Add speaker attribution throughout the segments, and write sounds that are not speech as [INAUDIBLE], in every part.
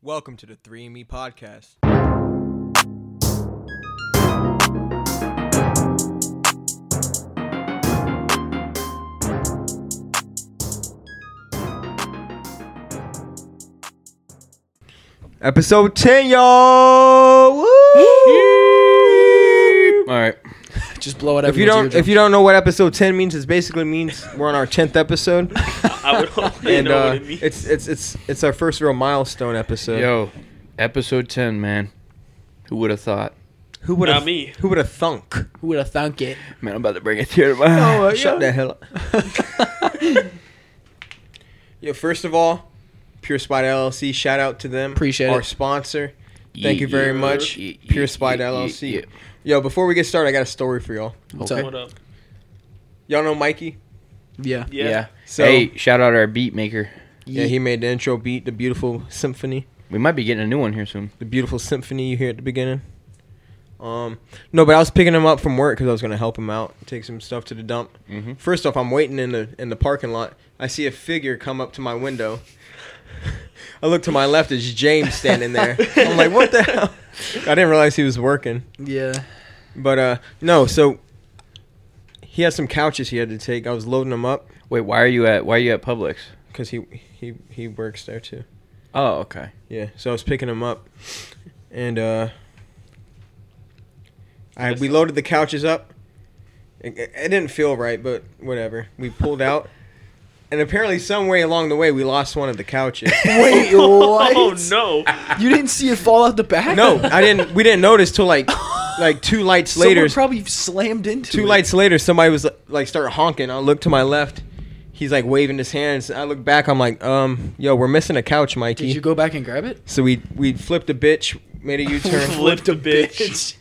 Speaker 1: Welcome to the Three and Me podcast. Episode ten, y'all. Woo!
Speaker 2: All right. [LAUGHS] Just blow it out.
Speaker 1: If you don't, if you don't know what episode ten means, it basically means we're on our tenth episode,
Speaker 3: [LAUGHS] I would only
Speaker 1: and
Speaker 3: know
Speaker 1: uh,
Speaker 3: what it means.
Speaker 1: it's it's it's it's our first real milestone episode.
Speaker 2: yo, episode ten, man. Who would have thought?
Speaker 1: Who would have
Speaker 3: Not me.
Speaker 1: Who would have thunk?
Speaker 4: Who would have thunk it?
Speaker 2: Man, I'm about to bring it here. my
Speaker 1: Shut the hell
Speaker 2: [LAUGHS]
Speaker 1: up. Yo, first of all, Pure Spot LLC, shout out to them.
Speaker 4: Appreciate
Speaker 1: Our
Speaker 4: it.
Speaker 1: sponsor. Thank you very much,
Speaker 2: yeah, yeah,
Speaker 1: Pure Spot
Speaker 2: yeah, yeah,
Speaker 1: LLC.
Speaker 2: yeah.
Speaker 1: Yo, before we get started, I got a story for y'all.
Speaker 4: What's
Speaker 2: Okay.
Speaker 3: What up?
Speaker 1: Y'all know Mikey?
Speaker 4: Yeah.
Speaker 2: Yeah.
Speaker 3: Yeah.
Speaker 1: So,
Speaker 2: hey, shout out our beat maker.
Speaker 1: yeah, he made the intro beat, the beautiful symphony.
Speaker 2: We might be getting a new one here soon.
Speaker 1: The beautiful symphony you hear at the beginning. Um, no, but I was picking him up from work because I was gonna help him out, take some stuff to the dump.
Speaker 2: Mm-hmm.
Speaker 1: First off, I'm waiting in the in the parking lot. I see a figure come up to my window. I look to my left, it's James standing there. I'm like, what the hell? I didn't realize he was working.
Speaker 4: Yeah.
Speaker 1: But uh no, so he had some couches he had to take. I was loading them up
Speaker 2: Wait, why are you at Why are you at Publix?
Speaker 1: because he he he works there too.
Speaker 2: Oh, okay.
Speaker 1: Yeah, so I was picking them up, and uh, I
Speaker 3: Yes.
Speaker 1: we loaded the couches up. It, it it didn't feel right, but whatever. We pulled out, and apparently, some way along the way, we lost one of the couches.
Speaker 4: Wait, [LAUGHS] what?
Speaker 3: Oh no!
Speaker 4: You didn't see it fall out the back?
Speaker 1: no, I didn't. We didn't notice till
Speaker 4: [LAUGHS]
Speaker 1: like like two lights
Speaker 4: Someone
Speaker 1: later.
Speaker 4: probably slammed into
Speaker 1: two
Speaker 4: it.
Speaker 1: lights later, somebody was like started honking. I look to my left. He's like waving his hands. I look back. I'm like, um, yo, we're missing a couch, Mikey.
Speaker 4: Did you go back and
Speaker 1: [LAUGHS]
Speaker 4: grab it?
Speaker 1: so we we flipped a bitch, made a
Speaker 4: [LAUGHS]
Speaker 1: U-turn.
Speaker 3: Flipped a bitch.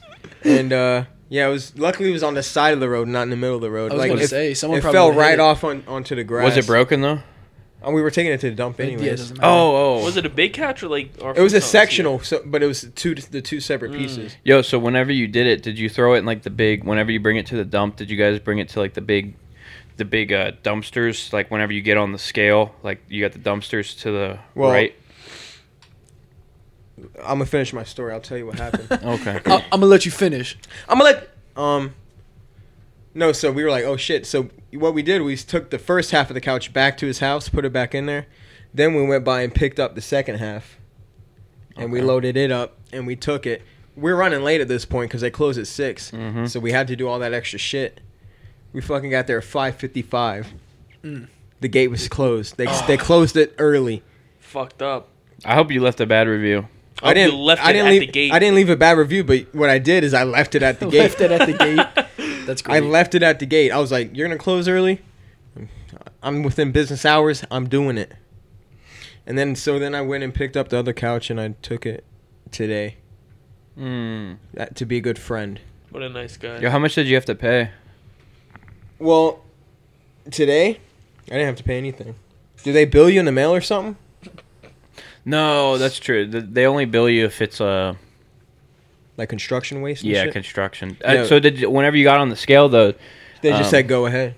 Speaker 1: and uh yeah, it was luckily it was on the side of the road, not in the middle of the road.
Speaker 4: I was
Speaker 1: like
Speaker 4: gonna
Speaker 1: it,
Speaker 4: say, someone
Speaker 1: it
Speaker 4: probably
Speaker 1: fell
Speaker 4: would've hit
Speaker 1: right
Speaker 4: it.
Speaker 1: off on, onto the grass.
Speaker 2: Was it broken though?
Speaker 1: And we were taking it to the dump
Speaker 4: It- yeah, it
Speaker 1: anyways.
Speaker 4: doesn't matter. Oh,
Speaker 2: Oh, oh.
Speaker 3: Was it a big catch or like? Or
Speaker 1: it was a
Speaker 3: something?
Speaker 1: sectional, so but it was two the two
Speaker 4: Mm.
Speaker 1: separate pieces.
Speaker 2: Yo, so whenever you did it, did you throw it in like the big? Whenever you bring it to the dump, did you guys bring it to like the big, the big uh, dumpsters? Like whenever you get on the scale, like you got the dumpsters to the
Speaker 1: Well-
Speaker 2: right.
Speaker 1: I'm gonna finish my story. I'll tell you what
Speaker 4: [LAUGHS]
Speaker 1: happened.
Speaker 2: Okay.
Speaker 4: I- I'm gonna let you finish.
Speaker 1: I'm gonna let um. No, so we were like, oh shit. So what we did, we took the first half of the couch back to his house, put it back in there. Then we went by and picked up the second half, and we
Speaker 2: Okay.
Speaker 1: loaded it up and we took it. We're running late at this point because they close at 6
Speaker 3: Mm-hmm.
Speaker 2: Mhm.
Speaker 1: so we had to do all that extra shit. We fucking got there at five fifty-five.
Speaker 4: Mm.
Speaker 1: The gate was closed. They they closed it early.
Speaker 3: Fucked up.
Speaker 2: I hope you left a bad review.
Speaker 3: Oh,
Speaker 1: I didn't.
Speaker 3: you left
Speaker 1: I
Speaker 3: it
Speaker 1: didn't
Speaker 3: at
Speaker 1: leave.
Speaker 3: the gate.
Speaker 1: I didn't leave a bad review, but what I did is I left it at
Speaker 3: [LAUGHS]
Speaker 1: the gate.
Speaker 4: Left it at the gate. That's
Speaker 1: I
Speaker 4: great.
Speaker 1: left it at the gate. I was like, "You're gonna close early. I'm within business hours. I'm doing it." And then so then I went and picked up the other couch and I took it today
Speaker 2: Mm.
Speaker 1: uh, to be a good friend.
Speaker 3: What a nice guy.
Speaker 2: Yo, how much did you have to pay?
Speaker 1: Well, today I didn't have to pay anything. Do they bill you in the mail or something?
Speaker 2: No, that's true. Th- They only bill you if it's uh,
Speaker 1: Like construction waste? And
Speaker 2: yeah
Speaker 1: shit?
Speaker 2: construction.
Speaker 1: No.
Speaker 2: Uh, so did you, whenever you got on the scale though,
Speaker 1: they just
Speaker 2: um,
Speaker 1: said go ahead.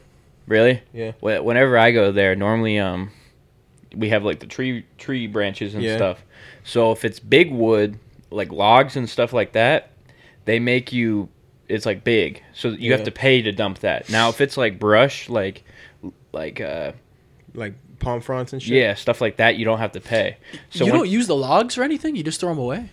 Speaker 2: really?
Speaker 1: Yeah.
Speaker 2: Wh- Whenever I go there, normally um, we have like the tree tree branches and
Speaker 1: Yeah.
Speaker 2: stuff. So if it's big wood, like logs and stuff like that, they make you. It's like big, so you
Speaker 1: Yeah.
Speaker 2: have to pay to dump that. Now if it's like brush, like like uh
Speaker 1: Like palm fronds and shit.
Speaker 2: yeah stuff like that, you don't have to pay. So
Speaker 4: you
Speaker 2: when,
Speaker 4: don't use the logs or anything. You just throw them away.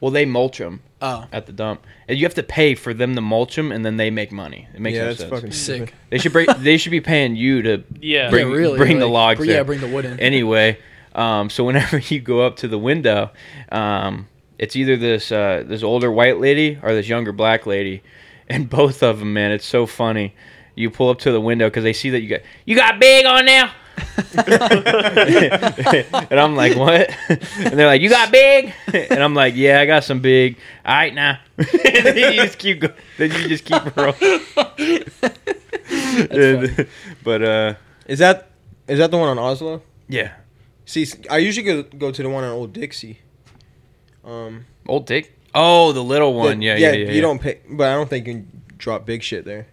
Speaker 2: well they mulch them.
Speaker 4: Oh,
Speaker 2: at the dump, and you have to pay for them to mulch them, and then they make money. It makes
Speaker 1: yeah,
Speaker 2: no
Speaker 1: that's
Speaker 2: sense.
Speaker 1: fucking
Speaker 4: sick.
Speaker 1: stupid.
Speaker 2: They should bring. they should be paying you to
Speaker 3: Yeah.
Speaker 2: Bring-
Speaker 4: yeah, really.
Speaker 2: the logs
Speaker 4: br- Yeah,
Speaker 2: there.
Speaker 4: bring the wood in.
Speaker 2: anyway. Um, so whenever [LAUGHS] you go up to the window, um, it's either this uh, this older white lady or this younger black lady, and [LAUGHS] both of them, man, it's so funny. You pull up to the window because they see that you got you got big on now. [LAUGHS] and I'm like, what? [LAUGHS] And they're like, you got big? [LAUGHS] And I'm like, yeah, I got some big. All right, now. [LAUGHS] and then you just keep going. Then you just keep rolling. [LAUGHS] And- but uh,
Speaker 1: Is that is that the one on Oslo?
Speaker 2: yeah,
Speaker 1: See, s- I usually go go to the one on Old Dixie. Um.
Speaker 2: Old Dick. Oh, the little one.
Speaker 1: The-
Speaker 2: yeah, yeah, yeah.
Speaker 1: You
Speaker 2: yeah.
Speaker 1: don't pay, but I don't think you can drop big shit there.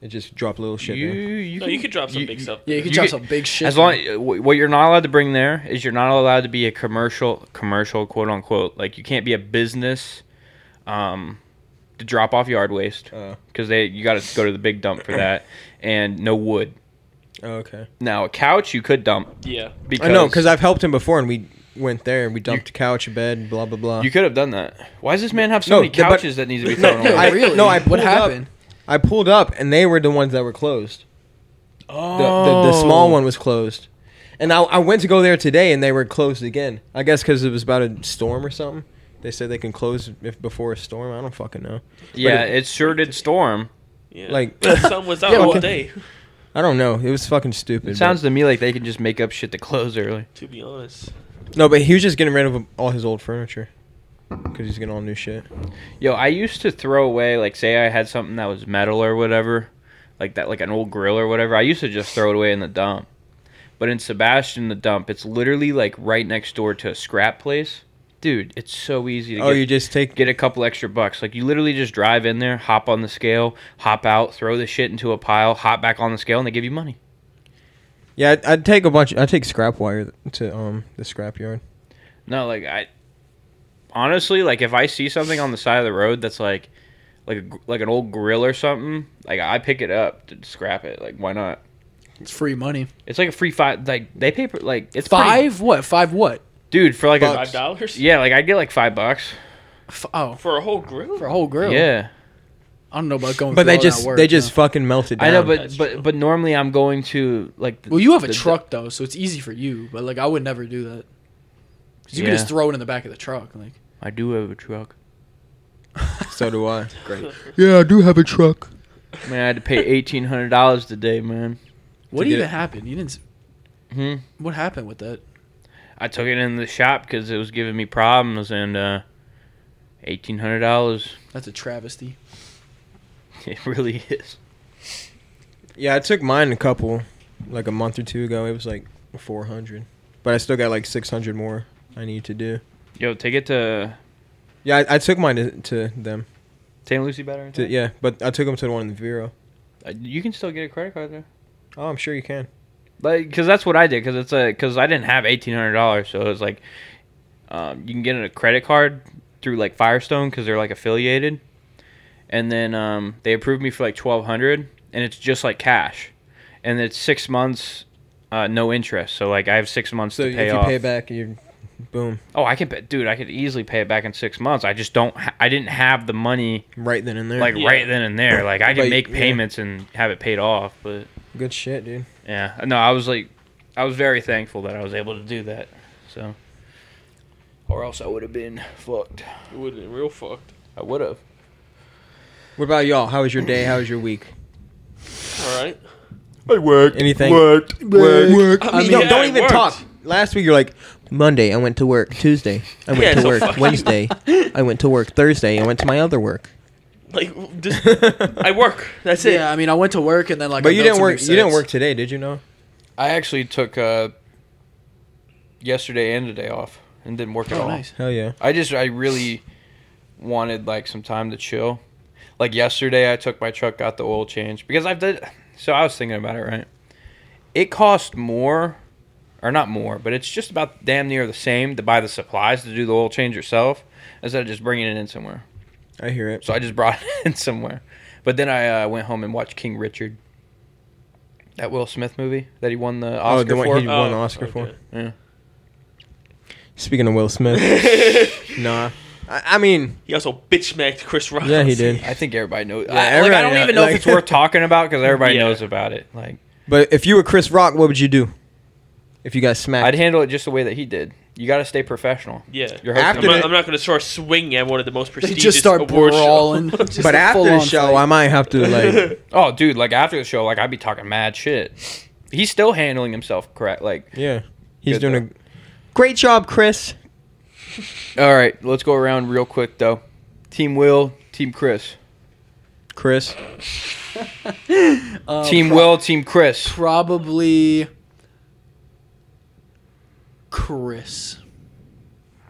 Speaker 1: It just drop little shit.
Speaker 2: you,
Speaker 1: in.
Speaker 2: you
Speaker 3: No,
Speaker 2: can,
Speaker 3: you could drop some
Speaker 2: you-
Speaker 3: big stuff.
Speaker 4: Yeah, you could
Speaker 2: You
Speaker 4: drop
Speaker 2: get-
Speaker 4: some big shit.
Speaker 2: As long uh, wh- what you're not allowed to bring there is you're not allowed to be a commercial commercial quote unquote like you can't be a business um, to drop off yard waste
Speaker 1: Oh,
Speaker 2: because they you got to go to the big dump for that and no wood.
Speaker 1: oh, okay.
Speaker 2: Now a couch you could dump
Speaker 3: Yeah.
Speaker 2: because
Speaker 1: I know because I've helped him before, and we went there and we dumped couch, bed, blah blah blah.
Speaker 2: you could have done that. Why does this man have so
Speaker 1: No,
Speaker 2: many
Speaker 1: th- but-
Speaker 2: couches that needs to be
Speaker 1: [LAUGHS] No,
Speaker 2: thrown
Speaker 1: no,
Speaker 2: away?
Speaker 1: I-
Speaker 4: [LAUGHS] really?
Speaker 1: no, I
Speaker 4: what
Speaker 1: pulled up-
Speaker 4: happened?
Speaker 1: I pulled up, and they were the ones that were closed. The,
Speaker 2: oh.
Speaker 1: the, the small one was closed, and I, I went to go there today, and they were closed again. I guess because it was about a storm or something. They said they can close if before a storm. I don't fucking know.
Speaker 2: Yeah,
Speaker 1: it-
Speaker 2: it, sure did storm.
Speaker 3: Yeah.
Speaker 1: Like-
Speaker 3: the
Speaker 1: [LAUGHS]
Speaker 3: sun was out
Speaker 1: Yeah,
Speaker 3: all
Speaker 1: okay.
Speaker 3: day. [LAUGHS]
Speaker 1: I don't know. It was fucking stupid.
Speaker 2: It
Speaker 1: but-
Speaker 2: sounds to me like they can just make up shit to close early.
Speaker 3: To be honest.
Speaker 1: no, but he was just getting rid of all his old furniture because he's getting all new shit.
Speaker 2: Yo, I used to throw away like say I had something that was metal or whatever, like that like an old grill or whatever. I used to just throw it away in the dump. But in Sebastian the dump, it's literally like right next door to a scrap place. Dude, it's so easy to
Speaker 1: Oh,
Speaker 2: get,
Speaker 1: you just take
Speaker 2: get a couple extra bucks. Like you literally just drive in there, hop on the scale, hop out, throw the shit into a pile, hop back on the scale and they give you money.
Speaker 1: Yeah, I'd, I'd take a bunch. I'd take scrap wire to um the scrap yard.
Speaker 2: No, like I honestly like if I see something on the side of the road that's like like a, gr- like an old grill or something, like I pick it up to scrap it. Like why not?
Speaker 4: It's free money.
Speaker 2: It's like a free five. Like they pay for like it's pretty-
Speaker 4: Five what? Five what?
Speaker 2: dude for like
Speaker 1: Bucks.
Speaker 2: a
Speaker 3: Five dollars?
Speaker 2: yeah. Like I get like five bucks.
Speaker 4: F- oh,
Speaker 3: For a whole grill?
Speaker 4: for a whole grill.
Speaker 2: Yeah,
Speaker 4: I don't know about going.
Speaker 1: But
Speaker 4: through
Speaker 1: they
Speaker 4: all that
Speaker 1: just
Speaker 4: work,
Speaker 1: they just
Speaker 4: no.
Speaker 1: fucking melted. Down.
Speaker 2: I know, but
Speaker 3: That's
Speaker 2: but
Speaker 3: true.
Speaker 2: but normally I'm going to like. The,
Speaker 4: Well, you have a
Speaker 2: the-
Speaker 4: truck though, so it's easy for you. But like, I would never do that. 'Cause You
Speaker 2: Yeah.
Speaker 4: can just throw it in the back of the truck. Like,
Speaker 2: I do have a truck.
Speaker 1: [LAUGHS] so do I.
Speaker 4: great.
Speaker 1: Yeah, I do have a truck.
Speaker 2: Man, I had to pay eighteen hundred dollars today, man.
Speaker 4: What
Speaker 1: To get
Speaker 4: even
Speaker 1: it-
Speaker 4: happened? You didn't. s-
Speaker 2: Hmm.
Speaker 4: What happened with that?
Speaker 2: I took it in the shop because it was giving me problems, and uh, eighteen hundred dollars. [LAUGHS]
Speaker 4: That's a travesty.
Speaker 2: It really is.
Speaker 1: Yeah, I took mine a couple, like a month or two ago. It was like four hundred, but I still got like six hundred more I need to do.
Speaker 2: Yo, take it to
Speaker 1: Yeah, I, I took mine to, to them.
Speaker 2: St. Lucie Battery.
Speaker 1: To, yeah, but I took them to the one in the bureau.
Speaker 2: Uh, You can still get a credit card there.
Speaker 1: Oh, I'm sure you can.
Speaker 2: like because that's what I did because it's a because I didn't have eighteen hundred dollars so it was like um, you can get a credit card through like Firestone because they're like affiliated and then um, they approved me for like twelve hundred and it's just like cash and it's six months uh, no interest so like I have six months
Speaker 1: So
Speaker 2: to pay
Speaker 1: if you
Speaker 2: off
Speaker 1: pay back, you boom
Speaker 2: oh I could pay, dude I could easily pay it back in six months I just don't ha- I didn't have the money
Speaker 1: right then and there.
Speaker 2: like
Speaker 3: Yeah.
Speaker 2: right then and there like I
Speaker 1: Like,
Speaker 2: can make
Speaker 1: yeah.
Speaker 2: payments and have it paid off but
Speaker 1: good shit, dude.
Speaker 2: yeah. No, I was like, I was very thankful that I was able to do that. So, or else I would have been fucked.
Speaker 3: It would have been real fucked.
Speaker 2: I would have.
Speaker 1: What about y'all? How was your day? How was your week?
Speaker 3: All right.
Speaker 2: I worked.
Speaker 1: Anything?
Speaker 2: Worked.
Speaker 1: Work.
Speaker 3: I mean,
Speaker 1: no,
Speaker 3: yeah,
Speaker 1: don't
Speaker 3: it
Speaker 1: even
Speaker 3: worked.
Speaker 1: talk. Last week you're like Monday. I went to work. Tuesday, I went
Speaker 3: Yeah,
Speaker 1: to
Speaker 3: so
Speaker 1: work.
Speaker 3: fuck you. [LAUGHS]
Speaker 1: Wednesday, I went to work. Thursday, I went to my other work. [LAUGHS]
Speaker 3: Like, just, [LAUGHS] I work. That's it.
Speaker 4: yeah, I mean, I went to work and then like. I
Speaker 1: But you didn't
Speaker 4: built some
Speaker 1: work.
Speaker 4: new
Speaker 1: You didn't
Speaker 4: sets.
Speaker 1: work today, did you? know?
Speaker 2: I actually took uh, yesterday and today off and didn't work at
Speaker 4: Oh,
Speaker 2: all.
Speaker 4: nice.
Speaker 1: Hell yeah.
Speaker 2: I just I really wanted like some time to chill. Like yesterday, I took my truck, got the oil change because I've did. So I was thinking about it, right? It cost more, or not more, but it's just about damn near the same to buy the supplies to do the oil change yourself instead of just bringing it in somewhere.
Speaker 1: I hear it.
Speaker 2: So I just brought [LAUGHS] it in somewhere. But then I uh, went home and watched King Richard, that Will Smith movie that he won the
Speaker 1: Oh, the
Speaker 2: Oscar
Speaker 1: one
Speaker 2: for.
Speaker 1: he You won an Oscar for
Speaker 3: it.
Speaker 1: Speaking of Will
Speaker 3: [LAUGHS]
Speaker 1: Smith, nah. I, I mean,
Speaker 3: He also bitch smacked Chris Rock.
Speaker 1: yeah, he did.
Speaker 2: I think everybody knows.
Speaker 1: Yeah,
Speaker 2: I, like, I
Speaker 1: everybody
Speaker 2: don't
Speaker 1: know-
Speaker 2: even know
Speaker 1: like-
Speaker 2: if it's worth talking about because
Speaker 1: [LAUGHS]
Speaker 2: everybody
Speaker 3: Yeah.
Speaker 2: knows about it. Like.
Speaker 1: But if you were Chris Rock, what would you do? If you got smacked,
Speaker 2: I'd handle it just the way that he did. You got to stay professional.
Speaker 3: [LAUGHS] Yeah.
Speaker 2: Your
Speaker 1: After
Speaker 2: husband.
Speaker 3: I'm not,
Speaker 1: the-
Speaker 3: I'm not going to start swinging at one of
Speaker 1: [LAUGHS]
Speaker 3: the most
Speaker 4: They
Speaker 3: prestigious
Speaker 4: just start
Speaker 3: award shows. [LAUGHS]
Speaker 4: brawling. Just
Speaker 1: but
Speaker 4: a
Speaker 1: after the
Speaker 4: full-on
Speaker 1: show,
Speaker 4: fight.
Speaker 1: I might have to like.
Speaker 2: oh, dude, like after the show, like I'd be talking mad shit. He's still handling himself correct. Like,
Speaker 1: yeah, he's
Speaker 2: Good
Speaker 1: doing a great job, Chris.
Speaker 2: all right, let's go around real quick though. Team Will, Team Chris.
Speaker 1: Chris,
Speaker 4: [LAUGHS] Uh,
Speaker 2: team
Speaker 4: pro-
Speaker 2: Will, Team Chris.
Speaker 4: probably Chris.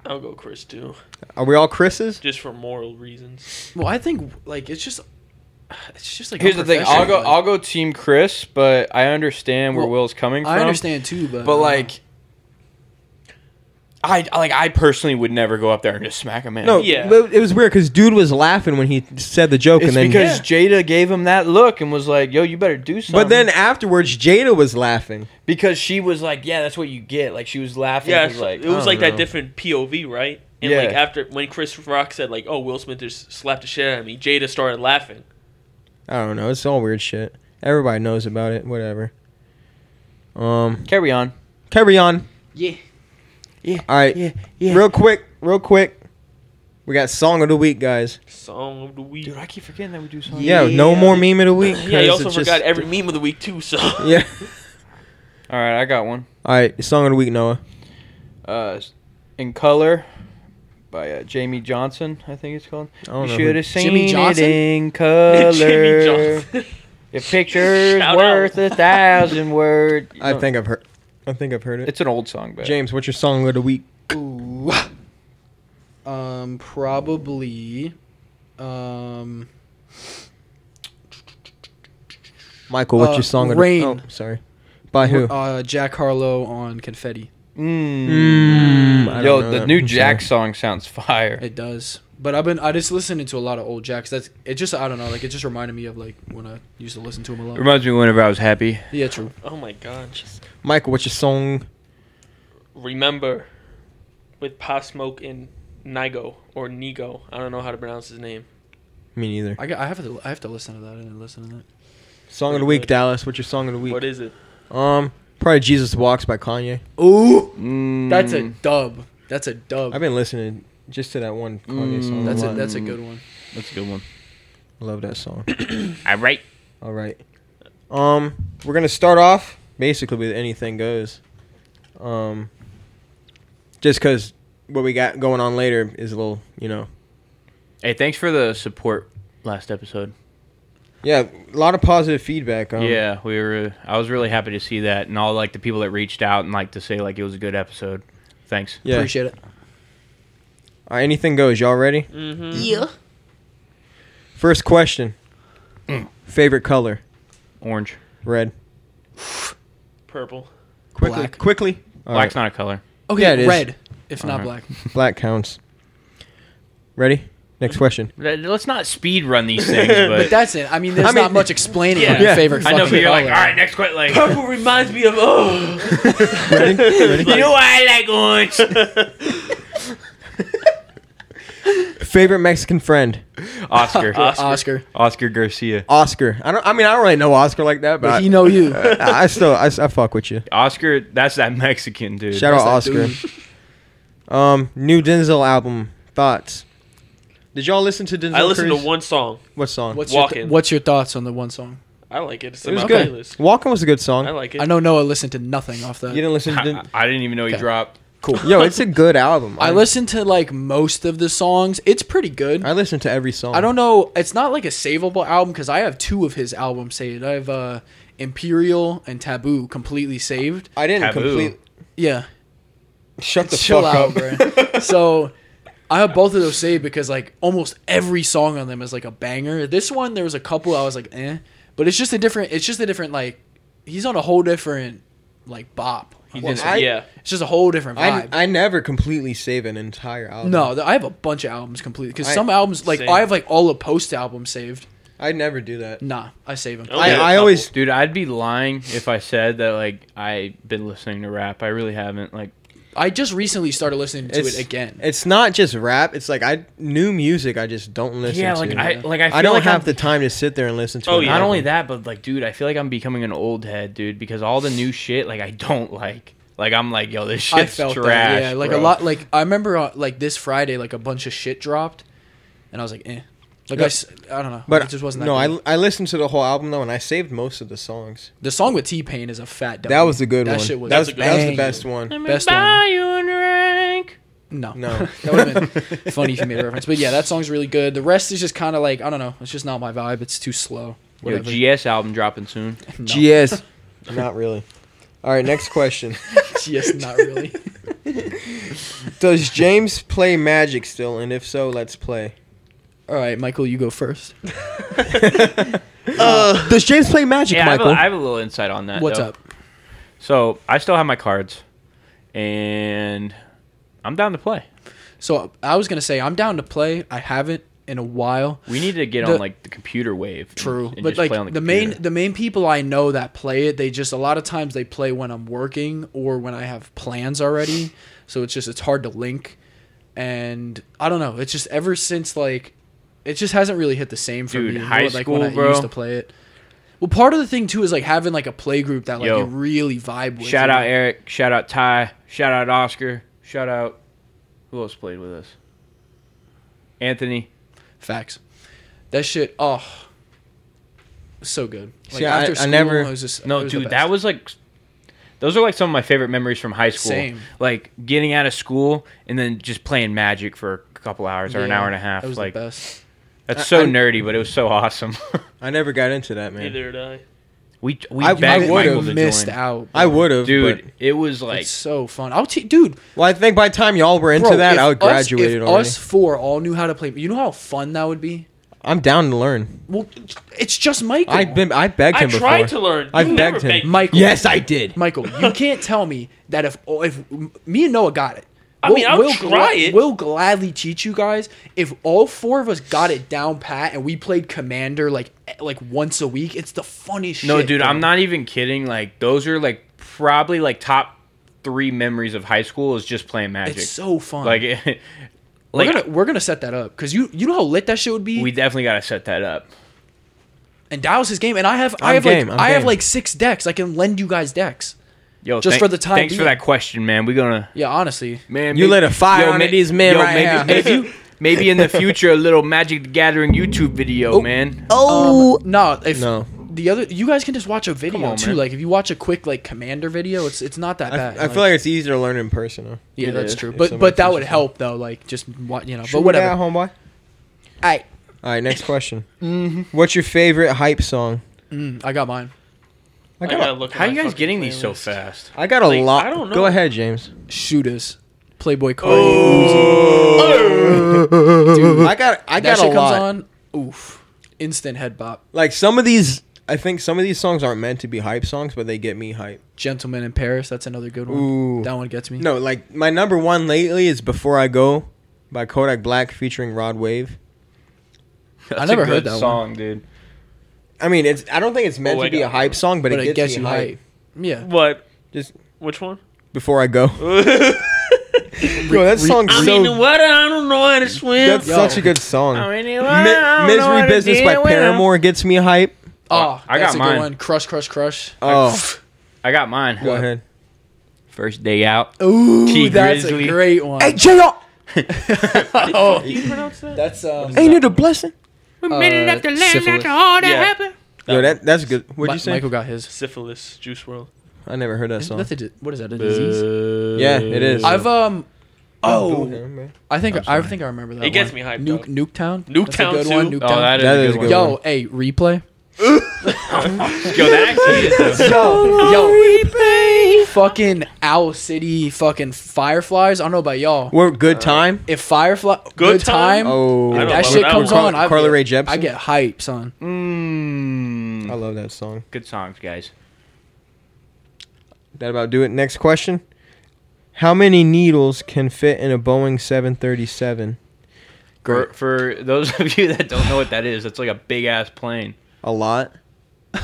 Speaker 3: I'll go Chris too,
Speaker 1: are we all Chris's?
Speaker 3: just for moral reasons.
Speaker 4: Well, I think like it's just [SIGHS]
Speaker 3: It's just like
Speaker 2: Here's the thing. I'll go.
Speaker 4: unprofessional,
Speaker 2: I'll go Team Chris, but I understand where
Speaker 4: Well,
Speaker 2: Will's coming from.
Speaker 4: I understand too, but
Speaker 2: but
Speaker 4: uh,
Speaker 2: like, I I- like I personally would never go up there and just smack a man.
Speaker 1: No,
Speaker 3: Yeah.
Speaker 1: but it was weird because dude was laughing when he said the joke,
Speaker 2: it's
Speaker 1: and then
Speaker 2: because Jada gave him that look and was like, "Yo, you better do something."
Speaker 1: but then afterwards Jada was laughing.
Speaker 2: because she was like, "Yeah, that's what you get." Like she was laughing.
Speaker 3: yeah,
Speaker 2: She was like,
Speaker 3: it was
Speaker 1: I
Speaker 3: like
Speaker 1: don't
Speaker 3: that
Speaker 1: know.
Speaker 3: different POV, right? And
Speaker 2: Yeah.
Speaker 3: like after when Chris Rock said like, "Oh, Will Smith just slapped the shit out of me," Jada started laughing.
Speaker 1: I don't know. It's all weird shit. Everybody knows about it. Whatever. Um,
Speaker 2: "Carry on."
Speaker 1: carry on.
Speaker 4: yeah,
Speaker 2: Yeah.
Speaker 1: All right.
Speaker 2: Yeah. Yeah.
Speaker 1: Real quick, real quick. We got song of the week, guys.
Speaker 3: Song of the week.
Speaker 2: Dude, I keep forgetting that we do something.
Speaker 1: Yeah, no
Speaker 4: Yeah.
Speaker 1: more meme of the week.
Speaker 3: [LAUGHS] yeah, you
Speaker 1: 'cause
Speaker 3: also
Speaker 1: it's
Speaker 3: forgot
Speaker 1: just-
Speaker 3: every meme of the week too. So
Speaker 1: Yeah.
Speaker 2: All right, I got one.
Speaker 1: All right, song of the week, Noah.
Speaker 2: Uh, in color. By uh, Jamie Johnson, I think it's called.
Speaker 1: I don't
Speaker 2: you
Speaker 1: know
Speaker 2: should
Speaker 1: who-
Speaker 2: have seen
Speaker 4: Jimmy
Speaker 2: it
Speaker 4: Johnson?
Speaker 2: in color.
Speaker 3: [LAUGHS] Jimmy Johnson. [LAUGHS]
Speaker 2: Your picture's
Speaker 3: Shout
Speaker 2: worth
Speaker 3: out.
Speaker 2: a
Speaker 3: [LAUGHS]
Speaker 2: thousand words.
Speaker 1: I think I've heard. I think I've heard it.
Speaker 2: Oh. it's an old song, but
Speaker 1: James, what's your song of the week?
Speaker 4: Ooh. Um, probably. Um,
Speaker 1: Michael, what's
Speaker 4: Uh,
Speaker 1: your song of
Speaker 4: Rain.
Speaker 1: the week? Oh, sorry. By who?
Speaker 4: Uh, Jack Harlow on Confetti.
Speaker 2: Mm.
Speaker 1: Mm, I
Speaker 2: Yo,
Speaker 1: don't know
Speaker 2: the
Speaker 1: that.
Speaker 2: new
Speaker 1: I'm
Speaker 2: Jack song sounds fire.
Speaker 4: It does, but I've been I just listening to a lot of old Jacks. That's it. Just I don't know. Like it just reminded me of like when I used to listen to him a lot.
Speaker 2: Reminds me whenever I was happy.
Speaker 4: yeah, true.
Speaker 3: oh my god, just
Speaker 1: Michael, what's your song?
Speaker 3: remember with Pop Smoke and Nigo or Nigo. I don't know how to pronounce his name.
Speaker 1: Me neither.
Speaker 4: I, got, I have to I have to listen to that. I didn't listen to that.
Speaker 1: Song of the
Speaker 3: Pretty
Speaker 1: week,
Speaker 3: good.
Speaker 1: Dallas. What's your song of the week?
Speaker 3: What is it?
Speaker 1: um, probably Jesus Walks by Kanye.
Speaker 4: Ooh,
Speaker 2: Mm.
Speaker 4: that's a dub. That's a dub.
Speaker 1: I've been listening just to that one Kanye
Speaker 2: Mm.
Speaker 1: song.
Speaker 4: that's
Speaker 1: a
Speaker 4: a
Speaker 1: lot.
Speaker 4: that's a good one.
Speaker 2: that's a good one.
Speaker 1: Love that song. [COUGHS]
Speaker 2: All right.
Speaker 1: All right. Um, we're gonna start off basically with anything goes. Um, just because what we got going on later is a little, you know,
Speaker 2: Hey, thanks for the support last episode.
Speaker 1: yeah, a lot of positive feedback. Um,
Speaker 2: yeah, we were. I was really happy to see that, and all like the people that reached out and like to say like it was a good episode. Thanks.
Speaker 1: yeah.
Speaker 4: Appreciate it.
Speaker 1: All right, anything goes. Y'all ready?
Speaker 3: Mm-hmm.
Speaker 1: First question.
Speaker 4: Mm.
Speaker 1: Favorite color?
Speaker 2: Orange.
Speaker 1: Red.
Speaker 3: Purple.
Speaker 1: Quickly.
Speaker 4: Black.
Speaker 1: Quickly. All
Speaker 2: Black's
Speaker 1: right,
Speaker 2: not a color.
Speaker 4: Okay,
Speaker 1: Yeah, it is.
Speaker 4: red if not
Speaker 2: Alright.
Speaker 4: black.
Speaker 1: Black counts. Ready? Next
Speaker 4: [LAUGHS]
Speaker 1: question.
Speaker 2: Let- Let's not speed run
Speaker 1: [LAUGHS]
Speaker 2: these things, but,
Speaker 4: But that's it. I mean, there's
Speaker 1: I mean-
Speaker 4: not much explaining
Speaker 2: Yeah.
Speaker 4: on your
Speaker 1: Yeah.
Speaker 4: favorite.
Speaker 2: I know. But
Speaker 4: fucking
Speaker 2: you're like, all
Speaker 4: color.
Speaker 2: right, next question. Like,
Speaker 3: Purple reminds me of oh.
Speaker 1: [LAUGHS]
Speaker 3: [LAUGHS]
Speaker 1: Ready? Ready?
Speaker 2: you know why I like orange?
Speaker 1: [LAUGHS] Favorite Mexican friend?
Speaker 2: Oscar.
Speaker 3: Oscar.
Speaker 4: Oscar.
Speaker 2: Oscar Garcia.
Speaker 1: Oscar. I don't. I mean, I don't really know Oscar like that, but, uh,
Speaker 4: But he know you.
Speaker 1: I, I still I, I fuck with you.
Speaker 2: Oscar, that's that Mexican dude.
Speaker 1: Shout out
Speaker 4: That's that
Speaker 1: Oscar. [LAUGHS] Um, new Denzel album thoughts. Did y'all listen to Denzel?
Speaker 3: I listened to
Speaker 1: Curry's-
Speaker 3: one song.
Speaker 1: What song?
Speaker 4: What's your
Speaker 3: Walking.
Speaker 4: What's your thoughts on the one song?
Speaker 3: I like it. It's
Speaker 1: it
Speaker 3: in
Speaker 1: was
Speaker 3: my
Speaker 1: good.
Speaker 3: playlist.
Speaker 1: Walking was a good song.
Speaker 3: I like it.
Speaker 4: I know Noah listened to nothing off that.
Speaker 1: you didn't listen to.
Speaker 2: I,
Speaker 3: [LAUGHS]
Speaker 1: Den-
Speaker 2: I didn't even know he
Speaker 4: Okay.
Speaker 2: dropped.
Speaker 4: cool.
Speaker 1: Yo, it's a good album.
Speaker 4: I listened to like most of the songs. It's pretty good.
Speaker 1: I listened to every song.
Speaker 4: I don't know. It's not like a savable album because I have two of his albums saved. I have uh, Imperial and Taboo completely saved.
Speaker 1: I didn't
Speaker 2: Taboo.
Speaker 1: complete.
Speaker 4: Yeah,
Speaker 1: Shut the
Speaker 4: chill
Speaker 1: fuck
Speaker 4: out,
Speaker 1: up. [LAUGHS]
Speaker 4: bro. so I have both of those saved because like almost every song on them is like a banger. This one there was a couple I was like eh, but it's just a different. It's just a different like he's on a whole different like bop. He
Speaker 1: Well,
Speaker 4: just,
Speaker 1: I-
Speaker 3: yeah.
Speaker 4: it's just a whole different vibe.
Speaker 1: I, I never completely save an entire album.
Speaker 4: No, th- I have a bunch of albums completely because
Speaker 1: I-
Speaker 4: some albums like
Speaker 3: Same.
Speaker 4: I have like all of post albums saved.
Speaker 1: I never do that.
Speaker 4: Nah, I save them.
Speaker 3: Oh.
Speaker 1: I,
Speaker 3: Okay, a
Speaker 1: I
Speaker 3: couple.
Speaker 1: always
Speaker 2: Dude, I'd be lying if I said that like I've been listening to rap. I really haven't. Like,
Speaker 4: I just recently started listening to
Speaker 1: it's-
Speaker 4: it again.
Speaker 1: It's not just rap. It's like I new music. I just don't listen.
Speaker 2: yeah,
Speaker 1: to.
Speaker 2: like I like I, feel
Speaker 1: I don't
Speaker 2: like
Speaker 1: have
Speaker 2: I'm-
Speaker 1: the time to sit there and listen to.
Speaker 3: Oh,
Speaker 1: an
Speaker 3: yeah.
Speaker 2: Not
Speaker 1: album.
Speaker 2: only that, but like, dude, I feel like I'm becoming an old head, dude, because all the new shit like I don't like. Like I'm like, yo, this
Speaker 4: I
Speaker 2: shit's
Speaker 4: felt
Speaker 2: trash.
Speaker 4: that. Yeah, like
Speaker 2: bro.
Speaker 4: a lot. Like I remember uh, like this Friday, like a bunch of shit dropped, and I was like eh. Like
Speaker 1: Yeah.
Speaker 4: I, s- I don't know.
Speaker 1: But
Speaker 4: it just wasn't that.
Speaker 1: no,
Speaker 4: good.
Speaker 1: I I listened to the whole album though, and I saved most of the songs.
Speaker 4: the song with T Pain is a fat. W.
Speaker 1: That was a good
Speaker 4: that
Speaker 1: one.
Speaker 4: Shit was
Speaker 1: that was
Speaker 3: a good
Speaker 1: that was the
Speaker 4: banging.
Speaker 1: best one.
Speaker 2: [LAUGHS] Let me
Speaker 4: best
Speaker 2: buy
Speaker 4: one.
Speaker 2: you a drink.
Speaker 4: No,
Speaker 1: No.
Speaker 4: that would have
Speaker 1: [LAUGHS]
Speaker 4: been funny if you made a reference. But yeah, that song's really good. The rest is just kind of like I don't know. It's just not my vibe. It's too slow.
Speaker 2: Yo,
Speaker 4: Whatever.
Speaker 2: GS album dropping soon.
Speaker 4: No. [LAUGHS]
Speaker 1: GS. Not really. All right, next
Speaker 2: [LAUGHS]
Speaker 1: question.
Speaker 4: GS, not
Speaker 1: [LAUGHS]
Speaker 4: really.
Speaker 1: Does James play Magic still? And if so, let's play.
Speaker 4: All right, Michael, you go first.
Speaker 1: Does James play magic,
Speaker 2: Uh, Yeah, I have, a,
Speaker 1: Michael?
Speaker 2: I have a little insight on that.
Speaker 4: What's
Speaker 2: though.
Speaker 4: up?
Speaker 2: So I still have my cards, and I'm down to play.
Speaker 4: So I was gonna say I'm down to play. I haven't in a while.
Speaker 2: We need to get
Speaker 4: The-
Speaker 2: on like the computer wave. and-
Speaker 4: True,
Speaker 2: and
Speaker 4: but
Speaker 2: just
Speaker 4: like
Speaker 2: play on
Speaker 4: the,
Speaker 2: computer.
Speaker 4: main the main people I know that play it, they just a lot of times they play when I'm working or when I have plans already. So it's just it's hard to link, and I don't know. It's just ever since like, it just hasn't really hit the same for
Speaker 2: Dude,
Speaker 4: me. you know,
Speaker 2: high
Speaker 4: like when I
Speaker 2: school, bro.
Speaker 4: used to play it. Well, part of the thing too is like having like a play group that like
Speaker 2: Yo.
Speaker 4: you really vibe with.
Speaker 2: Shout
Speaker 4: you
Speaker 2: out
Speaker 4: know?
Speaker 2: Eric. Shout out Ty. Shout out Oscar. Shout out who else played with us? Anthony.
Speaker 4: Facts. That shit, oh, so good. Like
Speaker 1: See, I- I
Speaker 4: after school,
Speaker 1: never-
Speaker 4: it was just it
Speaker 2: No,
Speaker 4: was the
Speaker 2: dude,
Speaker 4: best.
Speaker 2: that was like. Those are like some of my favorite memories from high school.
Speaker 4: Same.
Speaker 2: Like getting out of school and then just playing magic for a couple hours or an
Speaker 4: Yeah,
Speaker 2: hour and a half.
Speaker 4: That was
Speaker 2: Like
Speaker 4: the best.
Speaker 2: that's
Speaker 1: I-
Speaker 2: so
Speaker 1: I-
Speaker 2: nerdy, but it was so awesome. [LAUGHS]
Speaker 1: I never got into that, man.
Speaker 3: Neither did I.
Speaker 2: we we
Speaker 1: I- I
Speaker 2: begged
Speaker 1: would've
Speaker 2: Michael to
Speaker 4: missed
Speaker 2: join.
Speaker 4: out.
Speaker 1: I would have,
Speaker 2: Dude,
Speaker 1: dude.
Speaker 2: it was like
Speaker 4: it's so fun. I'll te- dude.
Speaker 1: well, I think by the time y'all were into
Speaker 4: bro,
Speaker 1: that,
Speaker 4: if
Speaker 1: I would
Speaker 4: us-
Speaker 1: graduated
Speaker 4: if
Speaker 1: already.
Speaker 4: Us four all knew how to play. You know how fun that would be.
Speaker 1: I'm down to learn.
Speaker 4: Well, it's just Michael.
Speaker 1: I've been, I begged
Speaker 3: I
Speaker 1: him before.
Speaker 3: tried to learn.
Speaker 1: I've
Speaker 3: You never
Speaker 1: begged him.
Speaker 3: begged.
Speaker 4: Michael.
Speaker 1: Yes, I did.
Speaker 4: Michael.
Speaker 1: [LAUGHS]
Speaker 4: You can't tell me that if all- if me and Noah got it.
Speaker 3: I mean, I'll try it.
Speaker 4: We'll gladly teach you guys. If all four of us got it down pat and we played Commander like e, like once a week, it's the funniest.
Speaker 2: No,
Speaker 4: shit,
Speaker 2: dude,
Speaker 4: bro.
Speaker 2: I'm not even kidding. Like those are like probably like top three memories of high school is just playing magic.
Speaker 4: It's so fun.
Speaker 2: like, [LAUGHS] it- like
Speaker 4: we're gonna we're gonna set that up because you you know how lit that shit would be.
Speaker 2: we definitely gotta set that up.
Speaker 4: and Dallas is game, and I have i
Speaker 1: I'm
Speaker 4: have
Speaker 1: game,
Speaker 4: like
Speaker 1: I'm
Speaker 4: I have
Speaker 1: game.
Speaker 4: like six decks. I can lend you guys decks.
Speaker 2: Yo,
Speaker 4: Just
Speaker 2: thank-
Speaker 4: for the time
Speaker 2: Thanks for
Speaker 4: being.
Speaker 2: that question, man. We gonna
Speaker 4: Yeah, honestly,
Speaker 2: man.
Speaker 1: You lit a fire under
Speaker 2: ma-
Speaker 1: these men right
Speaker 2: maybe,
Speaker 1: now.
Speaker 2: Maybe, maybe in the future a little Magic the Gathering YouTube video, man.
Speaker 4: Oh no! If
Speaker 1: No.
Speaker 4: the other, you guys can just watch a video
Speaker 2: on,
Speaker 4: too.
Speaker 2: man.
Speaker 4: Like if you watch a quick like commander video, it's it's not that
Speaker 1: I,
Speaker 4: bad.
Speaker 1: I feel like it's easier to learn in person. Though.
Speaker 4: yeah,
Speaker 2: it
Speaker 4: that's
Speaker 2: is.
Speaker 4: true.
Speaker 1: If
Speaker 4: But
Speaker 1: somebody
Speaker 4: but that
Speaker 1: teaches
Speaker 4: would
Speaker 1: you.
Speaker 4: help though. Like just what you know.
Speaker 1: Shoot
Speaker 4: But
Speaker 1: it
Speaker 4: whatever.
Speaker 1: out, homeboy.
Speaker 4: Aight.
Speaker 1: All right, next question.
Speaker 4: Mm-hmm.
Speaker 1: What's your favorite hype song?
Speaker 4: Mm, I got mine.
Speaker 1: I
Speaker 3: I
Speaker 1: got, a,
Speaker 3: gotta look. at
Speaker 2: How
Speaker 3: my
Speaker 2: you guys
Speaker 3: fucking
Speaker 2: getting these so
Speaker 3: playlist.
Speaker 2: fast?
Speaker 1: I got a
Speaker 3: like,
Speaker 1: lot.
Speaker 3: I don't know.
Speaker 1: Go ahead,
Speaker 3: [LAUGHS]
Speaker 1: James.
Speaker 4: Shooters, Playboy Cardi. Uzi.
Speaker 1: I got, Oh. I
Speaker 4: That
Speaker 1: got
Speaker 4: shit
Speaker 1: a
Speaker 4: comes
Speaker 1: lot.
Speaker 4: on. Oof! Instant head bop.
Speaker 1: Like some of these, I think some of these songs aren't meant to be hype songs, but they get me hype.
Speaker 4: Gentleman in Paris. That's another good one.
Speaker 1: Ooh.
Speaker 4: That one gets me.
Speaker 1: No, like my number one lately is "Before I Go" by Kodak Black featuring Rod Wave.
Speaker 2: That's
Speaker 4: never
Speaker 2: a
Speaker 4: heard
Speaker 2: good
Speaker 4: that one.
Speaker 2: song, dude.
Speaker 1: I mean, it's. I don't think it's meant
Speaker 3: Oh, I
Speaker 1: to be
Speaker 3: got
Speaker 1: a hype song, but,
Speaker 4: but
Speaker 1: it
Speaker 4: it
Speaker 1: gets,
Speaker 4: gets
Speaker 1: me
Speaker 4: you
Speaker 1: hype.
Speaker 4: hype. Yeah.
Speaker 3: What?
Speaker 1: Just
Speaker 3: Which one?
Speaker 1: before I go. Yo, that song's
Speaker 3: I'm in the
Speaker 1: so.
Speaker 3: water. I don't know how to swim.
Speaker 1: That's
Speaker 4: Yo.
Speaker 1: such a good song. Mi-
Speaker 2: Misery
Speaker 1: Misery Business by Paramore gets me hype.
Speaker 4: Oh,
Speaker 2: I got
Speaker 4: that's a
Speaker 2: mine.
Speaker 4: good one. Crush, crush, crush.
Speaker 1: Oh,
Speaker 2: I got mine.
Speaker 1: go ahead.
Speaker 2: First day out. [LAUGHS]
Speaker 4: Ooh,
Speaker 2: Key
Speaker 4: that's
Speaker 2: Grizzly.
Speaker 4: a great one.
Speaker 1: JR,
Speaker 3: oh, you pronounce that?
Speaker 4: That's um.
Speaker 1: ain't it a blessing?
Speaker 2: We
Speaker 4: made it up the land syphilis. after
Speaker 2: all
Speaker 3: that Yeah. happened.
Speaker 1: Yo, that that's good. What'd
Speaker 4: Mi-
Speaker 1: you say?
Speaker 4: Michael got his.
Speaker 3: Syphilis, Juice World.
Speaker 1: I never heard that song.
Speaker 4: That's a di- what is that? A disease?
Speaker 1: Yeah, it is.
Speaker 4: I've um. Oh,
Speaker 1: Oh,
Speaker 4: I think I think I remember that.
Speaker 3: It gets
Speaker 4: one.
Speaker 3: me hyped,
Speaker 4: Nuke,
Speaker 3: though.
Speaker 4: Nuketown. That's a
Speaker 3: Nuketown
Speaker 4: good
Speaker 3: too.
Speaker 4: one. Nuketown.
Speaker 2: Oh, that is
Speaker 1: That
Speaker 2: a good
Speaker 1: is
Speaker 2: one.
Speaker 1: good.
Speaker 4: Yo, hey, replay.
Speaker 2: Yo, that actually is though.
Speaker 1: [LAUGHS]
Speaker 4: Yo, yo, replay. Fucking Owl City. Fucking Fireflies. I don't know about y'all.
Speaker 1: We're good time.
Speaker 4: If Firefly, good,
Speaker 3: Time?
Speaker 4: time.
Speaker 1: Oh,
Speaker 3: I don't
Speaker 4: that
Speaker 3: love
Speaker 4: shit
Speaker 3: that
Speaker 4: comes
Speaker 3: one.
Speaker 4: on. I,
Speaker 1: Carly Rae Jepsen.
Speaker 4: I get hype, son.
Speaker 1: I
Speaker 2: Mm.
Speaker 1: love that song.
Speaker 2: Good songs, guys.
Speaker 1: That about do it. Next question: How many needles can fit in a Boeing 737?
Speaker 2: For, for those of you that don't know what that is, that's like a big ass plane.
Speaker 1: A lot,
Speaker 3: A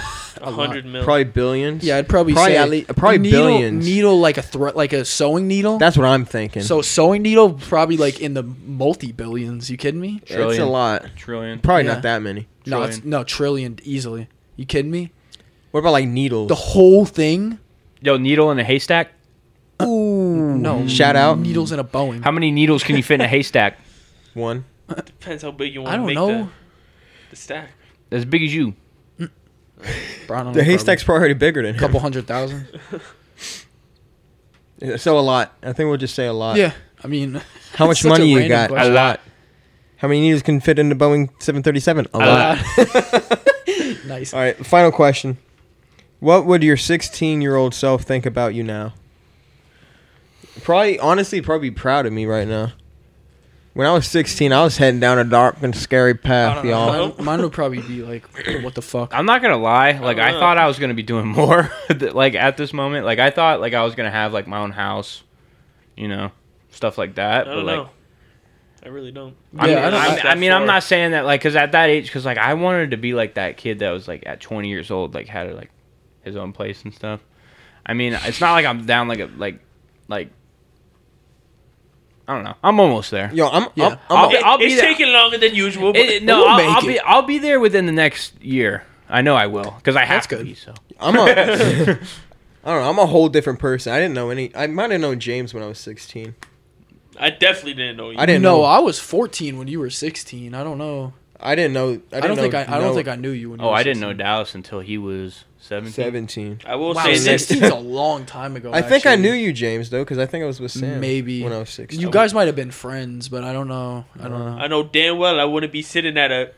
Speaker 3: hundred mil.
Speaker 1: probably billions.
Speaker 4: Yeah, I'd probably,
Speaker 1: Probably
Speaker 4: say
Speaker 1: at lea- probably
Speaker 4: needle,
Speaker 1: billions.
Speaker 4: Needle like a thread, like a sewing needle.
Speaker 1: that's what I'm thinking.
Speaker 4: so sewing needle probably like in the multi billions. You kidding me?
Speaker 1: it's a
Speaker 2: Trillion.
Speaker 1: lot.
Speaker 2: Trillion.
Speaker 1: Probably
Speaker 4: Yeah.
Speaker 1: not that many.
Speaker 4: No, it's
Speaker 2: Trillion.
Speaker 4: no trillion easily. You kidding me?
Speaker 1: What about like needles?
Speaker 4: The whole thing?
Speaker 2: Yo, needle in a haystack?
Speaker 1: Ooh.
Speaker 4: No.
Speaker 1: Shout out.
Speaker 4: Mm. Needles in a Boeing.
Speaker 2: How many needles can you fit in a haystack?
Speaker 1: One.
Speaker 3: Depends how big you want
Speaker 4: I
Speaker 3: to
Speaker 4: don't
Speaker 3: make
Speaker 4: know.
Speaker 3: the, the stack.
Speaker 2: As big as you.
Speaker 4: Bro, I don't know,
Speaker 1: The haystack's probably
Speaker 4: probably
Speaker 1: already bigger than
Speaker 4: a
Speaker 1: him.
Speaker 4: couple
Speaker 1: [LAUGHS]
Speaker 4: hundred thousand.
Speaker 1: Yeah, So a lot. I think we'll just say a lot.
Speaker 4: yeah. I mean, [LAUGHS]
Speaker 1: How
Speaker 4: it's
Speaker 1: much
Speaker 4: such a
Speaker 1: money you
Speaker 4: random
Speaker 1: got?
Speaker 4: question.
Speaker 2: lot.
Speaker 1: How many needles can fit in a Boeing 737? A
Speaker 2: A lot.
Speaker 1: [LAUGHS]
Speaker 4: Nice.
Speaker 1: All right, final question. What would your 16 year old self think about you now? Probably, honestly, probably proud of me right now. When I was 16, I was heading down a dark and scary
Speaker 3: I
Speaker 1: path,
Speaker 3: don't know.
Speaker 1: y'all.
Speaker 4: Mine, mine would probably be like, [CLEARS THROAT] what the fuck?
Speaker 2: I'm not gonna lie. Like I
Speaker 3: know.
Speaker 2: thought I was gonna be doing [LAUGHS] more. th- like at this moment, like I thought like I was gonna have like my own house, you know, stuff like that.
Speaker 3: I
Speaker 2: but
Speaker 3: don't
Speaker 2: like,
Speaker 3: know. I really don't.
Speaker 2: I mean,
Speaker 4: Yeah, I don't-
Speaker 2: I'm-
Speaker 3: Not
Speaker 2: I,
Speaker 3: that
Speaker 2: mean, I'm
Speaker 3: far. [LAUGHS]
Speaker 2: not saying that like because at that age, because like I wanted to be like that kid that was like at 20 years old, like had like his own place and stuff. I mean, it's not like I'm down like a like like I don't know. I'm almost there.
Speaker 1: Yo, I'm,
Speaker 4: Yeah.
Speaker 1: I'm, I'm
Speaker 2: I'll
Speaker 1: a-
Speaker 2: be- I'll be
Speaker 3: it's
Speaker 2: there.
Speaker 3: taking longer than usual. But
Speaker 2: It- it- no,
Speaker 4: we'll
Speaker 2: I'll,
Speaker 4: make
Speaker 2: I'll
Speaker 4: it.
Speaker 2: be I'll be there within the next year. I know I will because I have
Speaker 4: That's
Speaker 2: to
Speaker 4: good.
Speaker 2: be
Speaker 4: [LAUGHS]
Speaker 2: so.
Speaker 1: [LAUGHS] I'm a, I don't know. I'm a whole different person. I didn't know any. I might have known James when I was 16.
Speaker 3: I definitely didn't know you.
Speaker 1: I didn't
Speaker 4: no,
Speaker 1: know.
Speaker 4: I was 14 when you were 16. I don't know.
Speaker 1: I didn't know. I,
Speaker 4: I,
Speaker 1: didn't
Speaker 4: don't
Speaker 1: know,
Speaker 4: think I, I don't
Speaker 1: know
Speaker 4: think I knew you when
Speaker 2: [LAUGHS]
Speaker 4: you
Speaker 2: Oh,
Speaker 4: were
Speaker 2: I didn't know
Speaker 4: 16.
Speaker 2: Dallas until he was 17.
Speaker 1: 17.
Speaker 3: I will
Speaker 4: Wow,
Speaker 3: say this.
Speaker 4: 16's a long time ago.
Speaker 1: I think I
Speaker 4: actually.
Speaker 1: knew you, James, though, because I think I was with Sam.
Speaker 4: Maybe.
Speaker 1: when I was 16.
Speaker 4: You guys might have been friends, but I don't know. I don't know.
Speaker 3: I know damn well I wouldn't be sitting at a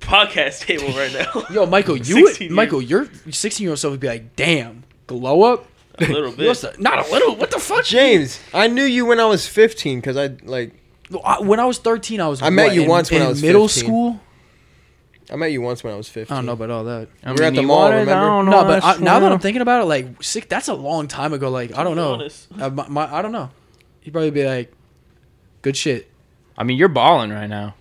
Speaker 3: podcast table right now.
Speaker 4: [LAUGHS] Yo, Michael, you
Speaker 3: [LAUGHS]
Speaker 4: would,
Speaker 3: 16
Speaker 4: Michael, your 16 year old self would be like, damn, glow up?
Speaker 3: a little
Speaker 4: You must
Speaker 3: bit.
Speaker 4: have- not a little. What the fuck?
Speaker 1: James, I knew you when I was 15 because I like
Speaker 4: No, I- When I was 13, I was.
Speaker 1: I met
Speaker 4: what,
Speaker 1: you
Speaker 4: in-
Speaker 1: once when
Speaker 4: in
Speaker 1: I was
Speaker 4: middle
Speaker 1: 15.
Speaker 4: school.
Speaker 1: I met you once when I was 15.
Speaker 4: I don't know about all that.
Speaker 2: I
Speaker 1: We were at the
Speaker 2: you
Speaker 1: mall,
Speaker 2: wanted- I
Speaker 1: remember?
Speaker 2: don't know,
Speaker 4: No, but I,
Speaker 2: that's
Speaker 4: now that I'm
Speaker 2: fine.
Speaker 4: thinking about it, like sick. That's a long time ago. Like I don't know.
Speaker 3: Honest.
Speaker 4: Uh, my, my, I don't know. He'd probably be like, "Good shit,
Speaker 2: I mean, you're balling right now.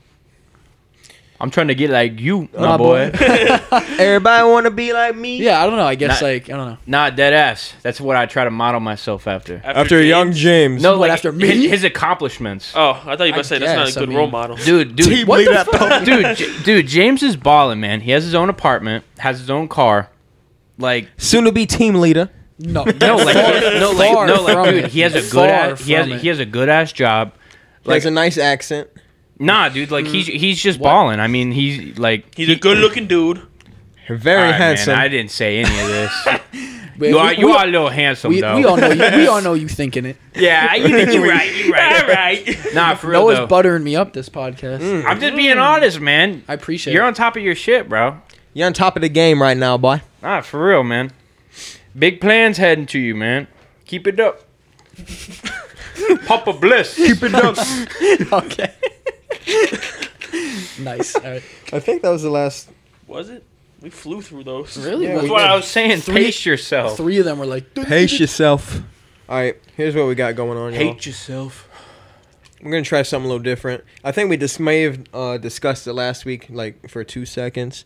Speaker 2: I'm trying to get like you, my,
Speaker 4: Oh, my
Speaker 2: boy. [LAUGHS]
Speaker 4: boy."
Speaker 1: [LAUGHS] Everybody want to be like me.
Speaker 4: yeah, I don't know. I guess
Speaker 2: Not-
Speaker 4: like I don't know.
Speaker 2: Not dead ass. That's what I try to model myself after.
Speaker 1: After young
Speaker 3: James-
Speaker 1: James.
Speaker 2: No,
Speaker 4: What,
Speaker 2: like
Speaker 4: after
Speaker 2: after
Speaker 4: me?
Speaker 2: me? His, his accomplishments.
Speaker 3: Oh, I thought you were
Speaker 4: I
Speaker 3: gonna say that's not a
Speaker 4: guess, I
Speaker 3: good
Speaker 4: mean-
Speaker 3: role model.
Speaker 2: Dude, dude,
Speaker 1: Team
Speaker 2: what
Speaker 1: leader.
Speaker 2: the fuck? dude, J- dude, James is balling, man. He has his own apartment, has his own car. Like
Speaker 1: Soon to be team leader.
Speaker 4: [LAUGHS] No,
Speaker 2: no, like no, like no,
Speaker 4: from
Speaker 2: like dude,
Speaker 4: it.
Speaker 2: he has a
Speaker 4: Far
Speaker 2: good ass, he has
Speaker 4: from it.
Speaker 2: he has a good ass job.
Speaker 1: He has a nice accent.
Speaker 2: Nah, dude, like he's he's just
Speaker 4: Mm. What?
Speaker 2: balling. I mean, he's like
Speaker 3: He's a good-looking dude.
Speaker 1: Very
Speaker 2: All right, man,
Speaker 1: handsome.
Speaker 2: I didn't say any of
Speaker 4: [LAUGHS]
Speaker 2: this.
Speaker 4: But
Speaker 2: you
Speaker 4: we-
Speaker 2: are you
Speaker 4: we-
Speaker 2: are a little handsome
Speaker 4: We,
Speaker 2: though.
Speaker 4: we all know. You, we all know you thinking it.
Speaker 2: yeah, you think you're right. You're
Speaker 4: [LAUGHS]
Speaker 2: right.
Speaker 3: All right.
Speaker 2: Nah, for [LAUGHS] real
Speaker 4: Noah's Mm.
Speaker 2: though.
Speaker 4: buttering me up this podcast.
Speaker 2: I'm just being honest, man.
Speaker 4: I appreciate
Speaker 2: You're
Speaker 4: it.
Speaker 2: on top of your shit, bro.
Speaker 1: You're on top of the game right now, boy.
Speaker 2: Nah, for real, man. Big plans heading to you, man. Keep it up. Papa Bliss. Keep it up.
Speaker 4: okay. nice. All
Speaker 2: [LAUGHS]
Speaker 4: right.
Speaker 1: I think that was the last.
Speaker 3: Was it? We flew through those.
Speaker 4: Really?
Speaker 1: Yeah,
Speaker 4: Well,
Speaker 1: we
Speaker 2: That's what I was saying. Pace yourself.
Speaker 4: Three of them were like,
Speaker 1: Pace yourself. All right, here's what we got going on, y'all.
Speaker 2: yourself.
Speaker 1: We're gonna try something a little different. I think we just may have uh, discussed it last week, like for two seconds,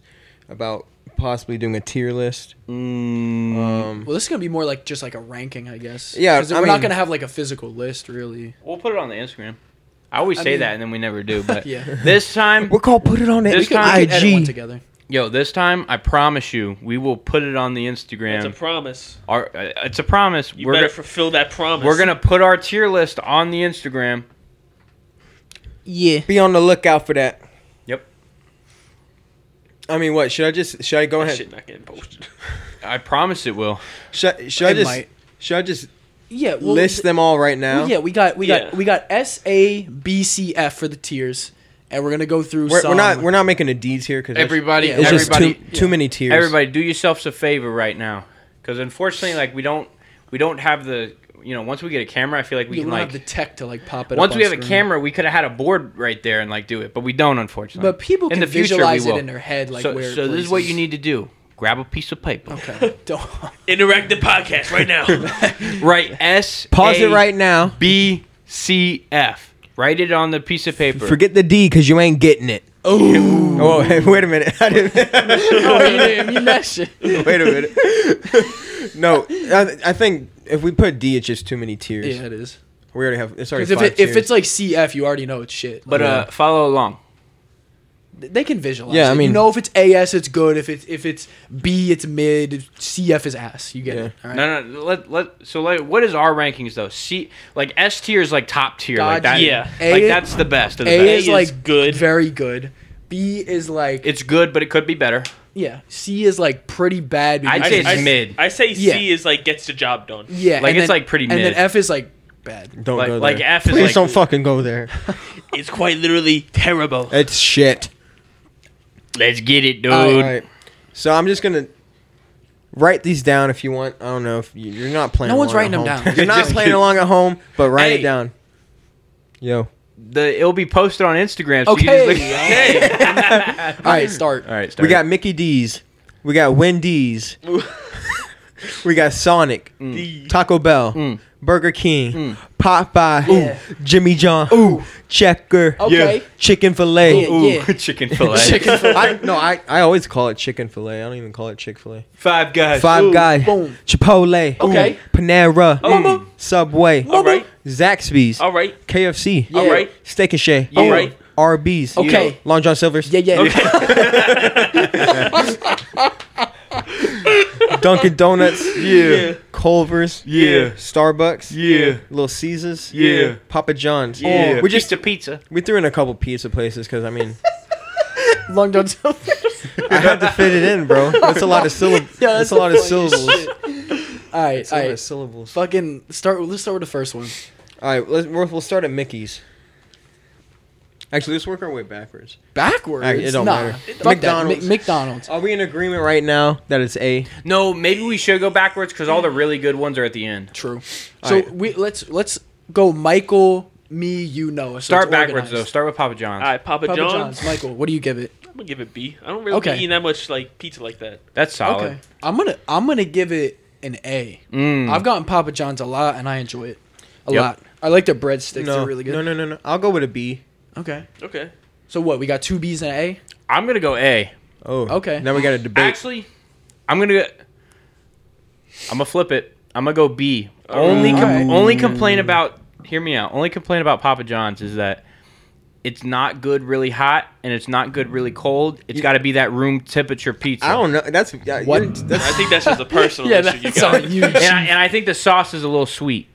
Speaker 1: about possibly doing a tier list.
Speaker 2: Mm.
Speaker 1: Um,
Speaker 4: Well, this is gonna be more like just like a ranking, I guess.
Speaker 1: Yeah,
Speaker 4: 'Cause
Speaker 1: I
Speaker 4: we're not
Speaker 1: mean-
Speaker 4: gonna have like a physical list, really.
Speaker 2: We'll put it on the Instagram. I always
Speaker 4: I
Speaker 2: say
Speaker 4: mean-
Speaker 2: that and then we never do, but
Speaker 4: Yeah.
Speaker 2: this time,
Speaker 1: we're gonna put it on the
Speaker 2: This time-
Speaker 4: We could edit one
Speaker 1: IG.
Speaker 4: together.
Speaker 2: yo, this time I promise you, we will put it on the Instagram.
Speaker 3: That's a promise.
Speaker 2: Our- uh, it's a promise.
Speaker 3: You
Speaker 2: we're
Speaker 3: better
Speaker 2: go-
Speaker 3: fulfill that promise.
Speaker 2: we're gonna put our tier list on the Instagram.
Speaker 4: Yeah.
Speaker 1: Be on the lookout for that.
Speaker 2: Yep.
Speaker 1: I mean, what should I just? Should I go
Speaker 3: That
Speaker 1: ahead?
Speaker 3: shit not getting posted. [LAUGHS]
Speaker 2: I promise it will.
Speaker 1: Should, I- should I
Speaker 4: It
Speaker 1: just?
Speaker 4: might.
Speaker 1: Should I just
Speaker 4: Yeah. Well,
Speaker 1: list them all right now?
Speaker 4: well, yeah, we got we got
Speaker 3: Yeah.
Speaker 4: we got S A B C F for the tiers, and we're gonna go through.
Speaker 1: We're,
Speaker 4: some,
Speaker 1: we're not. We're not making a D's here because
Speaker 2: Everybody,
Speaker 4: Yeah,
Speaker 1: It's just
Speaker 2: everybody,
Speaker 1: too, too many tiers.
Speaker 2: everybody, do yourselves a favor right now, because unfortunately, like we don't, we don't have the, you know, once we get a camera, I feel like we
Speaker 4: yeah, we
Speaker 2: can
Speaker 4: don't have
Speaker 2: like,
Speaker 4: the tech to like pop it.
Speaker 2: once
Speaker 4: up
Speaker 2: we
Speaker 4: on
Speaker 2: have a
Speaker 4: screen.
Speaker 2: camera, we could have had a board right there and like do it, but we don't, unfortunately.
Speaker 4: But people can visualize it in their head, like
Speaker 2: so,
Speaker 4: where. it
Speaker 2: so this is what
Speaker 4: places.
Speaker 2: you
Speaker 4: [LAUGHS]
Speaker 2: need to do: grab a piece of paper,
Speaker 4: Okay. Don't.
Speaker 3: Interact the podcast right now.
Speaker 2: write S,
Speaker 1: Pause
Speaker 2: A,
Speaker 1: it right now.
Speaker 2: B, C, F. Write it on the piece of paper.
Speaker 1: Forget the D because you ain't getting it.
Speaker 4: [LAUGHS]
Speaker 1: Oh, [LAUGHS] hey, wait a minute. I didn't.
Speaker 4: oh, you didn't mean [LAUGHS] that shit.
Speaker 1: Wait a minute. [LAUGHS] no, I, I think if we put D, it's just too many tiers.
Speaker 4: Yeah, it is.
Speaker 1: We already have. It's already
Speaker 4: Because if,
Speaker 1: five
Speaker 4: it, if
Speaker 1: tiers.
Speaker 4: it's like CF, you already know it's shit.
Speaker 2: but
Speaker 4: Like,
Speaker 2: uh, follow along.
Speaker 4: they can visualize.
Speaker 1: Yeah,
Speaker 4: it.
Speaker 1: I mean-
Speaker 4: you know if it's AS, it's good. If it's if it's B, it's mid. If CF is ass. You get
Speaker 1: Yeah.
Speaker 4: it. All right.
Speaker 2: No, no. Let let. So like, what is our rankings though? C like S tier is like top tier. like
Speaker 4: God,
Speaker 2: that.
Speaker 3: yeah.
Speaker 2: Like
Speaker 4: A-
Speaker 2: that's the best of the
Speaker 4: A
Speaker 2: best.
Speaker 4: is
Speaker 3: A is
Speaker 4: like
Speaker 3: good.
Speaker 4: very good. B is like
Speaker 2: It's good, but it could be better.
Speaker 4: yeah. C is like pretty bad.
Speaker 2: I'd
Speaker 4: because
Speaker 2: say it's
Speaker 4: [LAUGHS] it's-
Speaker 2: mid.
Speaker 3: I say
Speaker 4: Yeah.
Speaker 3: C is like gets the job done.
Speaker 4: yeah,
Speaker 2: like,
Speaker 4: and
Speaker 2: it's,
Speaker 4: then-
Speaker 2: like, pretty
Speaker 4: And then
Speaker 2: mid.
Speaker 4: F is like bad.
Speaker 1: don't
Speaker 2: like-
Speaker 1: go there.
Speaker 2: like F is
Speaker 1: Please
Speaker 2: like-
Speaker 1: don't fucking go there.
Speaker 3: It's quite literally
Speaker 4: Uh,
Speaker 3: terrible.
Speaker 1: It's shit.
Speaker 2: Let's get it, dude.
Speaker 1: All right. So I'm just gonna write these down if you want. I don't know if you, you're not playing.
Speaker 4: No one's
Speaker 1: along at
Speaker 4: writing them
Speaker 1: home.
Speaker 4: down.
Speaker 1: You're not
Speaker 2: Just
Speaker 1: playing
Speaker 2: kidding.
Speaker 1: along at home, but write it
Speaker 2: Hey.
Speaker 1: down. Yo,
Speaker 2: the it'll be posted on Instagram. So
Speaker 4: Okay.
Speaker 2: You
Speaker 1: [LAUGHS]
Speaker 2: just look-
Speaker 4: All right, start.
Speaker 2: [LAUGHS] All right. Start.
Speaker 1: We got Mickey D's. We got Wendy's. we got Sonic. Taco Bell. Burger King. Popeye. Jimmy John. Ooh. Checker.
Speaker 4: Okay.
Speaker 2: Yeah.
Speaker 1: Chicken Filet.
Speaker 4: Yeah, yeah.
Speaker 2: [LAUGHS] chicken fillet.
Speaker 4: Oh. Chicken fillet.
Speaker 1: I, no, I, I always call it Chicken Filet. I don't even call it Chick Fil A.
Speaker 2: Five guys.
Speaker 1: Five
Speaker 2: Ooh. [LAUGHS]
Speaker 1: Guy.
Speaker 4: boom.
Speaker 1: Chipotle.
Speaker 4: Okay.
Speaker 1: Panera.
Speaker 3: Oh, Mama.
Speaker 4: mm.
Speaker 1: Subway.
Speaker 3: All right.
Speaker 1: Zaxby's.
Speaker 3: All right.
Speaker 1: KFC.
Speaker 4: Yeah.
Speaker 3: All right.
Speaker 1: Steak and Shake.
Speaker 2: Yeah.
Speaker 3: right.
Speaker 1: Arby's.
Speaker 4: Okay.
Speaker 1: Long John Silver's.
Speaker 4: Yeah, yeah.
Speaker 1: Dunkin' Donuts.
Speaker 2: Yeah.
Speaker 1: Culver's.
Speaker 2: Yeah.
Speaker 1: Starbucks.
Speaker 2: Yeah.
Speaker 1: Little Caesars.
Speaker 2: Yeah.
Speaker 1: Papa John's. Oh.
Speaker 2: Yeah.
Speaker 1: we just
Speaker 2: a pizza.
Speaker 1: we threw in a couple pizza places because I mean
Speaker 4: [LAUGHS] Long
Speaker 1: [LAUGHS]
Speaker 4: John Silver's.
Speaker 1: I had to fit it in, bro. That's a lot of syllables.
Speaker 4: [LAUGHS] Yeah,
Speaker 1: that's,
Speaker 4: that's
Speaker 1: a lot of
Speaker 4: the funniest
Speaker 1: syllables.
Speaker 4: shit. All right,
Speaker 1: That's a
Speaker 4: all
Speaker 1: lot of
Speaker 4: right.
Speaker 1: syllables. All
Speaker 4: Fucking start. Let's start with the first one.
Speaker 1: right, let's, we'll, we'll start at Mickey's. Actually, let's work our way backwards.
Speaker 4: Backwards.
Speaker 1: All right, it don't
Speaker 4: nah.
Speaker 1: matter.
Speaker 4: Fuck that.
Speaker 1: McDonald's.
Speaker 4: Mi- McDonald's.
Speaker 1: Are we in agreement right now that it's A?
Speaker 2: No, maybe we should go backwards because all the really good ones are at the end.
Speaker 4: True.
Speaker 1: All
Speaker 4: so
Speaker 1: right.
Speaker 4: we let's let's go. Michael, me, you, Noah. So
Speaker 2: Start
Speaker 4: it's
Speaker 2: backwards
Speaker 4: organized.
Speaker 2: though. Start with Papa John's.
Speaker 3: All right, Papa,
Speaker 4: Papa
Speaker 3: John's.
Speaker 4: John's. Michael, what do you give it?
Speaker 3: I'm gonna give it B. I don't really
Speaker 4: Okay.
Speaker 3: be eating that much like pizza like that.
Speaker 2: That's solid.
Speaker 4: Okay. I'm gonna I'm gonna give it an A.
Speaker 2: Mm.
Speaker 4: have gotten Papa John's a lot and I enjoy it a
Speaker 2: Yep.
Speaker 4: lot. I like their breadsticks.
Speaker 1: no,
Speaker 4: They're really good.
Speaker 1: no, no, no, no. I'll go with a B.
Speaker 4: Okay.
Speaker 3: Okay.
Speaker 4: So what? We got two B's and an
Speaker 2: I'm gonna go A.
Speaker 1: Oh,
Speaker 4: Okay.
Speaker 1: Now we got a debate.
Speaker 2: Actually, I'm gonna. Go, I'm gonna flip it. I'm gonna go B. Only com-
Speaker 4: Alright.
Speaker 2: only complain about. Hear me out. Only complain about Papa John's is that it's not good really hot and it's not good really cold. It's got to be that room temperature pizza.
Speaker 1: I don't know. That's yeah,
Speaker 4: What?
Speaker 1: you're- That's
Speaker 3: I think
Speaker 4: [LAUGHS]
Speaker 3: that's just a
Speaker 4: A.
Speaker 3: personal issue you got. [LAUGHS]
Speaker 4: you.
Speaker 2: And I, and I think the sauce is a little sweet.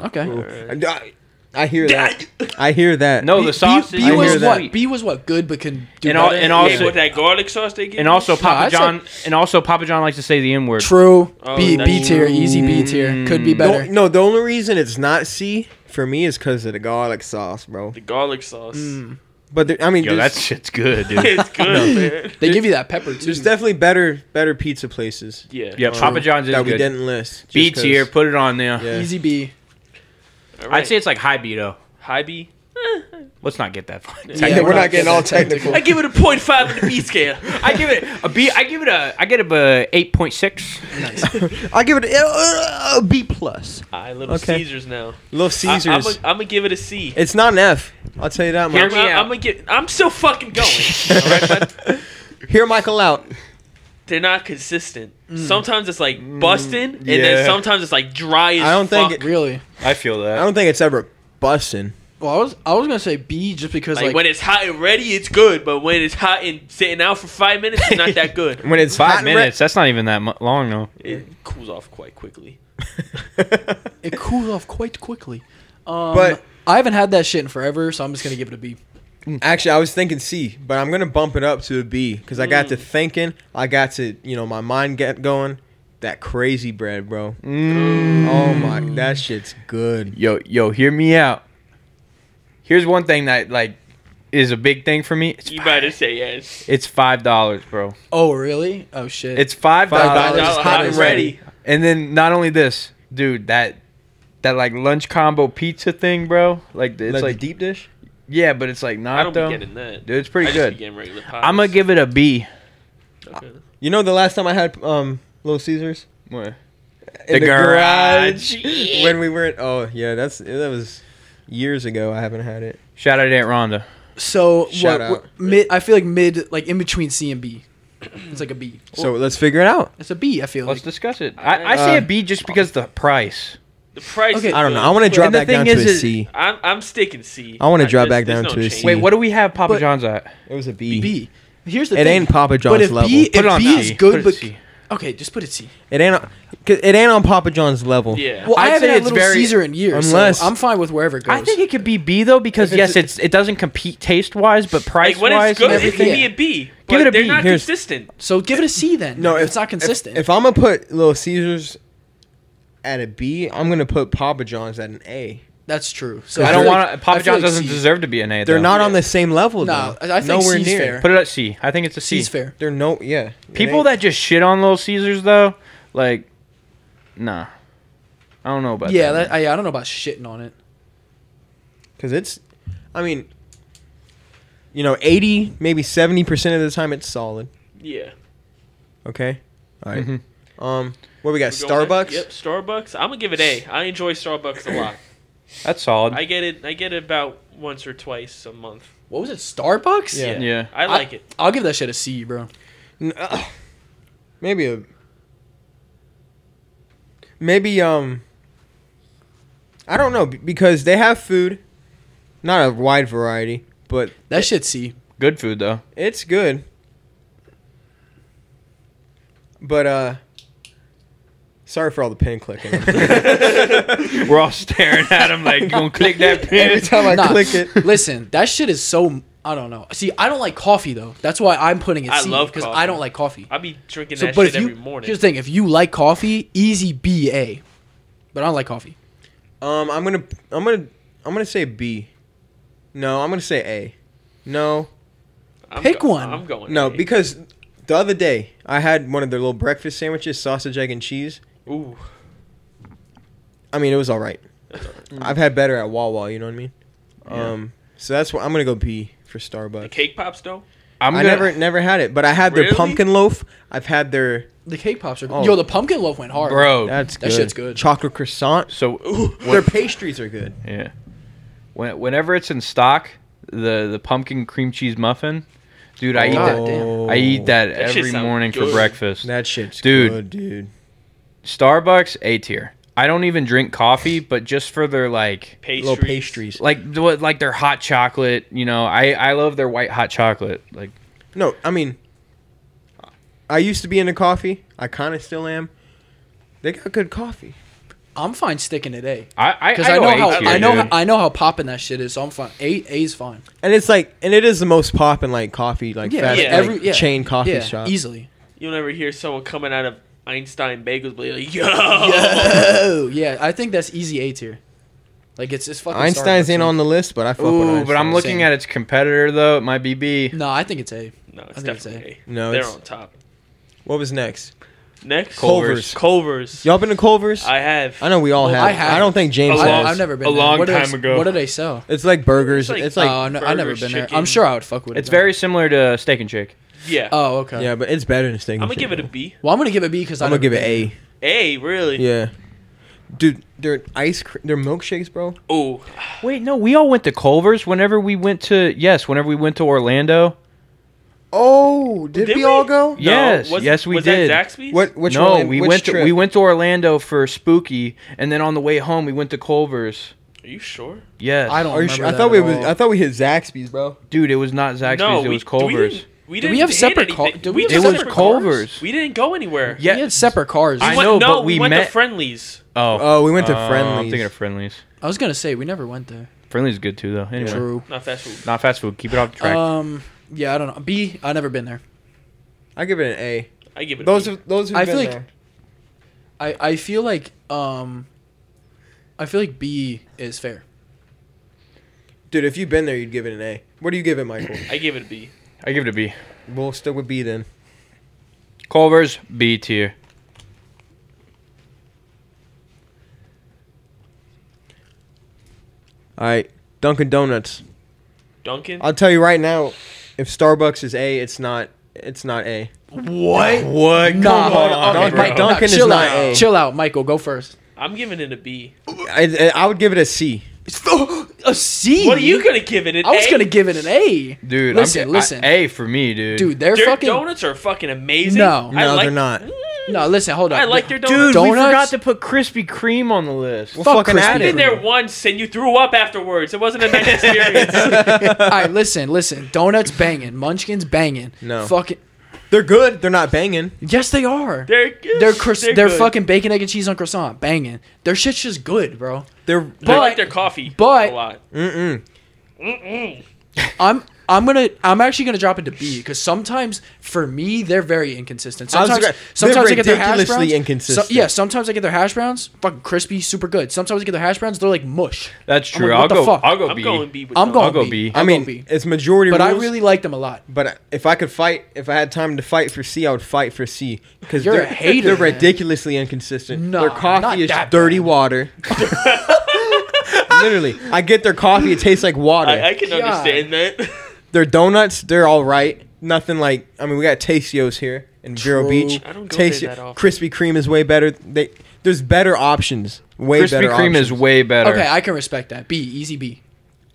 Speaker 4: okay.
Speaker 1: I, I hear that. I hear that.
Speaker 2: No, the
Speaker 4: B-
Speaker 2: sauce
Speaker 4: B,
Speaker 2: is
Speaker 1: I hear
Speaker 4: was
Speaker 1: that.
Speaker 4: what? B was what? Good, but can do
Speaker 2: And all-
Speaker 4: better?
Speaker 2: and all-
Speaker 3: Yeah,
Speaker 2: also-
Speaker 3: with that garlic sauce they give.
Speaker 2: and
Speaker 3: you?
Speaker 2: also Papa
Speaker 4: I said-
Speaker 2: John and also Papa John likes to say the N word.
Speaker 4: True.
Speaker 3: Oh,
Speaker 4: B
Speaker 3: that's
Speaker 4: B tier,
Speaker 3: true.
Speaker 4: easy B
Speaker 2: Mm.
Speaker 4: tier. Could be
Speaker 1: The-
Speaker 4: better.
Speaker 1: no, the only reason it's not C for me is because of the garlic sauce, bro.
Speaker 3: the garlic sauce.
Speaker 4: Mm.
Speaker 1: But there, I mean,
Speaker 2: Yo,
Speaker 1: there's,
Speaker 2: that shit's good,
Speaker 4: [LAUGHS]
Speaker 2: dude.
Speaker 3: [LAUGHS] it's good, man.
Speaker 4: They give you that pepper too.
Speaker 1: there's definitely better better pizza places
Speaker 3: Yeah.
Speaker 2: yeah, Papa John's is
Speaker 1: that we
Speaker 2: good.
Speaker 1: didn't list. just
Speaker 2: B
Speaker 1: 'cause-
Speaker 2: tier, put it on there.
Speaker 1: Yeah.
Speaker 4: Easy B.
Speaker 3: All right.
Speaker 2: I'd say it's like high B though.
Speaker 3: high B.
Speaker 2: Let's not get that far.
Speaker 1: Yeah, we're not getting all technical.
Speaker 3: I give it a point five on the B scale.
Speaker 2: I give it a B. I give it a. I get it a eight point six.
Speaker 1: I give it a, uh, a B plus.
Speaker 3: [LAUGHS] I little
Speaker 1: Okay.
Speaker 3: Caesars now.
Speaker 1: Little
Speaker 3: I, am
Speaker 1: Caesars.
Speaker 3: gonna give it a C.
Speaker 1: it's not an F. I'll tell you that
Speaker 2: Hear
Speaker 1: much.
Speaker 2: me
Speaker 3: I'm,
Speaker 2: out.
Speaker 3: I'm gonna get. I'm still fucking [LAUGHS] going. all right, but
Speaker 1: [LAUGHS] Hear Michael out.
Speaker 3: they're not consistent. Sometimes it's like busting, and then
Speaker 2: Mm. yeah.
Speaker 3: sometimes it's like dry as
Speaker 1: I don't think
Speaker 3: fuck.
Speaker 1: it-
Speaker 4: Really?
Speaker 2: I feel that.
Speaker 1: I don't think it's ever bussin'.
Speaker 4: Well, I was I was gonna say B just because
Speaker 3: like,
Speaker 4: like,
Speaker 3: when it's hot and ready, it's good, but when it's hot and sitting out for five minutes, it's
Speaker 2: [LAUGHS]
Speaker 3: not that good.
Speaker 1: When it's
Speaker 2: Five
Speaker 1: hot and red-
Speaker 2: minutes. that's not even that mu- long though.
Speaker 3: It cools off quite quickly.
Speaker 1: [LAUGHS]
Speaker 4: it cools off quite quickly.
Speaker 1: But-
Speaker 4: Um, but I haven't had that shit in forever, so I'm just gonna give it a B.
Speaker 1: Actually, I was thinking C, but I'm gonna bump it up to a B because I
Speaker 2: Mm.
Speaker 1: got to thinking. I got to you know my mind get going. That crazy bread, bro. Oh
Speaker 2: Mm.
Speaker 1: my, that shit's good.
Speaker 2: Yo, yo, hear me out. Here's one thing that like is a big thing for me. It's
Speaker 3: You better say yes.
Speaker 2: It's five dollars, bro.
Speaker 4: Oh really? Oh shit.
Speaker 2: It's five
Speaker 1: $5
Speaker 2: dollars.
Speaker 1: is hot and ready.
Speaker 2: And then not only this, dude, that that like lunch combo pizza thing, bro. Like it's
Speaker 1: Like the
Speaker 2: like
Speaker 1: deep dish.
Speaker 2: yeah, but it's like not
Speaker 3: I don't
Speaker 2: though.
Speaker 3: be getting that.
Speaker 2: Dude, it's pretty
Speaker 3: I just be
Speaker 2: good.
Speaker 3: getting regular
Speaker 2: I'm gonna give it a B.
Speaker 3: pies. Okay.
Speaker 1: You know the last time I had um Little Caesars
Speaker 2: What?
Speaker 1: in
Speaker 2: The garage. [LAUGHS]
Speaker 1: garage? [LAUGHS] when we were at oh yeah that's that was years ago. I haven't had it.
Speaker 2: Shout out to Aunt Rhonda.
Speaker 4: so
Speaker 1: Shout
Speaker 4: what,
Speaker 1: out.
Speaker 4: what- mid. I feel like mid, like in between C and B. [CLEARS THROAT] It's like a B.
Speaker 1: So let's figure it out.
Speaker 4: It's a B. I feel
Speaker 2: Let's
Speaker 4: like.
Speaker 2: discuss it. I, I
Speaker 1: Uh,
Speaker 2: say a B just because the price.
Speaker 3: The price.
Speaker 4: Okay.
Speaker 3: is
Speaker 1: I don't
Speaker 3: good.
Speaker 1: know. I want to drop
Speaker 2: the
Speaker 1: back
Speaker 2: thing
Speaker 1: down to a
Speaker 2: is,
Speaker 1: C.
Speaker 2: is-
Speaker 3: I'm, I'm sticking C.
Speaker 1: I wanna drop
Speaker 3: there's-
Speaker 1: back
Speaker 3: there's
Speaker 1: down to a
Speaker 3: change.
Speaker 1: C.
Speaker 2: Wait, what do we have Papa
Speaker 4: But-
Speaker 2: John's at?
Speaker 1: It was a B.
Speaker 4: B. Here's the
Speaker 1: It
Speaker 4: thing.
Speaker 1: ain't Papa
Speaker 4: But
Speaker 1: John's
Speaker 4: if
Speaker 1: level.
Speaker 4: B,
Speaker 1: Put
Speaker 4: if
Speaker 2: it on
Speaker 4: B
Speaker 2: C.
Speaker 4: is
Speaker 2: Put
Speaker 4: good,
Speaker 2: it
Speaker 4: but
Speaker 2: C.
Speaker 4: okay, just put it C.
Speaker 1: It ain't. on- 'cause It ain't on Papa John's level.
Speaker 3: Yeah.
Speaker 4: Well,
Speaker 2: I'd
Speaker 4: I haven't
Speaker 2: say
Speaker 4: had
Speaker 2: it's
Speaker 4: Little
Speaker 2: very-
Speaker 4: Caesar in years,
Speaker 1: Unless-
Speaker 4: so I'm fine with wherever it goes.
Speaker 2: I think it could be B though because
Speaker 1: If it's-
Speaker 2: yes, it's it doesn't compete taste wise, but price
Speaker 3: like when
Speaker 2: wise
Speaker 3: it's good,
Speaker 2: and
Speaker 3: it can
Speaker 2: everything.
Speaker 3: be a B. But
Speaker 2: it a
Speaker 3: they're
Speaker 2: B.
Speaker 3: not
Speaker 1: Here's-
Speaker 3: consistent.
Speaker 4: so. Give it a C then.
Speaker 1: No,
Speaker 4: if
Speaker 1: if-
Speaker 4: it's not consistent.
Speaker 1: If I'm gonna put Little Caesars at a B, I'm gonna put Papa John's at an A.
Speaker 4: that's true. So
Speaker 2: I
Speaker 4: feel
Speaker 2: don't
Speaker 4: like-
Speaker 2: want to. Papa
Speaker 4: I feel
Speaker 2: John's
Speaker 4: like
Speaker 2: doesn't
Speaker 4: C.
Speaker 2: deserve to be an A.
Speaker 1: They're
Speaker 2: though.
Speaker 1: not on the same level.
Speaker 4: No,
Speaker 1: though.
Speaker 4: I- I think
Speaker 1: nowhere
Speaker 4: C's
Speaker 1: near.
Speaker 4: fair.
Speaker 2: Put it at C. I think it's a C.
Speaker 4: C's fair.
Speaker 1: They're no. Yeah. It
Speaker 2: People
Speaker 1: ain't-
Speaker 2: that just shit on Little Caesars though, like, nah. I don't know about
Speaker 4: Yeah,
Speaker 2: that.
Speaker 4: that, I, I don't know about shitting on it.
Speaker 1: because it's. I mean, you know, eighty, maybe seventy percent of the time it's solid.
Speaker 3: Yeah.
Speaker 1: Okay. All right.
Speaker 2: Mhm.
Speaker 1: Um, what we got?
Speaker 3: We Mm-hmm. going there?
Speaker 1: Starbucks.
Speaker 3: Yep, Starbucks. I'm gonna give it A. I enjoy Starbucks a lot.
Speaker 1: [LAUGHS]
Speaker 2: That's solid.
Speaker 3: I get it. I get it about once or twice a month.
Speaker 4: What was it? Starbucks?
Speaker 1: Yeah.
Speaker 2: Yeah.
Speaker 3: I like it.
Speaker 4: I'll give that shit a C, bro.
Speaker 1: N- uh, maybe a. Maybe um. I don't know b- because they have food, not a wide variety, but
Speaker 4: That shit C.
Speaker 2: Good food though. [LAUGHS]
Speaker 1: It's good. But uh sorry for all the pin clicking. [LAUGHS]
Speaker 2: We're all staring at him like, you gonna click
Speaker 1: [LAUGHS]
Speaker 2: that
Speaker 1: Every
Speaker 2: pin?
Speaker 1: time I
Speaker 4: Nah,
Speaker 1: click it.
Speaker 4: [LAUGHS] Listen, that shit is so. I don't know. See, I don't like coffee though. That's why I'm putting it
Speaker 3: I
Speaker 4: C
Speaker 3: love
Speaker 4: because
Speaker 3: coffee.
Speaker 4: I don't like coffee.
Speaker 3: I be drinking
Speaker 4: So,
Speaker 3: that
Speaker 4: but
Speaker 3: shit
Speaker 4: if you
Speaker 3: every morning.
Speaker 4: here's the thing, if you like coffee, easy B A. But I don't like coffee.
Speaker 1: Um I'm going to I'm going to I'm going to say B. No, I'm going to say A. No.
Speaker 3: I'm
Speaker 4: pick one.
Speaker 3: I'm going.
Speaker 1: No,
Speaker 3: A.
Speaker 1: because the other day I had one of their little breakfast sandwiches, sausage egg and cheese.
Speaker 3: ooh,
Speaker 1: I mean, it was all right. I've had better at Wawa, you know what I mean?
Speaker 2: Yeah.
Speaker 1: Um so that's what I'm going to go B for
Speaker 3: the
Speaker 1: Starbucks.
Speaker 3: cake pops though.
Speaker 2: I'm
Speaker 1: I
Speaker 2: gonna,
Speaker 1: never never had it, but I had their
Speaker 3: Really?
Speaker 1: pumpkin loaf. I've had their
Speaker 4: The cake pops are.
Speaker 1: Oh.
Speaker 4: Yo, the pumpkin loaf went hard,
Speaker 2: bro.
Speaker 1: that's
Speaker 4: That shit's good.
Speaker 1: Chocolate croissant.
Speaker 2: so
Speaker 1: Their pastries are good.
Speaker 2: yeah. When, whenever it's in stock, the the pumpkin cream cheese muffin, dude, I eat
Speaker 4: God
Speaker 2: that.
Speaker 4: damn.
Speaker 2: I eat that,
Speaker 3: That shit
Speaker 2: every
Speaker 3: sound
Speaker 2: morning for
Speaker 3: good.
Speaker 2: breakfast.
Speaker 1: That shit's
Speaker 2: Dude.
Speaker 1: good, dude.
Speaker 2: Starbucks A tier. I don't even drink coffee, but just for their like
Speaker 3: Pastries.
Speaker 1: Little pastries.
Speaker 2: like the- what like their hot chocolate, you know. I I love their white hot chocolate. Like
Speaker 1: No, I mean, I used to be into coffee. I kind of still am. They got good coffee.
Speaker 4: I'm fine sticking at A
Speaker 2: I I,
Speaker 4: because I, know
Speaker 2: A
Speaker 4: how
Speaker 2: tier,
Speaker 4: I know
Speaker 2: dude.
Speaker 4: how, I know how popping that shit is. So I'm fine. A A's fine.
Speaker 1: And it's like, and it is the most poppin' like coffee, like
Speaker 4: Yeah,
Speaker 1: fast
Speaker 3: yeah.
Speaker 1: like,
Speaker 4: every yeah,
Speaker 1: chain coffee
Speaker 4: yeah,
Speaker 1: shop.
Speaker 4: easily.
Speaker 3: You'll never hear someone coming out of Einstein Bagels be
Speaker 1: [LAUGHS]
Speaker 3: like, yo.
Speaker 4: Oh yeah, I think that's easy A tier. Like it's it's fucking.
Speaker 1: Einstein's
Speaker 4: Starbucks,
Speaker 1: in
Speaker 4: man.
Speaker 1: on the list, but I fuck with
Speaker 2: Ooh,
Speaker 1: Einstein.
Speaker 2: but I'm looking
Speaker 4: Same.
Speaker 2: at its competitor though. It might be B.
Speaker 4: No, I think it's A.
Speaker 3: No, it's
Speaker 4: I think it's
Speaker 3: definitely A.
Speaker 1: No,
Speaker 3: they're
Speaker 1: it's-
Speaker 3: on top.
Speaker 1: What was next?
Speaker 3: Next,
Speaker 1: Culver's.
Speaker 3: Culver's.
Speaker 1: Y'all been to Culver's? I,
Speaker 3: I have.
Speaker 1: know we all
Speaker 4: Well,
Speaker 1: have.
Speaker 4: I
Speaker 1: I,
Speaker 4: have.
Speaker 1: don't think James
Speaker 2: A
Speaker 1: has.
Speaker 4: I,
Speaker 2: long-
Speaker 4: I've never been
Speaker 2: a
Speaker 4: there.
Speaker 2: long
Speaker 4: What did I
Speaker 2: time
Speaker 4: s-
Speaker 2: ago.
Speaker 4: What did they sell?
Speaker 1: It's like burgers.
Speaker 3: It's like-
Speaker 1: It's like,
Speaker 4: oh, no, I've never
Speaker 3: burgers,
Speaker 4: been there.
Speaker 3: chicken.
Speaker 4: I'm sure I would fuck with it.
Speaker 2: It's
Speaker 4: though.
Speaker 2: very similar to Steak and Shake.
Speaker 3: yeah.
Speaker 4: Oh okay.
Speaker 1: yeah, but it's better than steak.
Speaker 3: I'm gonna give it a B.
Speaker 4: Well, I'm gonna give it B because
Speaker 1: I'm gonna give it A.
Speaker 3: A, really?
Speaker 1: Yeah. Dude, their ice cream, their milkshakes, bro.
Speaker 3: Oh,
Speaker 2: Wait, no, we all went to Culver's whenever we went to yes, whenever we went to Orlando.
Speaker 1: Oh, did,
Speaker 3: Did
Speaker 1: we,
Speaker 3: we?
Speaker 1: all go?
Speaker 2: Yes, yes, we
Speaker 3: was
Speaker 2: did.
Speaker 3: That Zaxby's?
Speaker 1: What? Which
Speaker 2: no,
Speaker 1: Orlan-
Speaker 2: we
Speaker 1: which
Speaker 2: went to
Speaker 1: trip?
Speaker 2: we went to Orlando for Spooky, and then on the way home we went to Culver's.
Speaker 3: Are you sure?
Speaker 2: Yes,
Speaker 4: I don't.
Speaker 1: Are you
Speaker 4: Remember
Speaker 1: sure? I
Speaker 4: that
Speaker 1: thought
Speaker 4: at
Speaker 1: we was.
Speaker 4: all.
Speaker 1: I thought we hit Zaxby's, bro.
Speaker 2: dude, it was not Zaxby's, it was
Speaker 3: We
Speaker 2: Culver's.
Speaker 3: didn't, we
Speaker 4: Did
Speaker 3: didn't
Speaker 4: we have
Speaker 3: hit
Speaker 4: separate
Speaker 3: anything.
Speaker 4: car- did we
Speaker 3: we
Speaker 4: have
Speaker 2: It
Speaker 3: didn't-
Speaker 2: was
Speaker 4: separate cars?
Speaker 2: Culver's.
Speaker 3: We didn't go anywhere.
Speaker 2: Yeah.
Speaker 4: We had separate cars.
Speaker 2: I
Speaker 4: I,
Speaker 3: went-
Speaker 2: know,
Speaker 3: no,
Speaker 2: but we
Speaker 3: went
Speaker 2: met-
Speaker 3: to Friendlies.
Speaker 2: Oh,
Speaker 1: Oh, we went to
Speaker 2: uh,
Speaker 1: Friendly's.
Speaker 2: I'm thinking of Friendlies.
Speaker 4: was gonna say we never went there.
Speaker 2: Friendlies is good too, though. Anyway,
Speaker 4: True.
Speaker 3: Not fast food.
Speaker 2: not fast food. Keep it off the track.
Speaker 4: Um. Yeah, I don't know. B. I never been there.
Speaker 1: I give it an A.
Speaker 3: I give it. a
Speaker 1: Those
Speaker 3: B.
Speaker 1: are those. Who've
Speaker 4: I
Speaker 1: been
Speaker 4: feel like-
Speaker 1: there.
Speaker 4: I I feel like um. I feel like B is fair.
Speaker 1: dude, if you've been there, you'd give it an A. What do you give it, Michael?
Speaker 3: I give it a B.
Speaker 2: I give it a B.
Speaker 1: we'll stick with B then.
Speaker 2: Culver's B tier.
Speaker 1: All right, Dunkin' Donuts.
Speaker 3: Duncan.
Speaker 1: I'll tell you right now, if Starbucks is A, it's not. It's not A.
Speaker 4: What?
Speaker 2: What?
Speaker 4: Nah, hold on.
Speaker 1: Dunkin'-
Speaker 4: Mike,
Speaker 1: Dunkin' is
Speaker 4: chill
Speaker 1: not
Speaker 4: out.
Speaker 1: A.
Speaker 4: Chill out, Michael. Go first. [GASPS]
Speaker 3: I'm giving it a B.
Speaker 1: I, I would give it a C.
Speaker 4: a C.
Speaker 3: What are you gonna give it?
Speaker 4: E.
Speaker 3: An
Speaker 4: I was
Speaker 3: A?
Speaker 4: gonna give it an A.
Speaker 2: dude.
Speaker 4: Listen,
Speaker 2: I'm, I-
Speaker 4: listen.
Speaker 2: A for me, dude.
Speaker 4: Dude, they're
Speaker 3: Their
Speaker 4: fucking.
Speaker 3: donuts are fucking amazing.
Speaker 4: No.
Speaker 3: I
Speaker 1: No,
Speaker 3: like-
Speaker 1: they're not.
Speaker 3: Mm,
Speaker 4: No, listen. Hold on.
Speaker 3: I like their
Speaker 2: Dude,
Speaker 3: donuts.
Speaker 2: we forgot
Speaker 4: Donuts?
Speaker 2: to put Krispy Kreme on the list.
Speaker 1: Well,
Speaker 4: Fuck
Speaker 1: fucking
Speaker 4: Krispy
Speaker 1: at
Speaker 3: I've
Speaker 1: it.
Speaker 3: been there once and you threw up afterwards. It wasn't a nice experience.
Speaker 4: All right, listen, listen. Donuts banging, Munchkins banging.
Speaker 1: No.
Speaker 4: Fucking.
Speaker 1: They're good. They're not banging.
Speaker 4: Yes, they are. They're
Speaker 3: They're good.
Speaker 4: they're, cros- they're,
Speaker 3: good.
Speaker 4: fucking bacon, egg, and cheese on croissant, banging. Their shit's just good, bro.
Speaker 1: They're
Speaker 3: But, I
Speaker 4: but-
Speaker 3: like their coffee.
Speaker 4: but-
Speaker 3: a lot.
Speaker 1: mm-mm.
Speaker 3: Mm-mm.
Speaker 4: I'm I'm gonna I'm actually gonna drop it to B because sometimes for me they're very inconsistent.
Speaker 1: I was
Speaker 4: Sometimes
Speaker 1: gonna-
Speaker 4: sometimes
Speaker 1: they're
Speaker 4: I get their hash
Speaker 1: ridiculously
Speaker 4: browns.
Speaker 1: inconsistent.
Speaker 4: So, yeah, sometimes I get their hash browns, fucking crispy, super good. Sometimes I get their hash browns, they're like mush.
Speaker 2: That's
Speaker 4: I'm
Speaker 2: true.
Speaker 4: like,
Speaker 2: I'll
Speaker 4: what the
Speaker 2: go.
Speaker 4: fuck?
Speaker 2: I'll go
Speaker 3: I'm
Speaker 2: B.
Speaker 3: going B. With
Speaker 4: I'm
Speaker 3: those.
Speaker 4: going
Speaker 2: I'll go
Speaker 4: B.
Speaker 2: B.
Speaker 1: I
Speaker 4: I'll
Speaker 1: mean,
Speaker 4: go B.
Speaker 1: it's majority.
Speaker 4: But I
Speaker 1: rules.
Speaker 4: really like them a lot.
Speaker 1: But if I could fight, if I had time to fight for C, I would fight for C because
Speaker 4: You're
Speaker 1: they're,
Speaker 4: a hater,
Speaker 1: they're
Speaker 4: man.
Speaker 1: ridiculously inconsistent.
Speaker 4: Nah,
Speaker 1: Their
Speaker 4: not [LAUGHS]
Speaker 1: coffee is
Speaker 4: that
Speaker 1: dirty
Speaker 4: bad.
Speaker 1: water. Literally, I get their coffee. It tastes like water.
Speaker 3: I, I can
Speaker 4: God.
Speaker 3: understand that.
Speaker 1: their donuts, they're all right. Nothing like I mean, we got Tastios here in Vero
Speaker 4: True.
Speaker 1: Beach.
Speaker 3: I don't go there
Speaker 1: Tasty
Speaker 3: that often.
Speaker 1: Krispy Kreme is way better. They there's better options. Way
Speaker 2: Krispy
Speaker 1: better.
Speaker 2: Kreme
Speaker 1: options.
Speaker 2: is way better.
Speaker 4: Okay, I can respect that. B, easy B.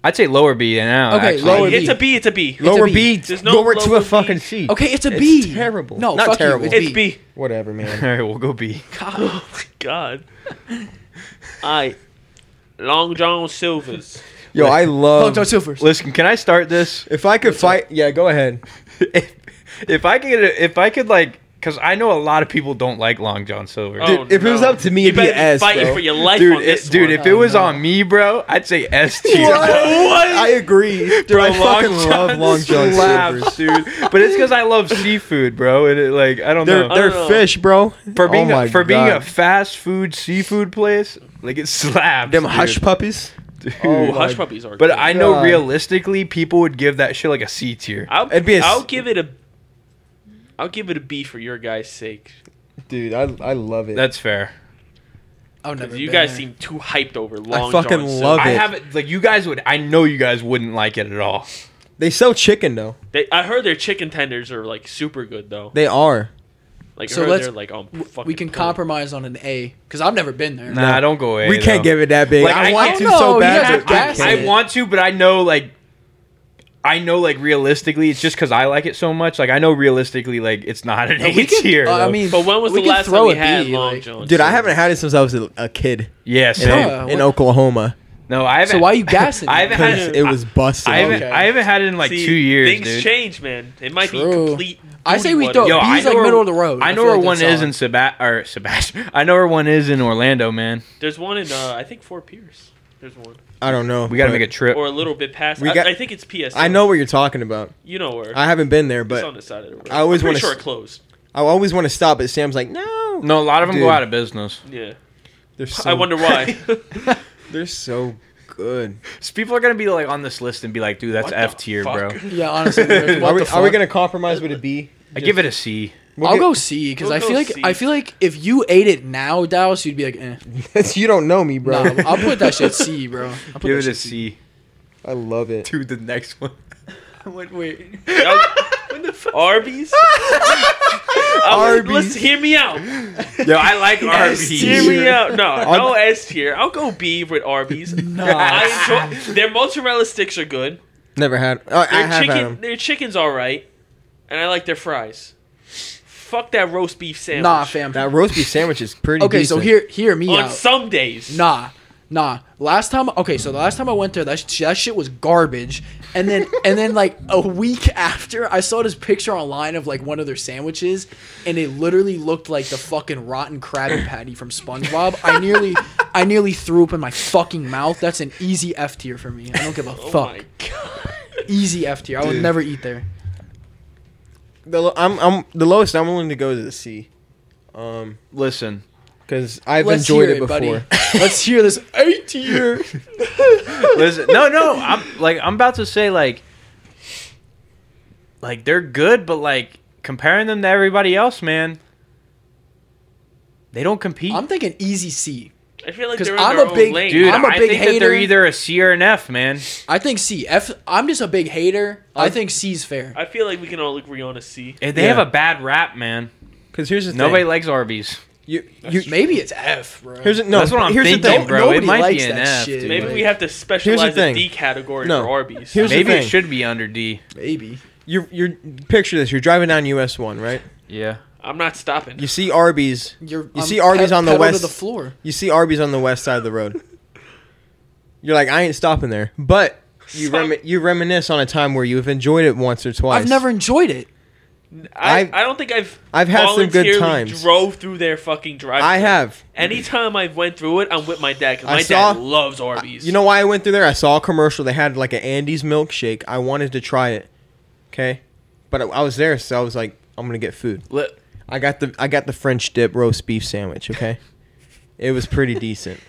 Speaker 2: I'd say lower B now.
Speaker 4: Okay,
Speaker 2: actually.
Speaker 4: lower B.
Speaker 3: it's a B. It's a B.
Speaker 4: a
Speaker 1: lower
Speaker 4: B.
Speaker 1: B.
Speaker 3: There's no
Speaker 1: lower to
Speaker 3: lower
Speaker 1: a
Speaker 3: B.
Speaker 1: fucking C.
Speaker 4: Okay, it's a B.
Speaker 1: terrible.
Speaker 4: No,
Speaker 1: Not
Speaker 4: fuck you,
Speaker 1: terrible.
Speaker 4: It's
Speaker 3: It's
Speaker 4: B.
Speaker 3: B.
Speaker 1: Whatever,
Speaker 2: All [LAUGHS]
Speaker 1: man.
Speaker 2: right, we'll go B.
Speaker 3: Oh my god. I Long John Silver's.
Speaker 1: Yo, I
Speaker 4: Long
Speaker 1: love.
Speaker 4: John Silver's.
Speaker 2: Listen, can I start this?
Speaker 1: If I could fight, yeah, go ahead.
Speaker 2: if, if I could, get a- if I could like, because I know a lot of people don't like Long John Silver.
Speaker 3: Oh,
Speaker 1: Dude, if it was
Speaker 3: no.
Speaker 1: up to me,
Speaker 3: You
Speaker 1: it'd be
Speaker 3: better
Speaker 1: S,
Speaker 3: fighting
Speaker 1: bro.
Speaker 3: for your life
Speaker 2: dude,
Speaker 3: on
Speaker 2: it-
Speaker 3: this
Speaker 2: dude,
Speaker 3: one.
Speaker 2: if it was
Speaker 4: no.
Speaker 2: on me, bro, I'd say
Speaker 1: [LAUGHS]
Speaker 2: S tier.
Speaker 1: I agree. Dude, I
Speaker 2: [LAUGHS]
Speaker 1: fucking love Long John Silver's.
Speaker 2: slaps, dude. But it's because I love seafood, bro. And it, like, I don't
Speaker 1: They're,
Speaker 2: know.
Speaker 1: they're
Speaker 3: no, no.
Speaker 1: fish, bro.
Speaker 2: for being
Speaker 1: oh my
Speaker 2: a, for being a
Speaker 1: God.
Speaker 2: fast food seafood place, like it slaps.
Speaker 1: them
Speaker 2: dude.
Speaker 1: hush puppies.
Speaker 2: Dude.
Speaker 3: Ooh,
Speaker 1: Oh,
Speaker 3: hush
Speaker 1: my-
Speaker 3: puppies are.
Speaker 2: But
Speaker 3: good.
Speaker 2: I know
Speaker 1: God.
Speaker 2: realistically, people would give that shit like a C tier.
Speaker 3: I'll,
Speaker 1: It'd be a s-
Speaker 3: I'll give it a. I'll give it a B for your guys' sake.
Speaker 1: Dude, I, I love it.
Speaker 2: That's fair.
Speaker 4: I've never
Speaker 3: Because you
Speaker 4: been
Speaker 3: guys
Speaker 4: there.
Speaker 3: seem too hyped over Long
Speaker 1: fucking
Speaker 3: John
Speaker 1: love
Speaker 3: Silver's.
Speaker 2: I
Speaker 1: it.
Speaker 2: haven't like you guys would. I know you guys wouldn't like it at all.
Speaker 1: they sell chicken though.
Speaker 3: They, I heard their chicken tenders are like super good though.
Speaker 1: They are.
Speaker 3: Like
Speaker 4: So
Speaker 3: so
Speaker 4: let's-
Speaker 3: they're like on fucking.
Speaker 4: We can
Speaker 3: point.
Speaker 4: compromise on an A because I've never been there.
Speaker 1: [LAUGHS]
Speaker 2: Nah, don't go away.
Speaker 1: we can't give it that big.
Speaker 2: Like,
Speaker 1: I,
Speaker 2: I
Speaker 1: want
Speaker 2: don't
Speaker 1: to
Speaker 4: know,
Speaker 1: so
Speaker 4: you
Speaker 1: bad. but we
Speaker 4: guys are gas-
Speaker 1: can't.
Speaker 2: I want to, but I know like. I know, like realistically, it's just because I like it so much. Like I know realistically, like it's not an
Speaker 4: But
Speaker 2: A
Speaker 4: we can-
Speaker 2: tier.
Speaker 4: uh, I
Speaker 2: though.
Speaker 4: mean,
Speaker 3: But when was
Speaker 4: we
Speaker 3: the
Speaker 4: can
Speaker 3: last
Speaker 4: throw
Speaker 3: time we
Speaker 4: a
Speaker 3: had
Speaker 4: B,
Speaker 3: Long
Speaker 4: like-
Speaker 3: John?
Speaker 1: Dude, I
Speaker 3: Silver's?
Speaker 1: haven't had it since I was a, a kid
Speaker 2: yeah,
Speaker 1: in,
Speaker 2: same.
Speaker 4: Yeah.
Speaker 1: in
Speaker 4: what-
Speaker 1: Oklahoma
Speaker 2: No, I haven't.
Speaker 4: So why you gassing?
Speaker 2: [LAUGHS] I
Speaker 4: me?
Speaker 2: haven't had
Speaker 1: because it was busted.
Speaker 2: I haven't.
Speaker 4: Okay.
Speaker 2: I haven't had it in like
Speaker 3: See,
Speaker 2: two years,
Speaker 3: Things
Speaker 2: dude.
Speaker 3: change, man. It might be
Speaker 4: True.
Speaker 3: complete.
Speaker 4: I say we
Speaker 3: booty
Speaker 4: throw-
Speaker 3: water.
Speaker 2: Yo,
Speaker 4: He's,
Speaker 2: I know
Speaker 4: like,
Speaker 2: where-
Speaker 4: middle of the road. I
Speaker 2: I know
Speaker 4: feel
Speaker 2: where
Speaker 4: like
Speaker 2: one
Speaker 4: that's
Speaker 2: is in Sebat or Sebastian. [LAUGHS] I know where one is in Orlando, man.
Speaker 3: There's one in uh, I think Fort Pierce. There's one,
Speaker 1: I don't know.
Speaker 2: We gotta
Speaker 1: but
Speaker 2: make a trip.
Speaker 3: or a little bit past.
Speaker 1: We
Speaker 3: I,
Speaker 1: got-
Speaker 3: I think it's PS.
Speaker 1: I know what you're talking about.
Speaker 3: You know where.
Speaker 1: I haven't been there,
Speaker 3: it's on
Speaker 1: but
Speaker 3: the side of the road.
Speaker 1: I always
Speaker 3: I'm pretty
Speaker 1: wanna
Speaker 3: sure
Speaker 1: s-
Speaker 3: it closed.
Speaker 1: I always want to stop. But Sam's like, no.
Speaker 2: No, a lot of them go
Speaker 1: Dude.
Speaker 2: out of business.
Speaker 3: Yeah.
Speaker 1: They're so,
Speaker 3: I wonder why.
Speaker 1: [LAUGHS] They're so
Speaker 3: [LAUGHS]
Speaker 1: good.
Speaker 2: So people are gonna be like on this list and be like, dude, that's
Speaker 3: What the
Speaker 2: F tier, bro.
Speaker 3: [LAUGHS] fuck?
Speaker 4: Yeah,
Speaker 1: [LAUGHS]
Speaker 4: honestly. what
Speaker 1: are, we,
Speaker 4: the
Speaker 1: are we
Speaker 4: fuck?
Speaker 1: gonna compromise with a B?
Speaker 2: I give it a C.
Speaker 1: We'll [LAUGHS]
Speaker 4: I'll
Speaker 1: get-
Speaker 4: go C because
Speaker 3: We'll
Speaker 4: I
Speaker 3: go
Speaker 4: feel like
Speaker 3: C.
Speaker 4: I feel like if you ate it now, Dallas, you'd be like, eh.
Speaker 1: you don't know me, bro.
Speaker 4: Nah, I'll put that
Speaker 1: [LAUGHS]
Speaker 4: shit C, bro. I'll put
Speaker 2: Give
Speaker 4: that
Speaker 2: it a
Speaker 4: shit
Speaker 2: C.
Speaker 1: I love it.
Speaker 2: Dude, the next one.
Speaker 4: Wait, wait.
Speaker 1: [LAUGHS]
Speaker 3: Arby's.
Speaker 1: Arby's.
Speaker 3: Arby's. Let's hear me
Speaker 2: [LAUGHS]
Speaker 3: out.
Speaker 2: Yo, I
Speaker 4: [LAUGHS]
Speaker 2: like
Speaker 1: Yes,
Speaker 2: Arby's.
Speaker 3: Hear me
Speaker 1: Sure.
Speaker 3: out. No,
Speaker 1: I'll-
Speaker 3: no S tier. I'll go B with Arby's.
Speaker 4: [LAUGHS] No.
Speaker 3: I enjoy their mozzarella sticks are good.
Speaker 1: Never had. Oh, I
Speaker 3: Their
Speaker 1: have
Speaker 3: chicken,
Speaker 1: had 'em.
Speaker 3: their chicken's all right, and I like their fries. Fuck that roast beef sandwich.
Speaker 4: Nah, fam.
Speaker 1: That roast beef sandwich is pretty.
Speaker 4: Okay, so
Speaker 1: decent.
Speaker 4: hear hear me
Speaker 3: On
Speaker 4: out.
Speaker 3: some days,
Speaker 4: Nah, nah. Last time, okay, so the last time I went there, that sh- that shit was garbage.
Speaker 1: [LAUGHS]
Speaker 4: And then and then like a week after, I saw this picture online of like one of their sandwiches, and it literally looked like the fucking rotten Krabby Patty from SpongeBob. I nearly I nearly threw up in my fucking mouth. That's an easy F tier for me. I don't give a
Speaker 3: [LAUGHS] Oh
Speaker 4: fuck.
Speaker 3: my god.
Speaker 4: Easy F tier. I would
Speaker 1: Dude.
Speaker 4: never eat there.
Speaker 1: the lo- I'm, I'm the lowest I'm willing to go is a C, um,
Speaker 2: Listen,
Speaker 1: because I've
Speaker 4: Let's
Speaker 1: enjoyed
Speaker 4: hear
Speaker 1: it before. [LAUGHS]
Speaker 4: buddy. [LAUGHS] Let's hear this A tier.
Speaker 2: listen. No, no. I'm like I'm about to say like, like they're good, but like comparing them to everybody else, man, they don't compete.
Speaker 4: I'm thinking easy C.
Speaker 3: I feel like
Speaker 4: 'Cause
Speaker 3: they're in
Speaker 4: I'm
Speaker 3: their
Speaker 4: a
Speaker 3: own
Speaker 4: big
Speaker 3: lane.
Speaker 2: Dude, i
Speaker 4: I'm a big
Speaker 2: think that they're
Speaker 4: hater.
Speaker 2: either a C or an F, man.
Speaker 4: I think C. F. I'm just a big hater. I
Speaker 1: I-
Speaker 4: think C's fair.
Speaker 3: I feel like we can all agree on a C.
Speaker 2: And They
Speaker 1: Yeah.
Speaker 2: have a bad rap, man.
Speaker 1: Because here's the
Speaker 2: Nobody
Speaker 1: thing.
Speaker 2: likes Arby's.
Speaker 1: You, you,
Speaker 4: Maybe it's F, bro.
Speaker 1: here's the, no.
Speaker 2: That's what I'm
Speaker 1: here's the
Speaker 2: thinking,
Speaker 1: thing,
Speaker 2: bro. It
Speaker 4: Nobody
Speaker 2: might
Speaker 4: likes
Speaker 2: be an
Speaker 4: that
Speaker 2: F,
Speaker 4: shit.
Speaker 2: dude.
Speaker 3: Maybe
Speaker 4: like-
Speaker 3: we have to specialize a
Speaker 1: thing.
Speaker 3: D category
Speaker 1: No.
Speaker 3: for Arby's.
Speaker 1: Here's- the
Speaker 2: Maybe it
Speaker 1: thing.
Speaker 2: should be under D.
Speaker 4: Maybe.
Speaker 1: You're, you're picture this. You're driving down US one, right?
Speaker 2: Yeah.
Speaker 3: I'm not stopping.
Speaker 1: You see Arby's.
Speaker 4: You're,
Speaker 1: You see Arby's
Speaker 4: pe-
Speaker 1: on the
Speaker 4: pedal to
Speaker 1: west-
Speaker 4: the floor.
Speaker 1: You see Arby's on the west side of the road. You're like, I ain't stopping there. But you
Speaker 3: Stop.
Speaker 1: remi- you reminisce on a time where you've enjoyed it once or twice.
Speaker 4: I've never enjoyed it.
Speaker 3: I,
Speaker 1: I've-
Speaker 3: I don't think I've
Speaker 1: I've had some good
Speaker 3: voluntarily
Speaker 1: times.
Speaker 3: Drove through their fucking drive.
Speaker 1: I have.
Speaker 3: Anytime I went through it, I'm with my dad. 'cause
Speaker 1: I
Speaker 3: My
Speaker 1: saw-
Speaker 3: dad loves Arby's.
Speaker 1: You know why I went through there? I saw a commercial. They had like an Andy's milkshake. I wanted to try it. Okay, but I, I was there, so I was like, I'm gonna get food.
Speaker 2: Let-
Speaker 1: I got the I got the French dip roast beef sandwich. Okay, it was pretty decent.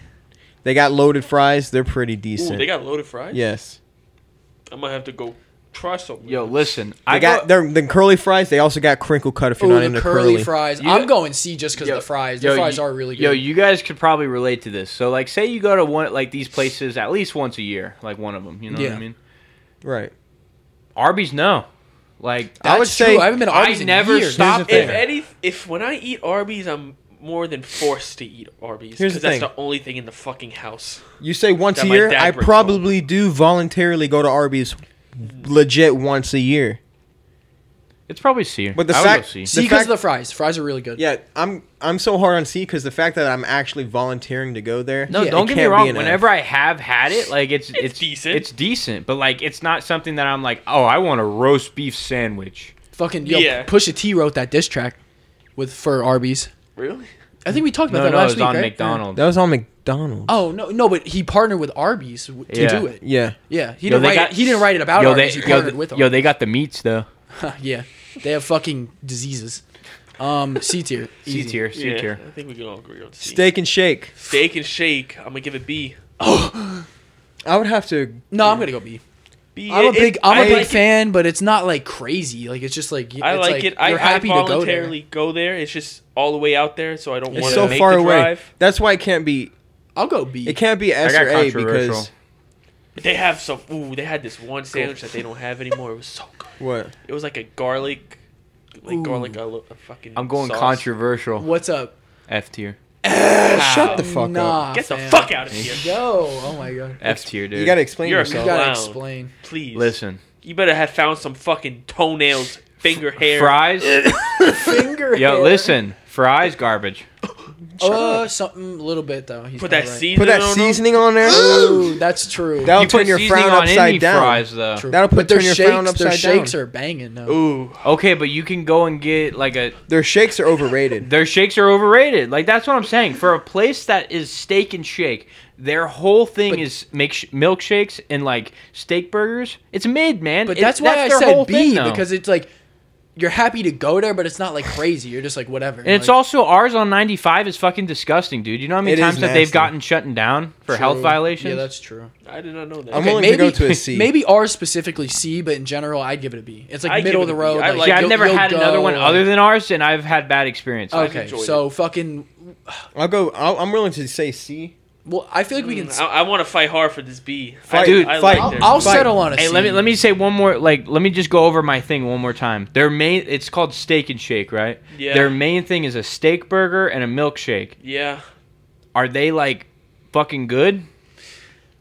Speaker 1: They got loaded fries. They're pretty
Speaker 3: Ooh,
Speaker 1: decent.
Speaker 3: they got loaded fries.
Speaker 1: yes.
Speaker 3: I'm gonna have to go Trussell.
Speaker 2: Yo, listen,
Speaker 1: I
Speaker 2: I
Speaker 1: got
Speaker 2: go-
Speaker 1: their the curly fries. They also got crinkle cut if you're
Speaker 4: Ooh,
Speaker 1: not
Speaker 4: the
Speaker 1: into
Speaker 4: curly,
Speaker 1: curly.
Speaker 4: fries.
Speaker 2: You
Speaker 4: I'm
Speaker 2: got-
Speaker 4: going C just because
Speaker 2: Yo,
Speaker 4: of the fries. The
Speaker 2: yo,
Speaker 4: fries
Speaker 2: you-
Speaker 4: are really good.
Speaker 2: Yo, you guys could probably relate to this. So, like, say you go to one like these places at least once a year, like one of them. You know what
Speaker 4: Yeah.
Speaker 2: I mean?
Speaker 1: right.
Speaker 2: Arby's, no. Like,
Speaker 1: I would
Speaker 4: That's
Speaker 1: say-
Speaker 4: true. I haven't been to Arby's
Speaker 2: I
Speaker 4: in
Speaker 2: never
Speaker 4: years.
Speaker 2: stopped
Speaker 1: Here's the
Speaker 3: If
Speaker 2: there.
Speaker 1: thing.
Speaker 3: any, if when I eat Arby's, I'm more than forced to eat Arby's
Speaker 1: Here's the
Speaker 3: because that's
Speaker 1: thing.
Speaker 3: the only thing in the fucking house.
Speaker 1: You say once
Speaker 3: That
Speaker 1: a
Speaker 3: my
Speaker 1: year.
Speaker 3: dad
Speaker 1: I
Speaker 3: brings
Speaker 1: probably do voluntarily go to Arby's, legit once a year.
Speaker 2: It's probably C.
Speaker 1: But the
Speaker 2: I would
Speaker 1: fact-
Speaker 2: go C.
Speaker 1: the
Speaker 4: C because
Speaker 1: fact-
Speaker 4: of the fries. Fries are really good.
Speaker 1: Yeah, I'm I'm so hard on C because the fact that I'm actually volunteering to go there.
Speaker 2: No,
Speaker 4: Yeah,
Speaker 2: don't
Speaker 1: it
Speaker 2: get me
Speaker 1: can't be
Speaker 2: wrong.
Speaker 1: an F.
Speaker 2: Whenever I have had it, like it's it's,
Speaker 3: decent.
Speaker 2: It's decent, but like it's not something that I'm like, oh, I want a roast beef sandwich.
Speaker 4: Fucking yo,
Speaker 3: Yeah.
Speaker 4: Pusha T wrote that diss track with for Arby's.
Speaker 3: Really?
Speaker 4: I think we talked about
Speaker 2: No,
Speaker 4: that
Speaker 2: no,
Speaker 4: last
Speaker 2: it's
Speaker 4: week,
Speaker 2: on
Speaker 4: right?
Speaker 2: McDonald's.
Speaker 1: that was on McDonald's.
Speaker 4: Oh no, no, but he partnered with Arby's w- to
Speaker 2: Yeah.
Speaker 4: do it.
Speaker 1: yeah.
Speaker 4: Yeah, he
Speaker 2: Yo,
Speaker 4: didn't
Speaker 2: they
Speaker 4: write.
Speaker 2: got-
Speaker 4: it, he didn't write it about
Speaker 2: Yo, they,
Speaker 4: Arby's. he
Speaker 2: yo,
Speaker 4: partnered
Speaker 2: th-
Speaker 4: with
Speaker 2: yo,
Speaker 4: them.
Speaker 2: they got the meats though.
Speaker 4: [LAUGHS] yeah, they have fucking diseases. Um, C tier.
Speaker 2: C
Speaker 4: easy.
Speaker 2: tier, C
Speaker 3: yeah,
Speaker 2: tier.
Speaker 3: I think we can all agree on C.
Speaker 1: Steak and shake.
Speaker 3: Steak and shake. I'm gonna give it B.
Speaker 1: I would have to.
Speaker 4: No, I'm gonna go B.
Speaker 3: B.
Speaker 4: I'm a
Speaker 3: It-
Speaker 4: big,
Speaker 3: it-
Speaker 4: I'm
Speaker 3: I
Speaker 4: a big
Speaker 3: like it.
Speaker 4: fan, but it's not like crazy. Like it's just like y-
Speaker 3: I
Speaker 4: it's
Speaker 3: like it. I,
Speaker 4: You're happy
Speaker 3: I
Speaker 4: to go there.
Speaker 3: voluntarily go there. It's just all the way out there, so I don't
Speaker 1: It's
Speaker 3: want
Speaker 1: so
Speaker 3: to make
Speaker 1: far
Speaker 3: the
Speaker 1: away.
Speaker 3: drive.
Speaker 1: That's why it can't be.
Speaker 4: I'll go B.
Speaker 1: It can't be S
Speaker 2: I got
Speaker 1: or A
Speaker 2: controversial.
Speaker 1: because
Speaker 3: They have some. Ooh, they had this one sandwich that they don't have anymore. It was so good.
Speaker 1: what?
Speaker 3: It was like a garlic, like
Speaker 4: Ooh.
Speaker 3: garlic. A, lo- a fucking.
Speaker 2: I'm going
Speaker 3: sauce.
Speaker 2: controversial.
Speaker 4: What's up?
Speaker 2: F tier,
Speaker 1: Shut the fuck up.
Speaker 4: nah,
Speaker 3: Get the
Speaker 4: fam.
Speaker 3: fuck out of here.
Speaker 4: Yo, oh my god.
Speaker 2: F tier, dude.
Speaker 1: You gotta explain
Speaker 3: You're
Speaker 4: You
Speaker 3: a
Speaker 1: yourself.
Speaker 4: gotta
Speaker 3: Clown.
Speaker 4: explain.
Speaker 3: [LAUGHS] Please
Speaker 2: listen.
Speaker 3: You better have found some fucking toenails, finger hair.
Speaker 2: Fries,
Speaker 4: Finger.
Speaker 2: yo,
Speaker 4: [LAUGHS]
Speaker 2: listen. Fries, garbage.
Speaker 4: Uh, something a little bit though. He's
Speaker 3: Put
Speaker 4: kinda
Speaker 3: that
Speaker 4: right.
Speaker 3: seasoning.
Speaker 1: Put that
Speaker 3: on 'em.
Speaker 1: seasoning on there.
Speaker 4: Ooh, that's true.
Speaker 1: That'll
Speaker 2: You
Speaker 1: turn
Speaker 2: put
Speaker 1: your
Speaker 2: seasoning
Speaker 1: frown
Speaker 2: on any
Speaker 1: upside down.
Speaker 2: Fries though.
Speaker 4: True.
Speaker 1: That'll put
Speaker 4: But their
Speaker 1: turn your
Speaker 4: shakes,
Speaker 1: frown
Speaker 4: Their
Speaker 1: upside
Speaker 4: shakes
Speaker 1: down.
Speaker 4: are banging. No.
Speaker 3: Ooh,
Speaker 2: Okay, but you can go and get like a
Speaker 1: Their shakes are overrated.
Speaker 2: Their shakes are overrated. Like that's what I'm saying. For a place that is steak and shake, their whole thing
Speaker 4: But-
Speaker 2: is make sh- milkshakes and like steak burgers. It's mid, man.
Speaker 4: But
Speaker 2: It-
Speaker 4: that's why I
Speaker 2: their whole
Speaker 4: said
Speaker 2: thing,
Speaker 4: B
Speaker 2: though.
Speaker 4: because it's like you're happy to go there, but it's not like crazy. You're just like whatever.
Speaker 2: and it's also ours on 95 is fucking disgusting, dude. You know how many
Speaker 1: It is
Speaker 2: times that they've
Speaker 1: nasty.
Speaker 2: gotten shutting down for health violations?
Speaker 4: Yeah, that's true.
Speaker 3: I did not know that.
Speaker 1: I'm
Speaker 4: Okay,
Speaker 1: willing
Speaker 4: maybe
Speaker 1: to go to a C.
Speaker 4: [LAUGHS] maybe R specifically C, but in general, I'd give it a B. It's like
Speaker 3: I'd
Speaker 4: middle of
Speaker 3: give it
Speaker 4: the
Speaker 3: a B.
Speaker 4: road.
Speaker 3: I
Speaker 4: like,
Speaker 3: like
Speaker 2: yeah, I've
Speaker 4: you'll-
Speaker 2: never
Speaker 4: you'll
Speaker 2: had another one
Speaker 4: go-
Speaker 2: other than ours, and I've had bad experiences.
Speaker 4: Okay,
Speaker 3: enjoyed
Speaker 4: so fucking.
Speaker 1: I'll go. I'll, I'm willing to say C.
Speaker 4: Well, I feel like we can.
Speaker 3: Mm, I, want to fight hard for this B.
Speaker 1: Fight,
Speaker 3: I,
Speaker 2: Dude,
Speaker 3: I
Speaker 1: fight.
Speaker 3: Like
Speaker 4: I'll,
Speaker 3: their-
Speaker 4: I'll
Speaker 1: Fine.
Speaker 4: settle on a C.
Speaker 2: Hey, let me let me say one more. Like, let me just go over my thing one more time. Their main, it's called Steak and Shake, right?
Speaker 3: Yeah.
Speaker 2: Their main thing is a steak burger and a milkshake.
Speaker 3: yeah,
Speaker 2: Are they like fucking good?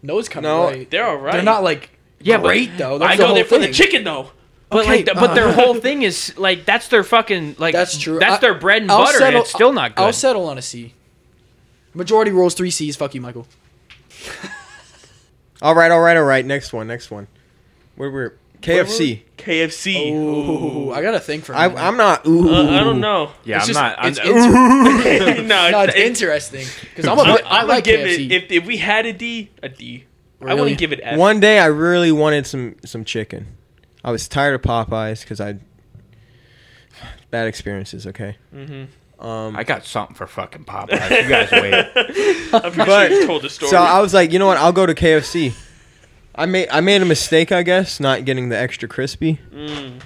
Speaker 4: No, it's coming
Speaker 1: No,
Speaker 4: right.
Speaker 3: they're all right.
Speaker 4: They're not like
Speaker 2: Yeah, but-
Speaker 4: great though. That's
Speaker 3: I
Speaker 4: the
Speaker 3: go
Speaker 4: whole
Speaker 3: there for the
Speaker 4: thing.
Speaker 3: chicken though.
Speaker 2: But
Speaker 4: Okay,
Speaker 2: like, th- but their
Speaker 4: uh,
Speaker 2: whole thing is like that's their fucking like
Speaker 4: That's true.
Speaker 2: That's
Speaker 4: I-
Speaker 2: their bread and
Speaker 4: I'll
Speaker 2: butter, and
Speaker 4: settle-
Speaker 2: it's still not good.
Speaker 4: I'll settle on a C. Majority rules three C's. Fuck you, Michael.
Speaker 1: All right, all right, all right. Next one. Next one. Where we're KFC.
Speaker 3: KFC.
Speaker 4: Ooh, I gotta think for. a
Speaker 1: I,
Speaker 4: minute.
Speaker 1: I'm not. Ooh.
Speaker 3: Uh, I don't know.
Speaker 2: yeah,
Speaker 4: It's
Speaker 2: I'm
Speaker 4: just-
Speaker 2: not. I'm, [LAUGHS]
Speaker 4: it's inter-
Speaker 3: no,
Speaker 4: [LAUGHS]
Speaker 3: [LAUGHS]
Speaker 4: no, it's
Speaker 3: it-
Speaker 4: interesting because I'm a.
Speaker 3: I'm,
Speaker 4: bit- I
Speaker 3: I'm
Speaker 4: like
Speaker 3: gonna give
Speaker 4: KFC.
Speaker 3: it. If, if we had a D, a D. I
Speaker 4: Really?
Speaker 3: wouldn't give it
Speaker 1: [LAUGHS]
Speaker 3: F.
Speaker 1: One day I really wanted some some chicken. I was tired of Popeyes because I bad experiences. Okay. Mm-hmm. Um,
Speaker 2: I got something for fucking Popeyes. You guys
Speaker 4: [LAUGHS]
Speaker 2: wait.
Speaker 3: [LAUGHS] I'm pretty
Speaker 1: But-
Speaker 3: sure you told the story.
Speaker 1: so I was like, you know what? I'll go to KFC. I made I made a mistake, I guess, not getting the extra crispy
Speaker 3: Mm.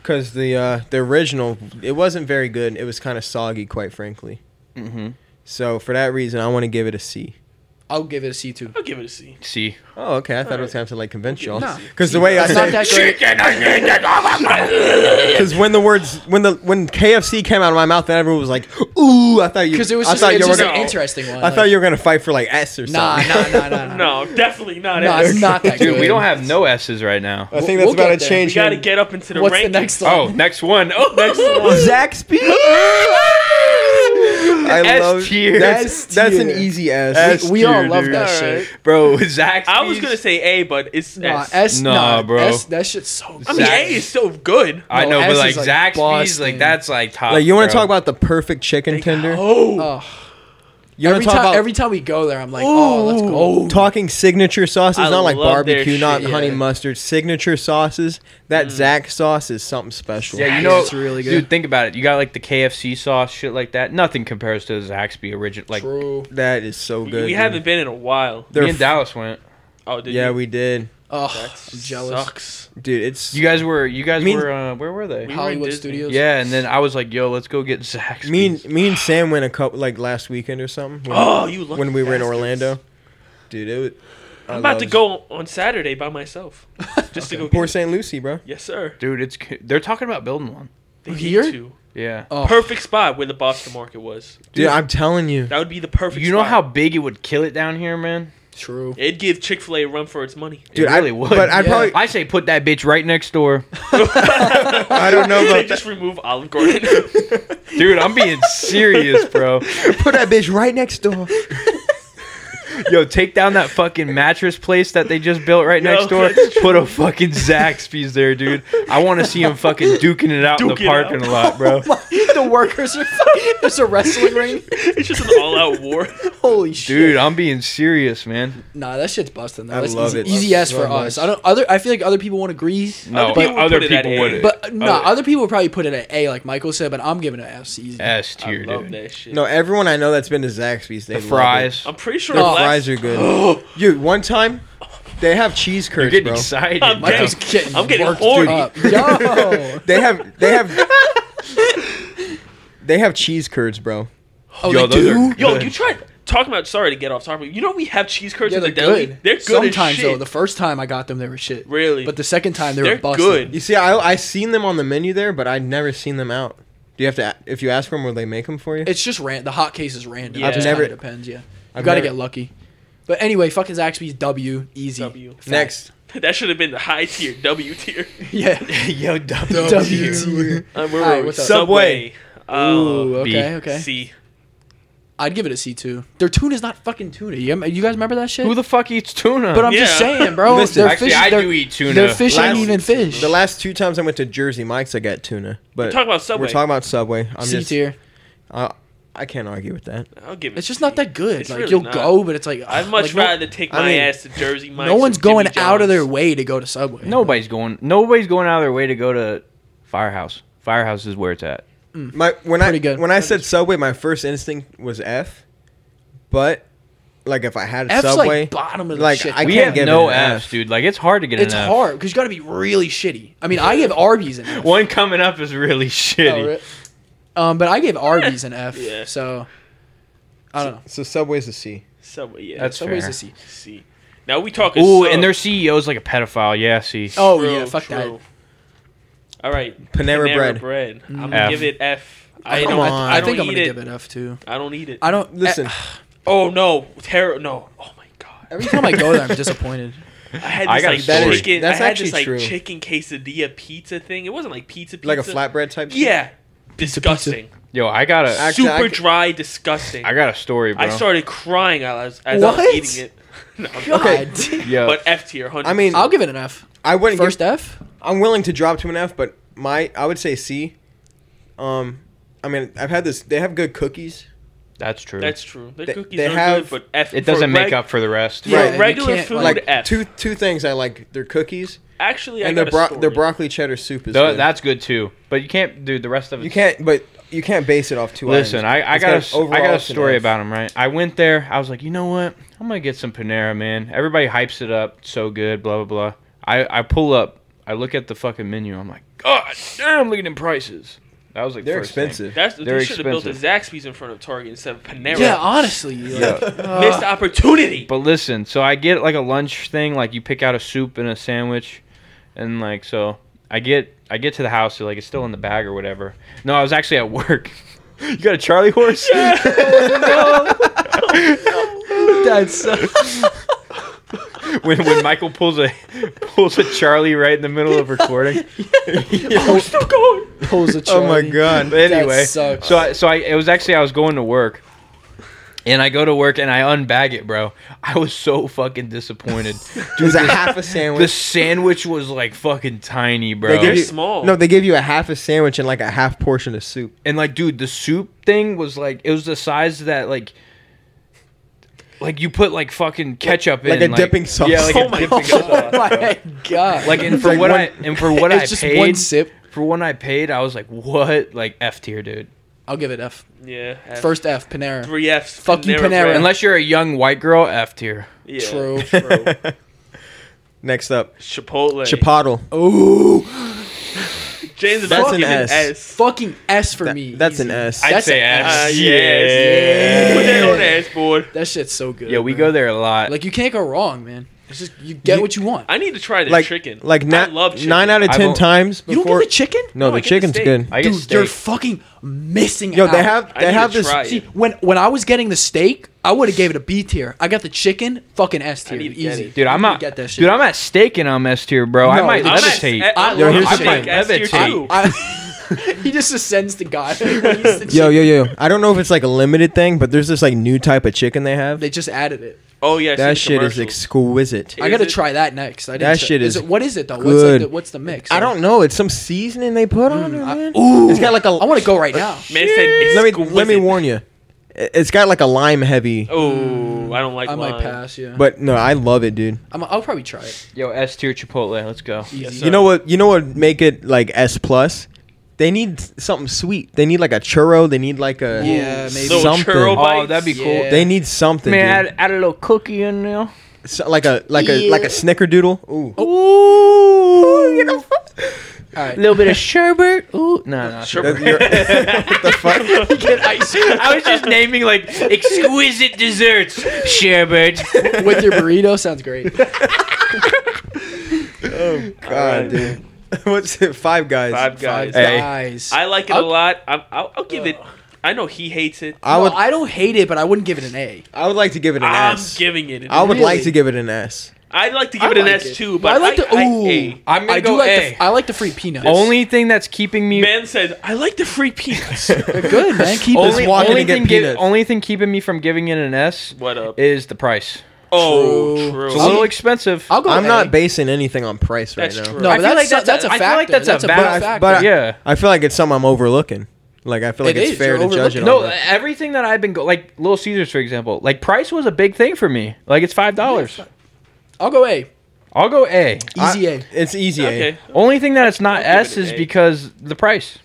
Speaker 1: because the uh, the original it wasn't very good. It was kind of soggy, quite frankly.
Speaker 2: mm-hmm.
Speaker 1: So for that reason, I want to give it a C.
Speaker 4: I'll give it a
Speaker 1: [LAUGHS]
Speaker 4: C too.
Speaker 3: I'll give it a C.
Speaker 2: See,
Speaker 1: Oh, okay. I thought it was gonna have to like convince y'all [LAUGHS]
Speaker 4: No.
Speaker 1: because the way I
Speaker 4: It's not
Speaker 1: said
Speaker 4: that great. [LAUGHS]
Speaker 1: because when the words when the when KFC came out of my mouth, and everyone was like, "Ooh!" I thought you
Speaker 4: Because it was
Speaker 1: I
Speaker 4: just,
Speaker 1: thought
Speaker 4: it's
Speaker 1: you were
Speaker 4: just
Speaker 1: gonna
Speaker 4: an
Speaker 3: No.
Speaker 4: interesting one.
Speaker 1: I thought you were gonna fight for like S or
Speaker 4: Nah,
Speaker 1: something.
Speaker 4: nah, nah, nah, nah.
Speaker 3: [LAUGHS] No, definitely not
Speaker 4: No,
Speaker 3: F.
Speaker 4: it's not that
Speaker 2: dude,
Speaker 4: good.
Speaker 2: we don't have no S's right now.
Speaker 1: I think that's
Speaker 4: We'll
Speaker 1: about
Speaker 4: get
Speaker 1: to
Speaker 4: there.
Speaker 1: change.
Speaker 3: You got to
Speaker 1: him.
Speaker 3: get up into the
Speaker 4: What's the
Speaker 3: rankings. [LAUGHS]
Speaker 4: next
Speaker 2: Oh,
Speaker 4: one?
Speaker 2: next one.
Speaker 4: [LAUGHS]
Speaker 2: Oh, next
Speaker 1: Zaxby. [LAUGHS] I
Speaker 2: S
Speaker 1: love
Speaker 2: tier.
Speaker 1: That's,
Speaker 4: S
Speaker 1: that's an
Speaker 4: tier.
Speaker 1: easy S.
Speaker 2: S
Speaker 4: we all
Speaker 2: tier,
Speaker 4: love
Speaker 2: dude.
Speaker 4: that
Speaker 3: Alright.
Speaker 4: shit. [LAUGHS]
Speaker 2: bro. Zach.
Speaker 3: I was gonna say A, but it's
Speaker 4: Nah,
Speaker 3: S.
Speaker 4: S,
Speaker 2: Nah,
Speaker 4: nah,
Speaker 2: bro.
Speaker 4: S, that shit's so good.
Speaker 3: I mean,
Speaker 2: Zach-
Speaker 3: A is so good.
Speaker 1: Uh,
Speaker 2: I
Speaker 4: No,
Speaker 2: know, but
Speaker 4: S
Speaker 2: like
Speaker 4: is, like,
Speaker 2: Zach's
Speaker 4: boss
Speaker 2: Zaxby's, like
Speaker 4: name.
Speaker 2: that's like top.
Speaker 1: like you want to
Speaker 2: bro.
Speaker 1: talk about the perfect chicken tender?
Speaker 3: Oh,
Speaker 4: Ugh.
Speaker 1: You want
Speaker 4: every,
Speaker 1: to talk
Speaker 4: time,
Speaker 1: about
Speaker 4: every time we go there, I'm like, oh, let's go.
Speaker 1: talking signature sauces?
Speaker 3: I
Speaker 1: Not like
Speaker 3: love their
Speaker 1: barbecue,
Speaker 3: shit. Mm.
Speaker 1: not
Speaker 4: Yeah.
Speaker 1: honey mustard. Signature sauces. That Zach sauce is something special.
Speaker 2: Yeah, you
Speaker 4: Zaxby's
Speaker 2: know,
Speaker 4: is really
Speaker 2: dude.
Speaker 4: good.
Speaker 2: Think about it. You got like the KFC sauce, shit like that. Nothing compares to the Zaxby original. Like
Speaker 4: True.
Speaker 1: that is so good.
Speaker 3: we
Speaker 1: dude.
Speaker 3: haven't been in a while.
Speaker 1: They're
Speaker 2: me and
Speaker 1: f-
Speaker 2: Dallas went.
Speaker 3: Oh, did
Speaker 1: yeah,
Speaker 3: you?
Speaker 1: we did.
Speaker 4: Oh,
Speaker 3: That
Speaker 4: I'm jealous.
Speaker 3: Sucks.
Speaker 1: dude. It's
Speaker 2: You guys were you guys
Speaker 1: Me-
Speaker 2: were uh, where were they?
Speaker 3: We were in
Speaker 4: Hollywood
Speaker 3: Disney.
Speaker 4: Studios.
Speaker 2: Yeah, and then I was like, "Yo, let's go get Zach's."
Speaker 1: me and me and Sam went a couple like last weekend or something. When,
Speaker 3: Oh, you lucky
Speaker 1: when we were in
Speaker 3: bastards.
Speaker 1: Orlando, dude. It was, I
Speaker 3: I'm about to
Speaker 1: loved-
Speaker 3: go on Saturday
Speaker 4: [LAUGHS]
Speaker 3: by myself, just to go.
Speaker 1: Poor
Speaker 3: Get
Speaker 1: St. Lucie, bro.
Speaker 3: yes, sir.
Speaker 2: dude. It's c- they're talking about building one.
Speaker 3: They
Speaker 4: Here?
Speaker 3: Need to.
Speaker 2: Yeah,
Speaker 4: Oh,
Speaker 3: Perfect spot where the Boston market was.
Speaker 1: Dude, I'm telling you.
Speaker 3: That would be the perfect.
Speaker 2: you know
Speaker 3: spot.
Speaker 2: how big it would kill it down here, man.
Speaker 4: True. [LAUGHS]
Speaker 3: it'd give Chick Fil A a run for its money. [LAUGHS]
Speaker 2: It
Speaker 1: Dude, I-
Speaker 2: really would.
Speaker 1: but I'd
Speaker 4: Yeah.
Speaker 1: probably-
Speaker 2: I say put that bitch right next door,
Speaker 1: I don't
Speaker 3: [LAUGHS]
Speaker 1: know
Speaker 3: they
Speaker 1: about
Speaker 3: just remove Olive Garden.
Speaker 4: [LAUGHS]
Speaker 2: dude.
Speaker 1: [LAUGHS]
Speaker 2: I'm being serious, bro.
Speaker 1: Put that bitch right next door.
Speaker 2: Yo, take down that fucking mattress place that they just built right
Speaker 3: Yo,
Speaker 2: next door.
Speaker 3: that's
Speaker 2: Put a fucking Zaxby's there, dude. I want to see him fucking duking it out in
Speaker 3: Duke
Speaker 2: the
Speaker 3: it
Speaker 2: parking
Speaker 3: out.
Speaker 2: lot, bro.
Speaker 4: the workers are. There's a
Speaker 1: [LAUGHS]
Speaker 4: wrestling ring.
Speaker 3: it's just an
Speaker 4: [LAUGHS]
Speaker 3: all-out war.
Speaker 4: Holy shit.
Speaker 2: Dude, I'm being serious, man.
Speaker 4: Nah, that shit's busting. though.
Speaker 1: I
Speaker 4: That's
Speaker 1: love
Speaker 4: easy,
Speaker 1: it.
Speaker 4: Easy
Speaker 1: Love
Speaker 4: as
Speaker 1: it
Speaker 4: for
Speaker 1: so much.
Speaker 4: us. I don't. Other. I feel like other people want to agree.
Speaker 2: No,
Speaker 3: Other
Speaker 2: but
Speaker 3: people would
Speaker 2: other
Speaker 3: put it at
Speaker 2: people
Speaker 3: A.
Speaker 2: would.
Speaker 4: But no,
Speaker 2: Other-
Speaker 4: other people would probably put it at A, like Michael said. But I'm giving it S easy.
Speaker 2: S
Speaker 3: I
Speaker 2: tier,
Speaker 3: love
Speaker 2: dude.
Speaker 3: that shit.
Speaker 1: No, everyone I know that's been to Zaxby's, they
Speaker 2: The
Speaker 1: love it.
Speaker 2: fries.
Speaker 3: I'm pretty sure
Speaker 1: Their
Speaker 3: last-
Speaker 1: fries are good. Dude, one time they have cheese
Speaker 2: You're
Speaker 1: curds,
Speaker 2: getting
Speaker 1: bro.
Speaker 2: excited.
Speaker 3: I'm
Speaker 2: bro.
Speaker 4: Michael's getting.
Speaker 3: I'm getting
Speaker 4: worked
Speaker 3: horny.
Speaker 4: Up. Yo.
Speaker 1: They have they have they have cheese curds, bro.
Speaker 4: Oh,
Speaker 2: Yo,
Speaker 4: they
Speaker 2: those are
Speaker 4: do.
Speaker 2: good.
Speaker 3: Yo, you tried talking about. Sorry to get off topic. You know we have cheese curds
Speaker 4: Yeah,
Speaker 3: at the
Speaker 4: they're
Speaker 3: deli.
Speaker 4: good.
Speaker 3: They're good
Speaker 4: Sometimes
Speaker 3: as shit.
Speaker 4: though, the first time I got them, they were shit.
Speaker 3: Really?
Speaker 4: But the second time, they
Speaker 3: They're
Speaker 4: were busted.
Speaker 1: You
Speaker 3: good.
Speaker 1: see, I I seen them on the menu there, but I'd never seen them out. Do you have to a- if you ask for them, will they make them for you?
Speaker 4: It's just ran. The hot case is random.
Speaker 3: I've
Speaker 4: It just
Speaker 1: never-
Speaker 4: kinda depends. Yeah, you
Speaker 1: I've
Speaker 4: gotta
Speaker 1: never-
Speaker 4: get lucky. But anyway, fucking Zaxby's W easy.
Speaker 3: W.
Speaker 4: Fact.
Speaker 1: Next,
Speaker 3: That should have been the high tier, [LAUGHS] W tier.
Speaker 4: [LAUGHS] Yeah.
Speaker 2: Yo,
Speaker 1: [LAUGHS]
Speaker 2: W.
Speaker 4: W. tier.
Speaker 3: Um, where
Speaker 4: Alright,
Speaker 3: were we?
Speaker 4: what's up?
Speaker 3: Subway.
Speaker 4: Ooh,
Speaker 3: Uh,
Speaker 2: B.
Speaker 4: okay, okay.
Speaker 3: C.
Speaker 4: I'd give it a C two. Their tuna's not fucking tuna. You, you guys remember that shit?
Speaker 2: Who the fuck eats tuna?
Speaker 4: but I'm just
Speaker 3: Yeah.
Speaker 4: saying, bro.
Speaker 1: Listen,
Speaker 4: their
Speaker 2: Actually,
Speaker 4: fish,
Speaker 2: I
Speaker 4: their-
Speaker 2: do eat tuna.
Speaker 4: Their fish
Speaker 1: Last-
Speaker 4: ain't even fish.
Speaker 1: the last two times I went to Jersey Mike's, I got tuna. But
Speaker 3: talking about Subway.
Speaker 1: We're talking about Subway. I'm
Speaker 4: C
Speaker 1: just,
Speaker 4: tier.
Speaker 1: I, I can't argue with that.
Speaker 3: I'll give it.
Speaker 4: It's just not that good.
Speaker 3: It's
Speaker 4: like
Speaker 3: really
Speaker 4: you'll
Speaker 3: not.
Speaker 4: go, but it's like
Speaker 3: I'd
Speaker 4: ugh,
Speaker 3: much
Speaker 4: like, no-
Speaker 3: rather take
Speaker 1: I
Speaker 3: my
Speaker 1: mean,
Speaker 3: ass to Jersey Mike's.
Speaker 4: No,
Speaker 3: or
Speaker 4: one's
Speaker 3: Jimmy
Speaker 4: going out of their
Speaker 3: John's.
Speaker 4: way to go to Subway.
Speaker 2: nobody's going. Nobody's going out of their way to go to Firehouse. Firehouse is where it's at.
Speaker 1: My when I
Speaker 4: Pretty good.
Speaker 1: when I said Subway, my first instinct was F, but like if I had
Speaker 4: F's
Speaker 1: Subway,
Speaker 4: like bottom of the
Speaker 1: like,
Speaker 4: shit.
Speaker 1: I
Speaker 2: we
Speaker 1: can't
Speaker 2: have
Speaker 1: give
Speaker 2: no
Speaker 1: it an
Speaker 2: Fs,
Speaker 1: F.
Speaker 2: dude. Like it's hard to get
Speaker 4: it's
Speaker 2: an F.
Speaker 4: hard because you got to be really shitty. I mean, I give Arby's an F.
Speaker 2: One coming up is really shitty.
Speaker 4: Oh, re- um, but I gave Arby's
Speaker 2: [LAUGHS]
Speaker 4: an F.
Speaker 3: Yeah.
Speaker 4: So I don't know.
Speaker 1: so Subway's a C.
Speaker 3: Subway. Yeah.
Speaker 2: That's
Speaker 4: Subway's
Speaker 2: fair.
Speaker 4: a C.
Speaker 3: C. Now we talking.
Speaker 2: Ooh,
Speaker 3: sub.
Speaker 2: and their CEO is like a pedophile. Yeah, see.
Speaker 4: Oh
Speaker 3: True,
Speaker 4: yeah, fuck
Speaker 3: true.
Speaker 4: that.
Speaker 3: All right.
Speaker 1: Panera bread.
Speaker 3: I'm gonna
Speaker 2: F.
Speaker 3: give it F. I
Speaker 4: I,
Speaker 1: Come
Speaker 3: don't.
Speaker 1: on.
Speaker 4: I,
Speaker 3: I don't
Speaker 4: think I'm
Speaker 3: eat
Speaker 4: gonna
Speaker 3: it.
Speaker 4: give it F too.
Speaker 3: I don't eat it.
Speaker 4: I don't
Speaker 1: Listen,
Speaker 3: oh no, terror. No. Oh my god.
Speaker 4: Every time I
Speaker 1: [LAUGHS]
Speaker 4: go there, I'm disappointed.
Speaker 3: I had
Speaker 2: I
Speaker 3: this
Speaker 2: got
Speaker 3: like
Speaker 2: a story. That is-
Speaker 3: chicken.
Speaker 1: that's
Speaker 3: I had
Speaker 1: actually
Speaker 3: this like
Speaker 1: true.
Speaker 3: chicken quesadilla pizza thing. It wasn't like pizza. pizza.
Speaker 1: like a flatbread type. shit?
Speaker 3: Yeah. Disgusting.
Speaker 2: Yo, I got a,
Speaker 1: Actually, I
Speaker 3: Super
Speaker 1: c-
Speaker 3: dry. Disgusting.
Speaker 2: I got a story, bro.
Speaker 3: I started crying as, as I
Speaker 4: What?
Speaker 3: was eating it. [LAUGHS] No, I'm not.
Speaker 1: Okay.
Speaker 4: God.
Speaker 2: Yo,
Speaker 3: But F tier, 100.
Speaker 1: I mean,
Speaker 4: I'll give it an F.
Speaker 1: I wouldn't.
Speaker 4: First
Speaker 1: give,
Speaker 4: F.
Speaker 1: I'm willing to drop to an F, but my I would say C. Um, I mean, I've had this. They have good cookies.
Speaker 2: that's true.
Speaker 3: that's true. Their
Speaker 1: They-
Speaker 3: cookies
Speaker 1: they
Speaker 3: are
Speaker 1: have-
Speaker 3: good, but F.
Speaker 2: it doesn't
Speaker 3: for
Speaker 2: make
Speaker 3: reg-
Speaker 2: up for the rest.
Speaker 4: Yeah,
Speaker 3: For
Speaker 4: you
Speaker 3: regular
Speaker 4: can't,
Speaker 3: food,
Speaker 1: Like
Speaker 3: F.
Speaker 1: two two things I like: their cookies
Speaker 3: Actually,
Speaker 1: and their
Speaker 3: I got a
Speaker 1: bro-
Speaker 3: story.
Speaker 1: their broccoli cheddar soup is
Speaker 2: Tho-
Speaker 1: good.
Speaker 2: that's good too. But you can't, dude. The rest of it.
Speaker 1: you can't, but you can't base it off two.
Speaker 2: Listen,
Speaker 1: items.
Speaker 2: I, I
Speaker 1: It's
Speaker 2: got a
Speaker 1: gotta
Speaker 2: s- I got
Speaker 1: overall
Speaker 2: a
Speaker 1: it's an
Speaker 2: story
Speaker 1: F.
Speaker 2: about him. Right, I went there. I was like, you know what? I'm gonna get some Panera, man. Everybody hypes it up, so good, blah blah blah. I I pull up. I look at the fucking menu. I'm like, God damn, look at them prices. That was like
Speaker 1: They're
Speaker 2: first thing.
Speaker 1: expensive.
Speaker 3: That's,
Speaker 2: They're
Speaker 3: they should have built a
Speaker 2: expensive.
Speaker 3: Zaxby's in front of Target instead of Panera.
Speaker 4: Yeah, honestly. Like,
Speaker 1: uh,
Speaker 3: Missed opportunity.
Speaker 2: But listen, so I get like a lunch thing, like you pick out a soup and a sandwich, and like so I get I get to the house, so, like it's still in the bag or whatever. No, I was actually at work. [LAUGHS] you got a Charlie horse?
Speaker 4: [LAUGHS] That's
Speaker 2: [LAUGHS] when when Michael pulls a pulls a Charlie right in the middle of
Speaker 1: [LAUGHS]
Speaker 2: recording.
Speaker 4: still going. Pulls a
Speaker 1: [LAUGHS] Oh my
Speaker 4: Charlie.
Speaker 1: god!
Speaker 2: But anyway,
Speaker 4: sucks.
Speaker 2: so I, so I it was actually I was going to work. And I go to work and I unbag it, bro. I was so
Speaker 1: [LAUGHS]
Speaker 2: fucking disappointed.
Speaker 1: It was a half a sandwich.
Speaker 2: the sandwich was like fucking tiny, bro.
Speaker 1: They give
Speaker 3: They're
Speaker 1: you-
Speaker 3: small.
Speaker 1: No, they give you a half a sandwich and like a half portion of soup.
Speaker 2: and like dude the soup thing was like it was the size that like like you put like fucking ketchup
Speaker 1: Like
Speaker 2: in
Speaker 1: a dipping sauce. [LAUGHS]
Speaker 2: yeah like
Speaker 3: Oh
Speaker 2: a
Speaker 3: my
Speaker 2: dipping
Speaker 3: God.
Speaker 2: sauce
Speaker 4: [LAUGHS] Oh my god.
Speaker 2: like
Speaker 4: [LAUGHS]
Speaker 2: and for
Speaker 1: like
Speaker 2: what
Speaker 1: one-
Speaker 2: i and for what i
Speaker 4: it's just
Speaker 2: paid
Speaker 4: one sip.
Speaker 2: for what i paid i was like what like f tier dude
Speaker 4: I'll give it F.
Speaker 3: yeah. F.
Speaker 4: First F. Panera.
Speaker 3: three Fs.
Speaker 4: Fuck you, Panera.
Speaker 3: bread.
Speaker 2: unless you're a young white girl f tier
Speaker 3: Yeah,
Speaker 4: True.
Speaker 3: true.
Speaker 1: Next up,
Speaker 3: Chipotle.
Speaker 1: Chipotle.
Speaker 4: Oh,
Speaker 1: That's
Speaker 3: James, that's
Speaker 1: an
Speaker 3: an
Speaker 1: S.
Speaker 3: S.
Speaker 4: fucking S for
Speaker 1: That-
Speaker 4: me.
Speaker 1: that's
Speaker 4: easy.
Speaker 1: an S.
Speaker 2: I'd
Speaker 4: That's
Speaker 2: say
Speaker 4: an
Speaker 2: S.
Speaker 3: Uh,
Speaker 4: S.
Speaker 3: yes.
Speaker 2: Yeah.
Speaker 3: Put that on the S board.
Speaker 4: That shit's so good.
Speaker 2: Yeah, we
Speaker 4: bro.
Speaker 2: go there a lot.
Speaker 4: Like you can't go wrong, man. It's just you get
Speaker 1: You-
Speaker 4: what you want.
Speaker 3: I need to try the
Speaker 1: Like
Speaker 3: chicken.
Speaker 1: like
Speaker 3: I
Speaker 1: na-
Speaker 3: love chicken.
Speaker 1: nine out of
Speaker 2: I
Speaker 1: ten
Speaker 2: won't-
Speaker 1: times
Speaker 4: you don't
Speaker 1: before.
Speaker 4: get the chicken?
Speaker 1: no,
Speaker 3: No, I
Speaker 1: the
Speaker 3: get the
Speaker 1: chicken's
Speaker 3: steak.
Speaker 1: good.
Speaker 2: I get
Speaker 4: Dude,
Speaker 2: steak.
Speaker 4: you're fucking missing
Speaker 1: Yo,
Speaker 4: out.
Speaker 1: they have
Speaker 3: I
Speaker 1: they
Speaker 3: need
Speaker 1: have
Speaker 3: to
Speaker 1: this.
Speaker 3: try it.
Speaker 4: See, when when I was getting the steak, I would have gave it a B tier. I got the chicken, fucking S tier,
Speaker 3: need to get
Speaker 4: easy.
Speaker 3: it.
Speaker 2: Dude,
Speaker 4: You
Speaker 2: I'm
Speaker 4: need to
Speaker 2: not.
Speaker 4: Get that shit.
Speaker 2: Dude, I'm at stake and I'm S tier, bro. I
Speaker 4: No,
Speaker 2: might
Speaker 4: I'm
Speaker 3: I'm
Speaker 4: at-
Speaker 2: levitate.
Speaker 3: at-
Speaker 4: I
Speaker 3: I
Speaker 4: Yo,
Speaker 3: love
Speaker 4: here's the
Speaker 3: chicken.
Speaker 4: thing.
Speaker 3: S tier
Speaker 2: Levitate.
Speaker 3: too.
Speaker 4: I- [LAUGHS] he just ascends to God. [LAUGHS] when he's the
Speaker 1: [LAUGHS] Yo,
Speaker 4: chicken.
Speaker 1: yo, yo! I don't know if it's like a limited thing, but there's this like new type of chicken they have.
Speaker 4: They just added it.
Speaker 3: Oh yeah, I
Speaker 1: that
Speaker 3: seen
Speaker 1: shit
Speaker 3: the
Speaker 1: is
Speaker 3: commercials.
Speaker 1: exquisite.
Speaker 4: I
Speaker 3: Is
Speaker 4: gotta
Speaker 3: it-
Speaker 4: try that next. I didn't
Speaker 1: That
Speaker 4: try-
Speaker 1: shit is
Speaker 4: it, what is it though? What's like
Speaker 1: good.
Speaker 4: the, what's the mix?
Speaker 1: I don't know. It's some seasoning they put on it, man.
Speaker 4: Ooh,
Speaker 1: it's got like a.
Speaker 4: I want to go right now.
Speaker 3: Man
Speaker 1: let me
Speaker 3: said
Speaker 1: let me
Speaker 3: exquisite.
Speaker 1: warn you. It- It's got like a lime heavy,
Speaker 3: Oh, I don't like.
Speaker 4: I might
Speaker 3: lime.
Speaker 4: pass. Yeah,
Speaker 1: but no, I love it, dude.
Speaker 4: I'm, I'll probably try it.
Speaker 2: Yo, S tier Chipotle. Let's go.
Speaker 4: Easy.
Speaker 3: Yes,
Speaker 1: You know what? You know what? would Make it like S plus. They need s- something sweet. They need like a churro. They need like a
Speaker 4: Yeah, maybe.
Speaker 3: Little
Speaker 1: something.
Speaker 3: churro
Speaker 2: Oh,
Speaker 3: bites.
Speaker 2: that'd be cool.
Speaker 4: Yeah.
Speaker 1: They need something,
Speaker 2: Man,
Speaker 1: dude.
Speaker 2: add, add a little cookie in there.
Speaker 1: So- like a like a like a snickerdoodle. Ooh.
Speaker 2: Ooh,
Speaker 4: All right.
Speaker 2: a little bit of sherbet. Ooh, no, no.
Speaker 3: Sherbet.
Speaker 1: That- you're- [LAUGHS] what the fuck?
Speaker 4: [LAUGHS] Get ice
Speaker 2: I was
Speaker 4: [LAUGHS]
Speaker 2: just naming like exquisite desserts. Sherbet.
Speaker 4: with your burrito sounds
Speaker 2: [LAUGHS]
Speaker 4: great.
Speaker 1: God, dude. [LAUGHS] What's it? Five guys.
Speaker 3: Five
Speaker 4: Five
Speaker 3: guys.
Speaker 2: Hey.
Speaker 4: guys.
Speaker 3: I like it a
Speaker 4: I'll-
Speaker 3: lot. I'm, I'll, I'll give it. I know he hates it.
Speaker 1: I
Speaker 4: No,
Speaker 1: would
Speaker 4: I don't hate it, but I wouldn't give it an A.
Speaker 1: I would like to give it an
Speaker 3: I'm
Speaker 1: S.
Speaker 3: giving it. An
Speaker 1: I would like
Speaker 4: Really?
Speaker 1: to give it an S.
Speaker 3: I'd like to give
Speaker 4: I
Speaker 3: it an
Speaker 4: like
Speaker 3: S
Speaker 4: it.
Speaker 3: too, but
Speaker 4: I like the ooh.
Speaker 3: I,
Speaker 2: I'm gonna
Speaker 4: I
Speaker 2: go
Speaker 4: do like
Speaker 2: A.
Speaker 4: the I like the free peanuts.
Speaker 2: only thing that's keeping
Speaker 3: A.
Speaker 2: me
Speaker 3: Man says I like the free peanuts.
Speaker 4: They're good,
Speaker 1: [LAUGHS]
Speaker 4: man. Keep
Speaker 1: Only-
Speaker 4: it.
Speaker 1: Just walking
Speaker 2: only
Speaker 1: to get
Speaker 2: thing give,
Speaker 1: peanuts.
Speaker 2: only thing keeping me from giving it an S
Speaker 3: what up?
Speaker 2: is the price.
Speaker 3: oh,
Speaker 4: True.
Speaker 3: true.
Speaker 2: It's a little expensive.
Speaker 4: I'll go.
Speaker 1: I'm
Speaker 4: A.
Speaker 1: not basing anything on price right
Speaker 3: That's
Speaker 1: now.
Speaker 3: true.
Speaker 4: No,
Speaker 2: I
Speaker 4: but
Speaker 2: feel
Speaker 4: that's,
Speaker 2: like that's a-
Speaker 4: that's, that's a
Speaker 2: I feel
Speaker 4: factor.
Speaker 2: like that's a
Speaker 4: that's a,
Speaker 2: bad-
Speaker 4: big
Speaker 1: But I,
Speaker 4: factor.
Speaker 1: but I-
Speaker 2: Yeah.
Speaker 1: I feel like it's something I'm overlooking. Like I feel like
Speaker 4: It
Speaker 1: it's
Speaker 4: is,
Speaker 1: fair
Speaker 4: you're
Speaker 1: to judge it.
Speaker 4: overlooking-
Speaker 2: no,
Speaker 1: on that.
Speaker 2: everything that I've been go- like Little Caesars for example, like price was a big thing for me. Like it's five dollars.
Speaker 4: I'll go A.
Speaker 2: I'll go A.
Speaker 4: Easy
Speaker 1: I-
Speaker 4: A.
Speaker 1: It's easy
Speaker 3: okay.
Speaker 1: A.
Speaker 2: Only thing that it's not
Speaker 3: I'll give
Speaker 2: S
Speaker 3: it an
Speaker 2: is
Speaker 3: A.
Speaker 2: because the price.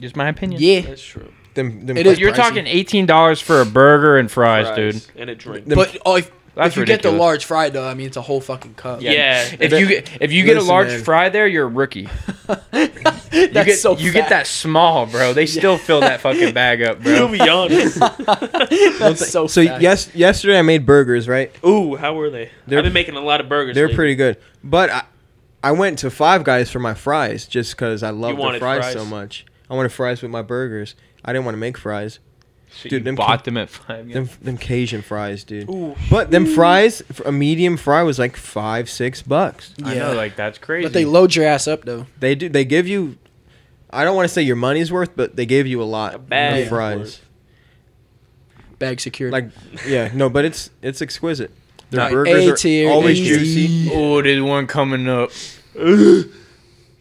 Speaker 2: Just my opinion.
Speaker 4: Yeah.
Speaker 3: That's true.
Speaker 1: Them, them
Speaker 4: It
Speaker 1: fuck
Speaker 4: is
Speaker 2: You're
Speaker 4: pricey.
Speaker 2: talking eighteen dollars for a burger and fries, dude.
Speaker 3: Fries And a drink.
Speaker 1: The-
Speaker 4: But oh, if,
Speaker 2: That's
Speaker 4: if you get the
Speaker 2: ridiculous.
Speaker 4: large fry though, I mean it's a whole fucking cup.
Speaker 3: Yeah.
Speaker 2: If you get if you get a
Speaker 1: Listen,
Speaker 2: large
Speaker 1: man.
Speaker 2: fry there, you're a
Speaker 4: [LAUGHS]
Speaker 2: rookie.
Speaker 4: that's
Speaker 2: You get
Speaker 4: so.
Speaker 2: you get that
Speaker 4: fat.
Speaker 2: small, bro. They still fill that fucking bag up,
Speaker 3: You'll
Speaker 2: bro.
Speaker 4: [LAUGHS]
Speaker 3: be honest. [LAUGHS]
Speaker 4: that's so.
Speaker 1: So
Speaker 4: fat.
Speaker 1: yes, yesterday I made burgers, right?
Speaker 3: Ooh, how were they?
Speaker 1: They're-
Speaker 3: I've been making a lot of burgers.
Speaker 1: They're
Speaker 3: lately.
Speaker 1: pretty good. But I, I went to Five Guys for my fries just because I love the
Speaker 3: wanted
Speaker 1: fries,
Speaker 3: fries.
Speaker 1: so much. I wanted fries with my burgers. I didn't want to make fries.
Speaker 2: So
Speaker 1: Dude,
Speaker 2: you
Speaker 1: them
Speaker 2: bought them at five.
Speaker 1: Them, them Cajun fries, dude.
Speaker 3: Ooh.
Speaker 1: But them fries, f- a medium fry was like five, six bucks.
Speaker 2: I
Speaker 4: Yeah.
Speaker 2: know, like that's crazy.
Speaker 4: But they load your ass up though.
Speaker 1: They do. They give you. I don't want to say your money's worth, but they gave you a lot
Speaker 3: A bag
Speaker 1: of fries.
Speaker 4: Bag secured.
Speaker 1: Like, yeah, no, but it's it's exquisite. Their
Speaker 2: Nah,
Speaker 1: burgers
Speaker 4: A tier,
Speaker 1: are always
Speaker 4: easy.
Speaker 1: juicy.
Speaker 2: oh, there's one coming up.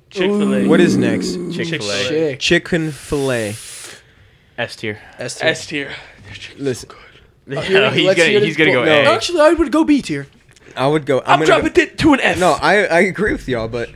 Speaker 3: Chick Fil A.
Speaker 1: What is next?
Speaker 2: Chick Fil A.
Speaker 4: Chick.
Speaker 1: Chicken fillet.
Speaker 2: S tier.
Speaker 4: S
Speaker 2: [LAUGHS]
Speaker 4: tier.
Speaker 3: S tier?
Speaker 1: Listen,
Speaker 4: Oh,
Speaker 2: he's
Speaker 4: here,
Speaker 2: gonna
Speaker 4: let's hear this
Speaker 2: he's gonna go
Speaker 4: bull-
Speaker 1: No.
Speaker 2: A.
Speaker 4: Actually, I would go B tier.
Speaker 1: I would go.
Speaker 3: I'm,
Speaker 1: gonna
Speaker 3: dropping
Speaker 1: go-
Speaker 3: it to an S.
Speaker 1: No, I I agree with y'all, but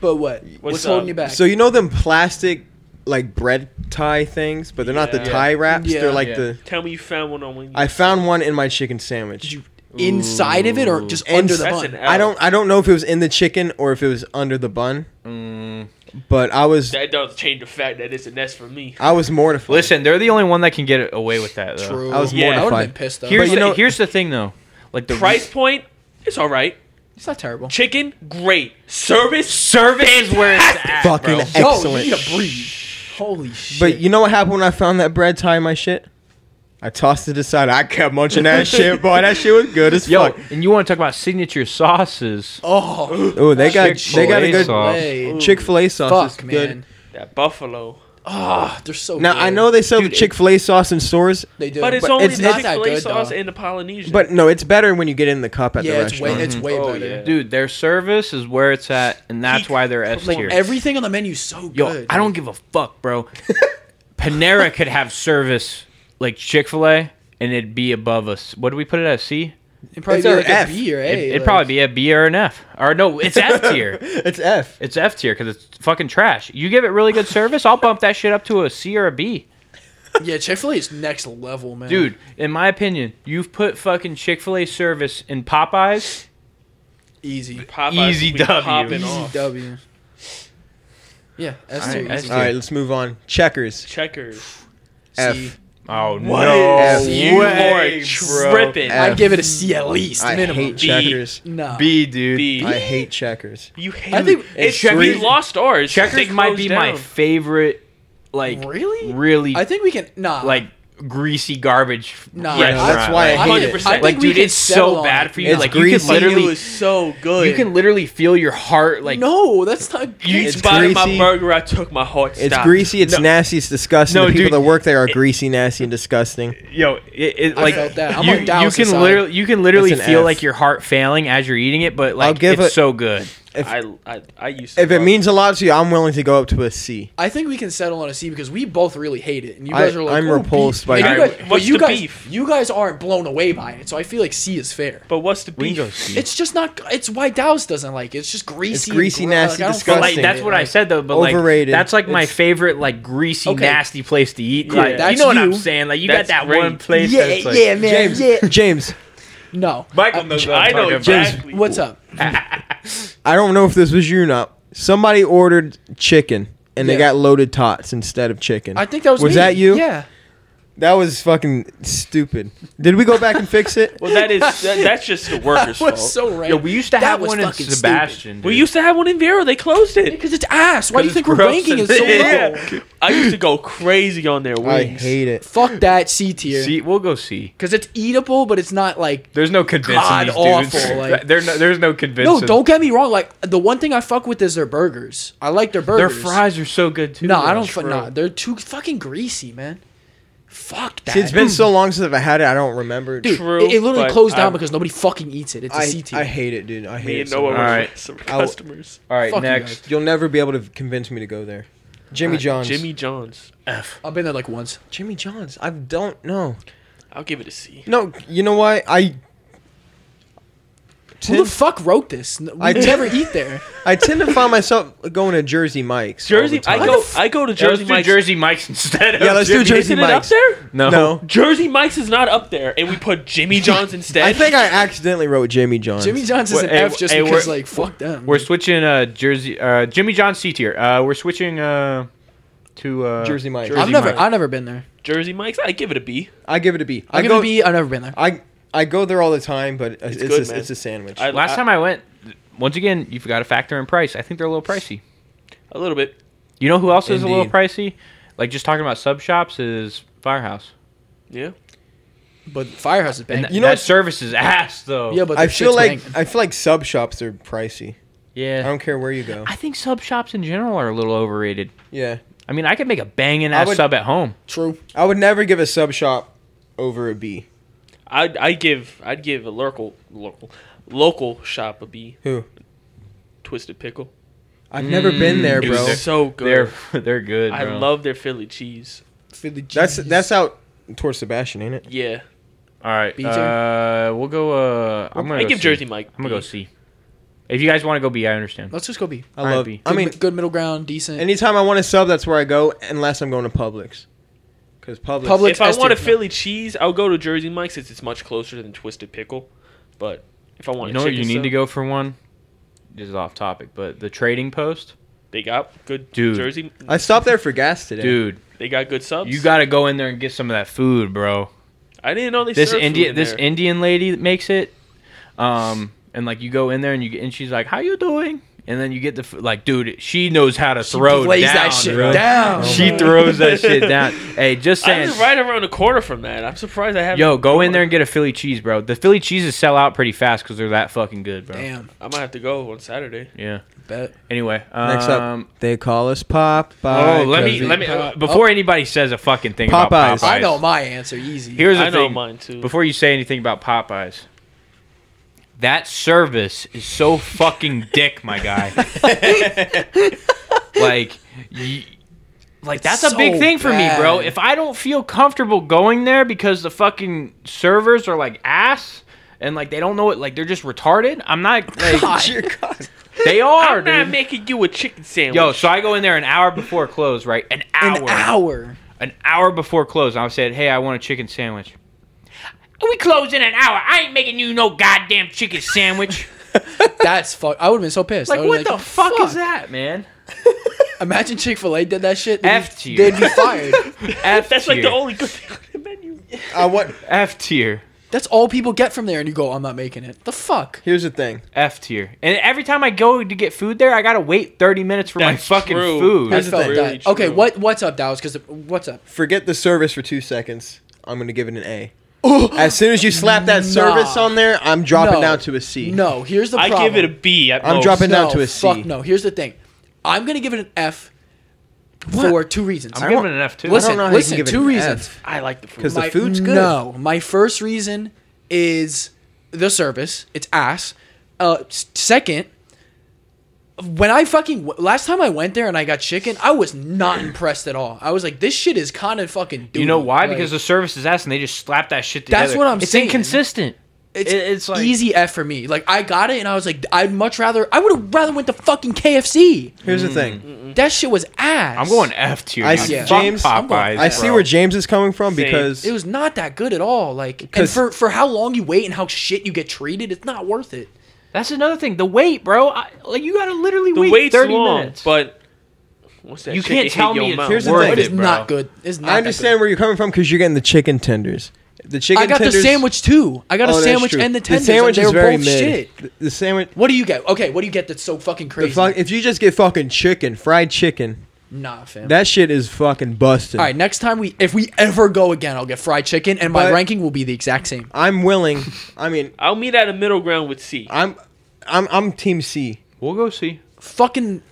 Speaker 4: But what? What's, holding
Speaker 3: up?
Speaker 4: you back?
Speaker 1: So you know them plastic like bread tie things, but they're not the
Speaker 3: Yeah.
Speaker 1: tie wraps.
Speaker 4: Yeah.
Speaker 1: They're like
Speaker 2: Yeah.
Speaker 1: the.
Speaker 3: Tell me you found one on when
Speaker 1: I found one in my chicken sandwich.
Speaker 4: Did you inside of it or just
Speaker 1: Ooh.
Speaker 4: under the
Speaker 3: That's
Speaker 4: bun?
Speaker 3: an
Speaker 1: I don't I don't know if it was in the chicken or if it was under the bun,
Speaker 2: Mm.
Speaker 1: but I was
Speaker 3: That does change the fact that it's an S for me.
Speaker 1: I was mortified.
Speaker 2: Listen, they're the only one that can get away with that. Though.
Speaker 4: True.
Speaker 1: I was
Speaker 3: Yeah.
Speaker 4: I would have
Speaker 1: mortified.
Speaker 4: been pissed though.
Speaker 2: Here's
Speaker 1: But you
Speaker 2: the,
Speaker 1: know-
Speaker 2: here's the thing though, like the
Speaker 3: Price point, it's all right.
Speaker 4: it's not terrible.
Speaker 3: Chicken, great. Service,
Speaker 2: service is where it's at,
Speaker 1: Fucking
Speaker 2: bro.
Speaker 1: Yo, Excellent.
Speaker 4: Yo, you need to breathe. Holy shit.
Speaker 1: but you know what happened when I found that bread tie in my shit? I tossed it aside. I kept munching [LAUGHS] that shit, boy. That shit was good as
Speaker 2: Yo,
Speaker 1: fuck.
Speaker 2: and you want to talk about signature sauces?
Speaker 4: oh,
Speaker 1: Oh, [GASPS] they got they got a
Speaker 2: Chick-fil-A
Speaker 1: good
Speaker 2: sauce.
Speaker 4: way.
Speaker 1: Chick Fil A sauce.
Speaker 4: Fuck,
Speaker 1: is good.
Speaker 4: man.
Speaker 3: that buffalo.
Speaker 4: Oh, they're so.
Speaker 1: Now
Speaker 4: good.
Speaker 1: I know they sell
Speaker 2: Dude, it-
Speaker 1: Chick Fil A sauce in stores,
Speaker 4: they do,
Speaker 3: But it's
Speaker 1: But
Speaker 3: only
Speaker 1: it's-
Speaker 3: the
Speaker 1: it's-
Speaker 3: Chick Fil A
Speaker 4: Good,
Speaker 3: sauce
Speaker 4: though.
Speaker 3: and the Polynesian.
Speaker 1: but no, it's better when you get it in the cup at
Speaker 4: yeah,
Speaker 1: the
Speaker 4: it's way
Speaker 1: restaurant.
Speaker 4: it's way
Speaker 3: Oh,
Speaker 4: better.
Speaker 3: yeah.
Speaker 2: Dude, their service is where it's at, and that's why they're S
Speaker 4: Like
Speaker 2: tier.
Speaker 4: everything on the menu's so
Speaker 2: Yo,
Speaker 4: good.
Speaker 2: I don't give a fuck, bro. [LAUGHS] Panera could have service like Chick Fil A, and it'd be above us. What do we put it at? C?
Speaker 4: It'd probably
Speaker 1: It's
Speaker 4: be
Speaker 1: our
Speaker 4: like
Speaker 1: F.
Speaker 4: a B or A.
Speaker 2: it'd
Speaker 4: like-
Speaker 2: probably be a B or an F, or no, it's F tier.
Speaker 1: it's F.
Speaker 2: It's F tier because it's fucking trash. You give it really good service, I'll bump that shit up to a C or a B.
Speaker 4: Yeah, Chick Fil A is next level, man.
Speaker 2: Dude, in my opinion, you've put fucking Chick fil A service in Popeyes.
Speaker 4: Easy.
Speaker 3: Popeyes
Speaker 2: Easy
Speaker 3: will be
Speaker 2: W.
Speaker 3: popping
Speaker 2: Easy
Speaker 3: off.
Speaker 4: W. Yeah, that's
Speaker 2: Alright,
Speaker 4: too
Speaker 2: that's
Speaker 4: easy.
Speaker 1: All right, let's move on. Checkers.
Speaker 3: Checkers.
Speaker 1: F.
Speaker 4: C.
Speaker 2: Oh
Speaker 1: What?
Speaker 2: no!
Speaker 1: F.
Speaker 2: You
Speaker 3: Way,
Speaker 2: are
Speaker 3: bro.
Speaker 2: tripping.
Speaker 1: F.
Speaker 4: I'd give it a C at least
Speaker 1: I
Speaker 4: minimum.
Speaker 1: hate
Speaker 3: B.
Speaker 1: checkers.
Speaker 4: no.
Speaker 2: B, dude.
Speaker 3: B.
Speaker 1: I hate checkers.
Speaker 3: You hate.
Speaker 4: I think-
Speaker 3: it's
Speaker 2: Checkers-
Speaker 3: we lost ours.
Speaker 2: Checkers
Speaker 3: Six
Speaker 2: might
Speaker 3: rows
Speaker 2: be
Speaker 3: down.
Speaker 2: my favorite. Like
Speaker 4: Really?
Speaker 2: really,
Speaker 4: I think we can. Nah.
Speaker 2: like greasy garbage.
Speaker 4: Nah.
Speaker 2: restaurant.
Speaker 1: Yeah, that's why I
Speaker 2: Like,
Speaker 1: hate it.
Speaker 3: 100%.
Speaker 4: I think
Speaker 2: like,
Speaker 4: we
Speaker 2: dude,
Speaker 4: can
Speaker 2: it's
Speaker 4: settle
Speaker 2: so
Speaker 4: on
Speaker 2: bad
Speaker 4: it.
Speaker 2: for you.
Speaker 1: It's
Speaker 2: like,
Speaker 1: greasy.
Speaker 2: you can
Speaker 3: Literally,
Speaker 2: literally,
Speaker 3: was so good.
Speaker 2: you can literally feel your heart like
Speaker 4: no, that's not.
Speaker 3: You
Speaker 1: It's
Speaker 4: You,
Speaker 3: spotted my
Speaker 1: greasy.
Speaker 3: burger. I took my heart.
Speaker 1: It's
Speaker 3: stopped.
Speaker 1: greasy. It's
Speaker 2: No.
Speaker 1: nasty. It's disgusting.
Speaker 2: No,
Speaker 1: the people
Speaker 2: dude.
Speaker 1: that work there are greasy, nasty, and [LAUGHS] disgusting.
Speaker 2: yo, it, it
Speaker 4: I
Speaker 2: like
Speaker 4: felt that. I'm
Speaker 2: you,
Speaker 4: on
Speaker 2: you
Speaker 4: Dallas'
Speaker 2: can
Speaker 4: side.
Speaker 2: literally you can literally
Speaker 1: It's an
Speaker 2: feel
Speaker 1: F.
Speaker 2: like your heart failing as you're eating it, but like
Speaker 1: give
Speaker 2: it's
Speaker 1: it-
Speaker 2: so good.
Speaker 1: If,
Speaker 3: I, I, I used. To
Speaker 1: if it
Speaker 3: love
Speaker 1: means a lot to you, I'm willing to go up to a C.
Speaker 4: I think we can settle on a C because we both really hate it, and you
Speaker 1: I-
Speaker 4: guys are like.
Speaker 1: I'm
Speaker 4: "Ooh,
Speaker 1: repulsed
Speaker 4: beef."
Speaker 1: by
Speaker 4: And you
Speaker 3: Alright,
Speaker 4: guys, but
Speaker 3: what's
Speaker 4: you
Speaker 3: the
Speaker 4: guys,
Speaker 3: beef?
Speaker 4: You guys aren't blown away by it, so I feel like C is fair.
Speaker 3: But what's the
Speaker 2: We can
Speaker 3: beef?
Speaker 2: go C.
Speaker 4: It's just not. It's why Dallas doesn't like it. It's just greasy. and
Speaker 1: greasy,
Speaker 4: gro-
Speaker 1: nasty,
Speaker 4: like, I don't
Speaker 2: But like
Speaker 1: disgusting.
Speaker 2: that's what I said though. But
Speaker 1: Overrated.
Speaker 2: like that's like my
Speaker 1: It's-
Speaker 2: favorite like greasy
Speaker 4: Okay.
Speaker 2: nasty place to eat.
Speaker 3: Yeah,
Speaker 2: Like you
Speaker 4: that's
Speaker 2: know what I'm
Speaker 4: you.
Speaker 2: saying? Like you
Speaker 3: That's
Speaker 2: got that
Speaker 3: great.
Speaker 2: one place. that's like,
Speaker 1: James, James,
Speaker 4: No.
Speaker 2: Michael
Speaker 4: Uh,
Speaker 2: knows what I'm
Speaker 3: I
Speaker 2: talking
Speaker 3: know
Speaker 2: about.
Speaker 3: exactly.
Speaker 4: What's up?
Speaker 1: I don't know if this was you or not. Somebody ordered chicken and they
Speaker 4: Yeah.
Speaker 1: got loaded tots instead of chicken.
Speaker 4: I think that was.
Speaker 1: Was
Speaker 4: me.
Speaker 1: that you?
Speaker 2: [LAUGHS]
Speaker 4: Yeah.
Speaker 1: that was fucking stupid. Did we go back and fix
Speaker 4: [LAUGHS]
Speaker 1: it?
Speaker 3: Well, that is that, that's just the workers'
Speaker 4: That
Speaker 3: fault.
Speaker 4: was so
Speaker 2: Yo,
Speaker 4: random.
Speaker 2: we used to
Speaker 4: That
Speaker 2: have
Speaker 4: was
Speaker 2: one in
Speaker 4: fucking stupid.
Speaker 2: Sebastian.
Speaker 3: we
Speaker 2: dude.
Speaker 3: used to have one in Vero. They closed it.
Speaker 4: Because it's ass. Why do you
Speaker 2: it's
Speaker 4: think we're
Speaker 2: gross
Speaker 4: ranking
Speaker 2: and-
Speaker 4: it so low?
Speaker 2: [LAUGHS] Yeah.
Speaker 3: I used to go crazy on their
Speaker 1: I
Speaker 3: wings.
Speaker 1: hate it.
Speaker 4: Fuck that C tier.
Speaker 2: see. We'll go see.
Speaker 4: Because it's eatable, but it's not like.
Speaker 2: There's no convincing
Speaker 4: God
Speaker 2: these dudes.
Speaker 4: awful, like-
Speaker 2: There- no- there's no convincing.
Speaker 4: No, don't get me wrong. Like the one thing I fuck with is their burgers. I like their
Speaker 2: Their
Speaker 4: burgers.
Speaker 2: fries are so good too.
Speaker 4: No, I
Speaker 2: though.
Speaker 4: don't. Fu- nah, they're too fucking greasy, man. Fuck that.
Speaker 1: See, it's been
Speaker 4: [LAUGHS]
Speaker 1: so long since I've had it. I don't remember.
Speaker 4: Dude,
Speaker 3: True,
Speaker 4: it, it literally
Speaker 3: but
Speaker 4: closed down
Speaker 3: I'm-
Speaker 4: because nobody fucking eats it. It's a C
Speaker 1: I,
Speaker 4: tier.
Speaker 1: I hate it, dude. I hate
Speaker 3: Me
Speaker 1: it.
Speaker 3: and
Speaker 1: so
Speaker 3: Noah
Speaker 1: much.
Speaker 3: were
Speaker 2: Alright.
Speaker 3: some
Speaker 1: I'll-
Speaker 3: customers.
Speaker 2: All right,
Speaker 4: Fuck you
Speaker 2: next.
Speaker 1: You'll never be able to convince me to go there. Jimmy John's.
Speaker 3: Uh, Jimmy John's.
Speaker 2: F.
Speaker 4: I've been there like once.
Speaker 1: Jimmy John's. I don't know.
Speaker 3: I'll give it a C.
Speaker 1: No, you know why? I.
Speaker 4: Who
Speaker 1: Tend,
Speaker 4: the fuck wrote this? N- We
Speaker 1: I [LAUGHS] did-
Speaker 4: never eat there.
Speaker 1: I tend to find myself going to Jersey Mike's. all the
Speaker 3: Jersey. I
Speaker 1: time.
Speaker 3: go. I go to
Speaker 2: Jersey
Speaker 3: Jersey
Speaker 2: let's
Speaker 3: Mike's.
Speaker 2: do Jersey Mike's [LAUGHS] instead. Of
Speaker 1: Yeah, let's do
Speaker 2: Jimmy.
Speaker 1: Jersey
Speaker 3: Isn't it up
Speaker 1: Mike's.
Speaker 3: there?
Speaker 2: No.
Speaker 3: [LAUGHS]
Speaker 1: No.
Speaker 3: Jersey Mike's is not up there, and we
Speaker 2: [LAUGHS]
Speaker 3: put Jimmy John's instead.
Speaker 1: I think I accidentally wrote Jimmy John's.
Speaker 4: Jimmy John's is
Speaker 2: Wait,
Speaker 4: an
Speaker 2: hey,
Speaker 4: F just
Speaker 2: hey,
Speaker 4: because
Speaker 2: we're-
Speaker 4: like fuck them.
Speaker 2: We're switching uh Jersey uh Jimmy John C tier. Uh we're switching uh to uh
Speaker 1: Jersey Mike's.
Speaker 4: I've
Speaker 1: Jersey
Speaker 4: never.
Speaker 2: Mike's.
Speaker 4: I've never been there.
Speaker 3: Jersey Mike's. I give it a B.
Speaker 1: I give it a B. I
Speaker 4: I'm
Speaker 1: go.
Speaker 4: gonna be. I've never been there.
Speaker 1: I I go there all the time, but it's,
Speaker 3: good,
Speaker 1: a,
Speaker 3: man.
Speaker 1: it's a sandwich.
Speaker 3: I-
Speaker 2: Last time I went, once again, you've got to factor in price. I think they're a little pricey.
Speaker 3: A little bit.
Speaker 2: You know who else is a little
Speaker 1: Indeed.
Speaker 2: pricey? Like just talking about sub shops is Firehouse.
Speaker 3: Yeah.
Speaker 4: But Firehouse is
Speaker 2: And
Speaker 4: banging.
Speaker 2: you
Speaker 1: You
Speaker 2: know
Speaker 1: know
Speaker 2: that
Speaker 1: what-
Speaker 2: service is ass though.
Speaker 4: yeah, but
Speaker 1: I
Speaker 4: their
Speaker 1: feel
Speaker 4: shit's
Speaker 1: like
Speaker 4: banging.
Speaker 1: I feel like sub shops are pricey. I
Speaker 2: yeah.
Speaker 1: don't care where you go.
Speaker 2: I think sub shops in general are a little overrated.
Speaker 1: Yeah,
Speaker 2: I mean, I could make a banging
Speaker 1: I
Speaker 2: ass
Speaker 1: would-
Speaker 2: sub at home.
Speaker 4: True.
Speaker 1: I would never give a sub shop over a B.
Speaker 3: I'd I give I'd give a local local local shop a B.
Speaker 1: Who?
Speaker 3: Twisted pickle.
Speaker 1: I've never been there,
Speaker 3: It
Speaker 2: dude,
Speaker 1: bro.
Speaker 3: was so good.
Speaker 2: They're [LAUGHS] they're good.
Speaker 3: I
Speaker 2: bro.
Speaker 3: love their Philly cheese.
Speaker 4: Philly
Speaker 1: That's
Speaker 4: cheese.
Speaker 1: that's out towards Sebastian, ain't it?
Speaker 3: Yeah.
Speaker 2: All right.
Speaker 4: B
Speaker 2: Uh, we'll go. Uh, I'm gonna.
Speaker 3: I
Speaker 2: go
Speaker 3: give
Speaker 2: C.
Speaker 3: Jersey Mike.
Speaker 2: I'm gonna go
Speaker 3: B.
Speaker 2: C. If you guys want to go B, I understand.
Speaker 4: Let's just go B.
Speaker 1: I
Speaker 2: Alright,
Speaker 1: love.
Speaker 2: B.
Speaker 1: I
Speaker 4: Good
Speaker 1: mean,
Speaker 4: mi- good middle ground, decent.
Speaker 1: anytime I want a sub, that's where I go, unless I'm going to Publix. Because Publix.
Speaker 4: Publix-
Speaker 3: If I
Speaker 4: S tier.
Speaker 3: want a Philly cheese, I'll go to Jersey Mike's since it's much closer than Twisted Pickle. But if I want,
Speaker 2: You
Speaker 3: a
Speaker 2: know what? You
Speaker 3: chicken
Speaker 2: need to
Speaker 3: sub,
Speaker 2: go for one. This is off topic, but the trading post,
Speaker 3: They got good
Speaker 2: Dude.
Speaker 3: Jersey.
Speaker 1: I stopped there for gas today.
Speaker 2: dude.
Speaker 3: They got good subs.
Speaker 2: You got to go in there and get some of that food, bro.
Speaker 3: I didn't know they
Speaker 2: This
Speaker 3: served food
Speaker 2: Indian
Speaker 3: in
Speaker 2: this
Speaker 3: there.
Speaker 2: Indian lady that makes it, um, and like you go in there and you get, and she's like, "How you doing?" And then you get the food. Like, dude, she knows how to
Speaker 4: She
Speaker 2: throw
Speaker 4: lays
Speaker 2: down,
Speaker 4: that shit
Speaker 2: bro.
Speaker 4: down.
Speaker 2: [LAUGHS] She throws that shit down. Hey, just
Speaker 3: [LAUGHS] I
Speaker 2: saying.
Speaker 3: was right around the corner from that. I'm surprised I haven't.
Speaker 2: Yo, go in there and get a Philly cheese, bro. The Philly cheeses sell out pretty fast because they're that fucking good, bro.
Speaker 4: Damn.
Speaker 3: I might have to go on Saturday.
Speaker 2: Yeah.
Speaker 4: Bet.
Speaker 2: Anyway, um,
Speaker 1: Next up, they call us Popeye.
Speaker 2: Oh, let
Speaker 1: 'cause
Speaker 2: me
Speaker 1: we-
Speaker 2: let me
Speaker 4: Popeye.
Speaker 2: before anybody says a fucking thing about
Speaker 1: Popeyes.
Speaker 2: Popeyes.
Speaker 4: oh. I know my answer easy.
Speaker 2: Here's the
Speaker 3: I know
Speaker 2: thing.
Speaker 3: mine too.
Speaker 2: Before you say anything about Popeyes, that service is so fucking dick, my
Speaker 4: [LAUGHS]
Speaker 2: guy. like, y- like
Speaker 4: It's
Speaker 2: that's a
Speaker 4: so
Speaker 2: big thing for me, bro.
Speaker 4: bad.
Speaker 2: If I don't feel comfortable going there because the fucking servers are like ass and like they don't know it, like they're just retarded. I'm not. Like,
Speaker 4: [LAUGHS] [LAUGHS] God.
Speaker 2: they are,
Speaker 3: I'm not
Speaker 2: dude.
Speaker 3: making you a chicken sandwich.
Speaker 2: Yo, so I go in there an hour before close, right? An hour.
Speaker 4: An hour.
Speaker 2: An hour before close. I said, hey, I want a chicken
Speaker 4: [LAUGHS]
Speaker 2: sandwich. We close in an hour. I ain't making you no goddamn chicken sandwich.
Speaker 4: That's fuck. I would have been so pissed. I
Speaker 2: Like, what
Speaker 4: would've been
Speaker 2: the fuck, is that, man?
Speaker 4: Imagine Chick Fil A did that shit. they'd be-
Speaker 2: F tier.
Speaker 4: They'd be fired.
Speaker 2: F
Speaker 3: That's
Speaker 2: tier.
Speaker 3: like the only good thing on the menu.
Speaker 1: I want.
Speaker 2: F tier.
Speaker 4: That's all people get from there, and you go, I'm not making it. The fuck.
Speaker 1: Here's the thing.
Speaker 2: F tier. And every time I go to get food there, I gotta wait 30 minutes for
Speaker 3: That's
Speaker 2: my fucking
Speaker 3: true.
Speaker 2: food.
Speaker 4: I
Speaker 1: Here's the
Speaker 4: felt
Speaker 1: thing.
Speaker 4: that.
Speaker 3: Really
Speaker 4: Okay,
Speaker 3: true.
Speaker 4: what what's up, Dallas? Because what's up?
Speaker 1: Forget the service for two seconds. I'm gonna give it an A. as soon as you slap that service
Speaker 4: Nah.
Speaker 1: on there, I'm dropping
Speaker 4: No.
Speaker 1: down to a C.
Speaker 4: No, here's the
Speaker 3: I
Speaker 4: problem.
Speaker 3: give it a B at
Speaker 1: I'm
Speaker 3: most.
Speaker 1: dropping down
Speaker 4: No,
Speaker 1: to a C.
Speaker 4: Fuck no. Here's the thing. I'm gonna give it an F
Speaker 1: What?
Speaker 4: for two reasons.
Speaker 2: I'm giving it an F too.
Speaker 4: Listen,
Speaker 1: I don't know how you
Speaker 4: listen.
Speaker 1: can give it
Speaker 4: two
Speaker 1: an
Speaker 4: reasons.
Speaker 1: F.
Speaker 3: I like the food.
Speaker 1: 'Cause the
Speaker 4: My-
Speaker 1: food's good.
Speaker 4: No, my first reason is the service. It's ass. Uh, s- second, when I fucking last time I went there and I got chicken, I
Speaker 2: [CLEARS THROAT]
Speaker 4: was not impressed at all. I was like, this shit is kind of fucking.
Speaker 2: You know
Speaker 4: doo-doo.
Speaker 2: why?
Speaker 4: Like,
Speaker 2: because the service is ass and they just slap that shit together.
Speaker 4: That's what I'm
Speaker 2: it's
Speaker 4: saying.
Speaker 2: It's inconsistent.
Speaker 4: it's,
Speaker 2: it- it's like-
Speaker 4: easy F for me. Like I got it and I was like, I'd much rather. I would have rather went to fucking KFC.
Speaker 1: Here's the thing.
Speaker 4: That shit was ass.
Speaker 2: Mm. I'm going F tier.
Speaker 1: I
Speaker 2: dude.
Speaker 1: see-
Speaker 2: Fuck
Speaker 1: James,
Speaker 2: Popeyes,
Speaker 4: I'm going-
Speaker 1: I see
Speaker 2: bro.
Speaker 1: where James is coming from
Speaker 3: Same.
Speaker 1: because
Speaker 4: It was not that good at all. Like, and
Speaker 1: 'Cause-
Speaker 4: for for how long you wait and how shit you get treated, it's not worth it.
Speaker 2: That's another thing. The wait, bro. I, like you gotta literally
Speaker 3: The
Speaker 2: wait
Speaker 3: wait's
Speaker 2: 30
Speaker 3: long,
Speaker 2: minutes.
Speaker 3: but what's that?
Speaker 2: You
Speaker 3: shit
Speaker 2: can't
Speaker 3: hit
Speaker 2: tell
Speaker 3: your
Speaker 2: me it's
Speaker 3: mouth?
Speaker 1: Here's the
Speaker 2: worth
Speaker 1: thing.
Speaker 4: It
Speaker 2: it,
Speaker 4: is
Speaker 2: bro.
Speaker 4: not good. It's not.
Speaker 1: I
Speaker 4: that
Speaker 1: understand where you're coming from because you're getting the chicken tenders. The
Speaker 4: good.
Speaker 1: chicken.
Speaker 4: I got the
Speaker 1: tenders-
Speaker 4: sandwich too. I got
Speaker 1: Oh,
Speaker 4: a
Speaker 1: that's
Speaker 4: sandwich
Speaker 1: true.
Speaker 4: and the tenders.
Speaker 1: The sandwich
Speaker 4: and they
Speaker 1: is
Speaker 4: were
Speaker 1: very
Speaker 4: both
Speaker 1: mid.
Speaker 4: shit.
Speaker 1: The, the sandwich.
Speaker 4: What do you get? Okay, what do you get that's so fucking
Speaker 1: The
Speaker 4: crazy?
Speaker 1: fuck, if you just get fucking chicken, fried chicken,
Speaker 4: nah, fam.
Speaker 1: that shit is fucking busted.
Speaker 4: all right, next time we, if we ever go again, I'll get fried chicken, and my
Speaker 1: But-
Speaker 4: ranking will be the exact same.
Speaker 1: I'm willing. I mean,
Speaker 3: I'll meet at a middle ground with C.
Speaker 1: I'm, I'm, I'm team C.
Speaker 2: We'll go see.
Speaker 4: Fucking,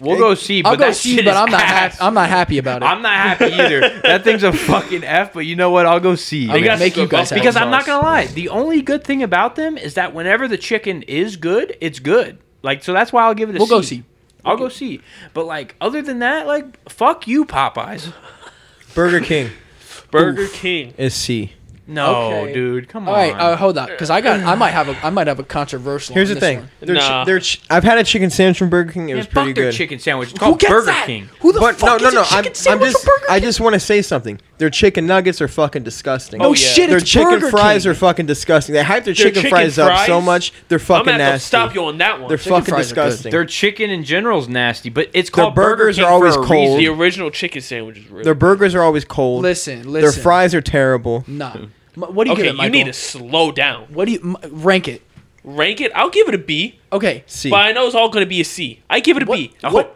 Speaker 2: We'll go see. But
Speaker 4: I'll go
Speaker 2: that
Speaker 4: see,
Speaker 2: shit
Speaker 4: but
Speaker 2: is
Speaker 4: I'm not.
Speaker 2: ass.
Speaker 4: Happy, I'm not happy about it.
Speaker 2: I'm not happy either. that thing's a fucking F. But you know what? I'll go see.
Speaker 4: I'm
Speaker 2: man.
Speaker 4: gonna make you guys happy.
Speaker 2: because I'm not gonna lie. The only good thing about them is that whenever the chicken is good, it's good. Like so that's why I'll give it a
Speaker 4: We'll go
Speaker 2: C.
Speaker 4: see.
Speaker 2: I'll go see. But like other than that, like fuck you, Popeyes.
Speaker 1: Burger King
Speaker 3: Burger King.
Speaker 1: is C.
Speaker 2: No,
Speaker 4: Okay.
Speaker 2: dude, come
Speaker 4: All
Speaker 2: on.
Speaker 4: right, uh, hold on, because I got, I might have a, I might have a controversial.
Speaker 1: Here's
Speaker 4: on
Speaker 1: the
Speaker 4: this
Speaker 1: thing.
Speaker 4: one.
Speaker 1: They're
Speaker 3: Nah.
Speaker 1: Ch- they're ch- I've had a chicken sandwich from Burger King. It
Speaker 2: Man,
Speaker 1: was
Speaker 2: fuck
Speaker 1: pretty
Speaker 2: their
Speaker 1: good.
Speaker 2: chicken sandwich. It's
Speaker 4: Who
Speaker 2: called
Speaker 4: gets
Speaker 2: Burger
Speaker 4: that?
Speaker 2: King.
Speaker 4: Who the
Speaker 1: But no,
Speaker 4: fuck
Speaker 1: no,
Speaker 4: is
Speaker 1: no.
Speaker 4: a
Speaker 1: I'm,
Speaker 4: chicken
Speaker 1: I'm
Speaker 4: sandwich from
Speaker 1: just.
Speaker 4: Burger King?
Speaker 1: I just want to say something. Their chicken nuggets are fucking disgusting.
Speaker 4: No
Speaker 3: Oh, yeah.
Speaker 4: shit,
Speaker 1: their
Speaker 4: it's
Speaker 1: chicken
Speaker 4: Burger
Speaker 1: fries
Speaker 4: King.
Speaker 1: are fucking disgusting. They hype their,
Speaker 3: Their
Speaker 1: chicken,
Speaker 3: chicken
Speaker 1: fries, up so
Speaker 3: fries?
Speaker 1: much. They're
Speaker 3: I'm
Speaker 1: fucking
Speaker 3: gonna have to
Speaker 1: nasty.
Speaker 3: stop you on that one.
Speaker 1: They're
Speaker 4: Chicken
Speaker 1: fucking
Speaker 4: fries are good.
Speaker 1: disgusting.
Speaker 2: Their chicken in general's nasty, but it's called Burger
Speaker 1: burgers
Speaker 2: King
Speaker 1: are always
Speaker 2: for a
Speaker 1: cold.
Speaker 2: reason.
Speaker 3: the original chicken sandwich is really.
Speaker 1: Their burgers are always cold.
Speaker 4: Listen, listen.
Speaker 1: Their fries are terrible.
Speaker 4: Nah.
Speaker 2: Hmm.
Speaker 4: M- What do you
Speaker 3: okay,
Speaker 4: give it,
Speaker 3: you
Speaker 4: Michael?
Speaker 3: need to slow down.
Speaker 4: What do you m- rank it?
Speaker 3: Rank it. I'll give it a B,
Speaker 4: Okay.
Speaker 1: See,
Speaker 3: but I know it's all gonna be a C. I give it a
Speaker 4: What?
Speaker 3: B.
Speaker 4: What?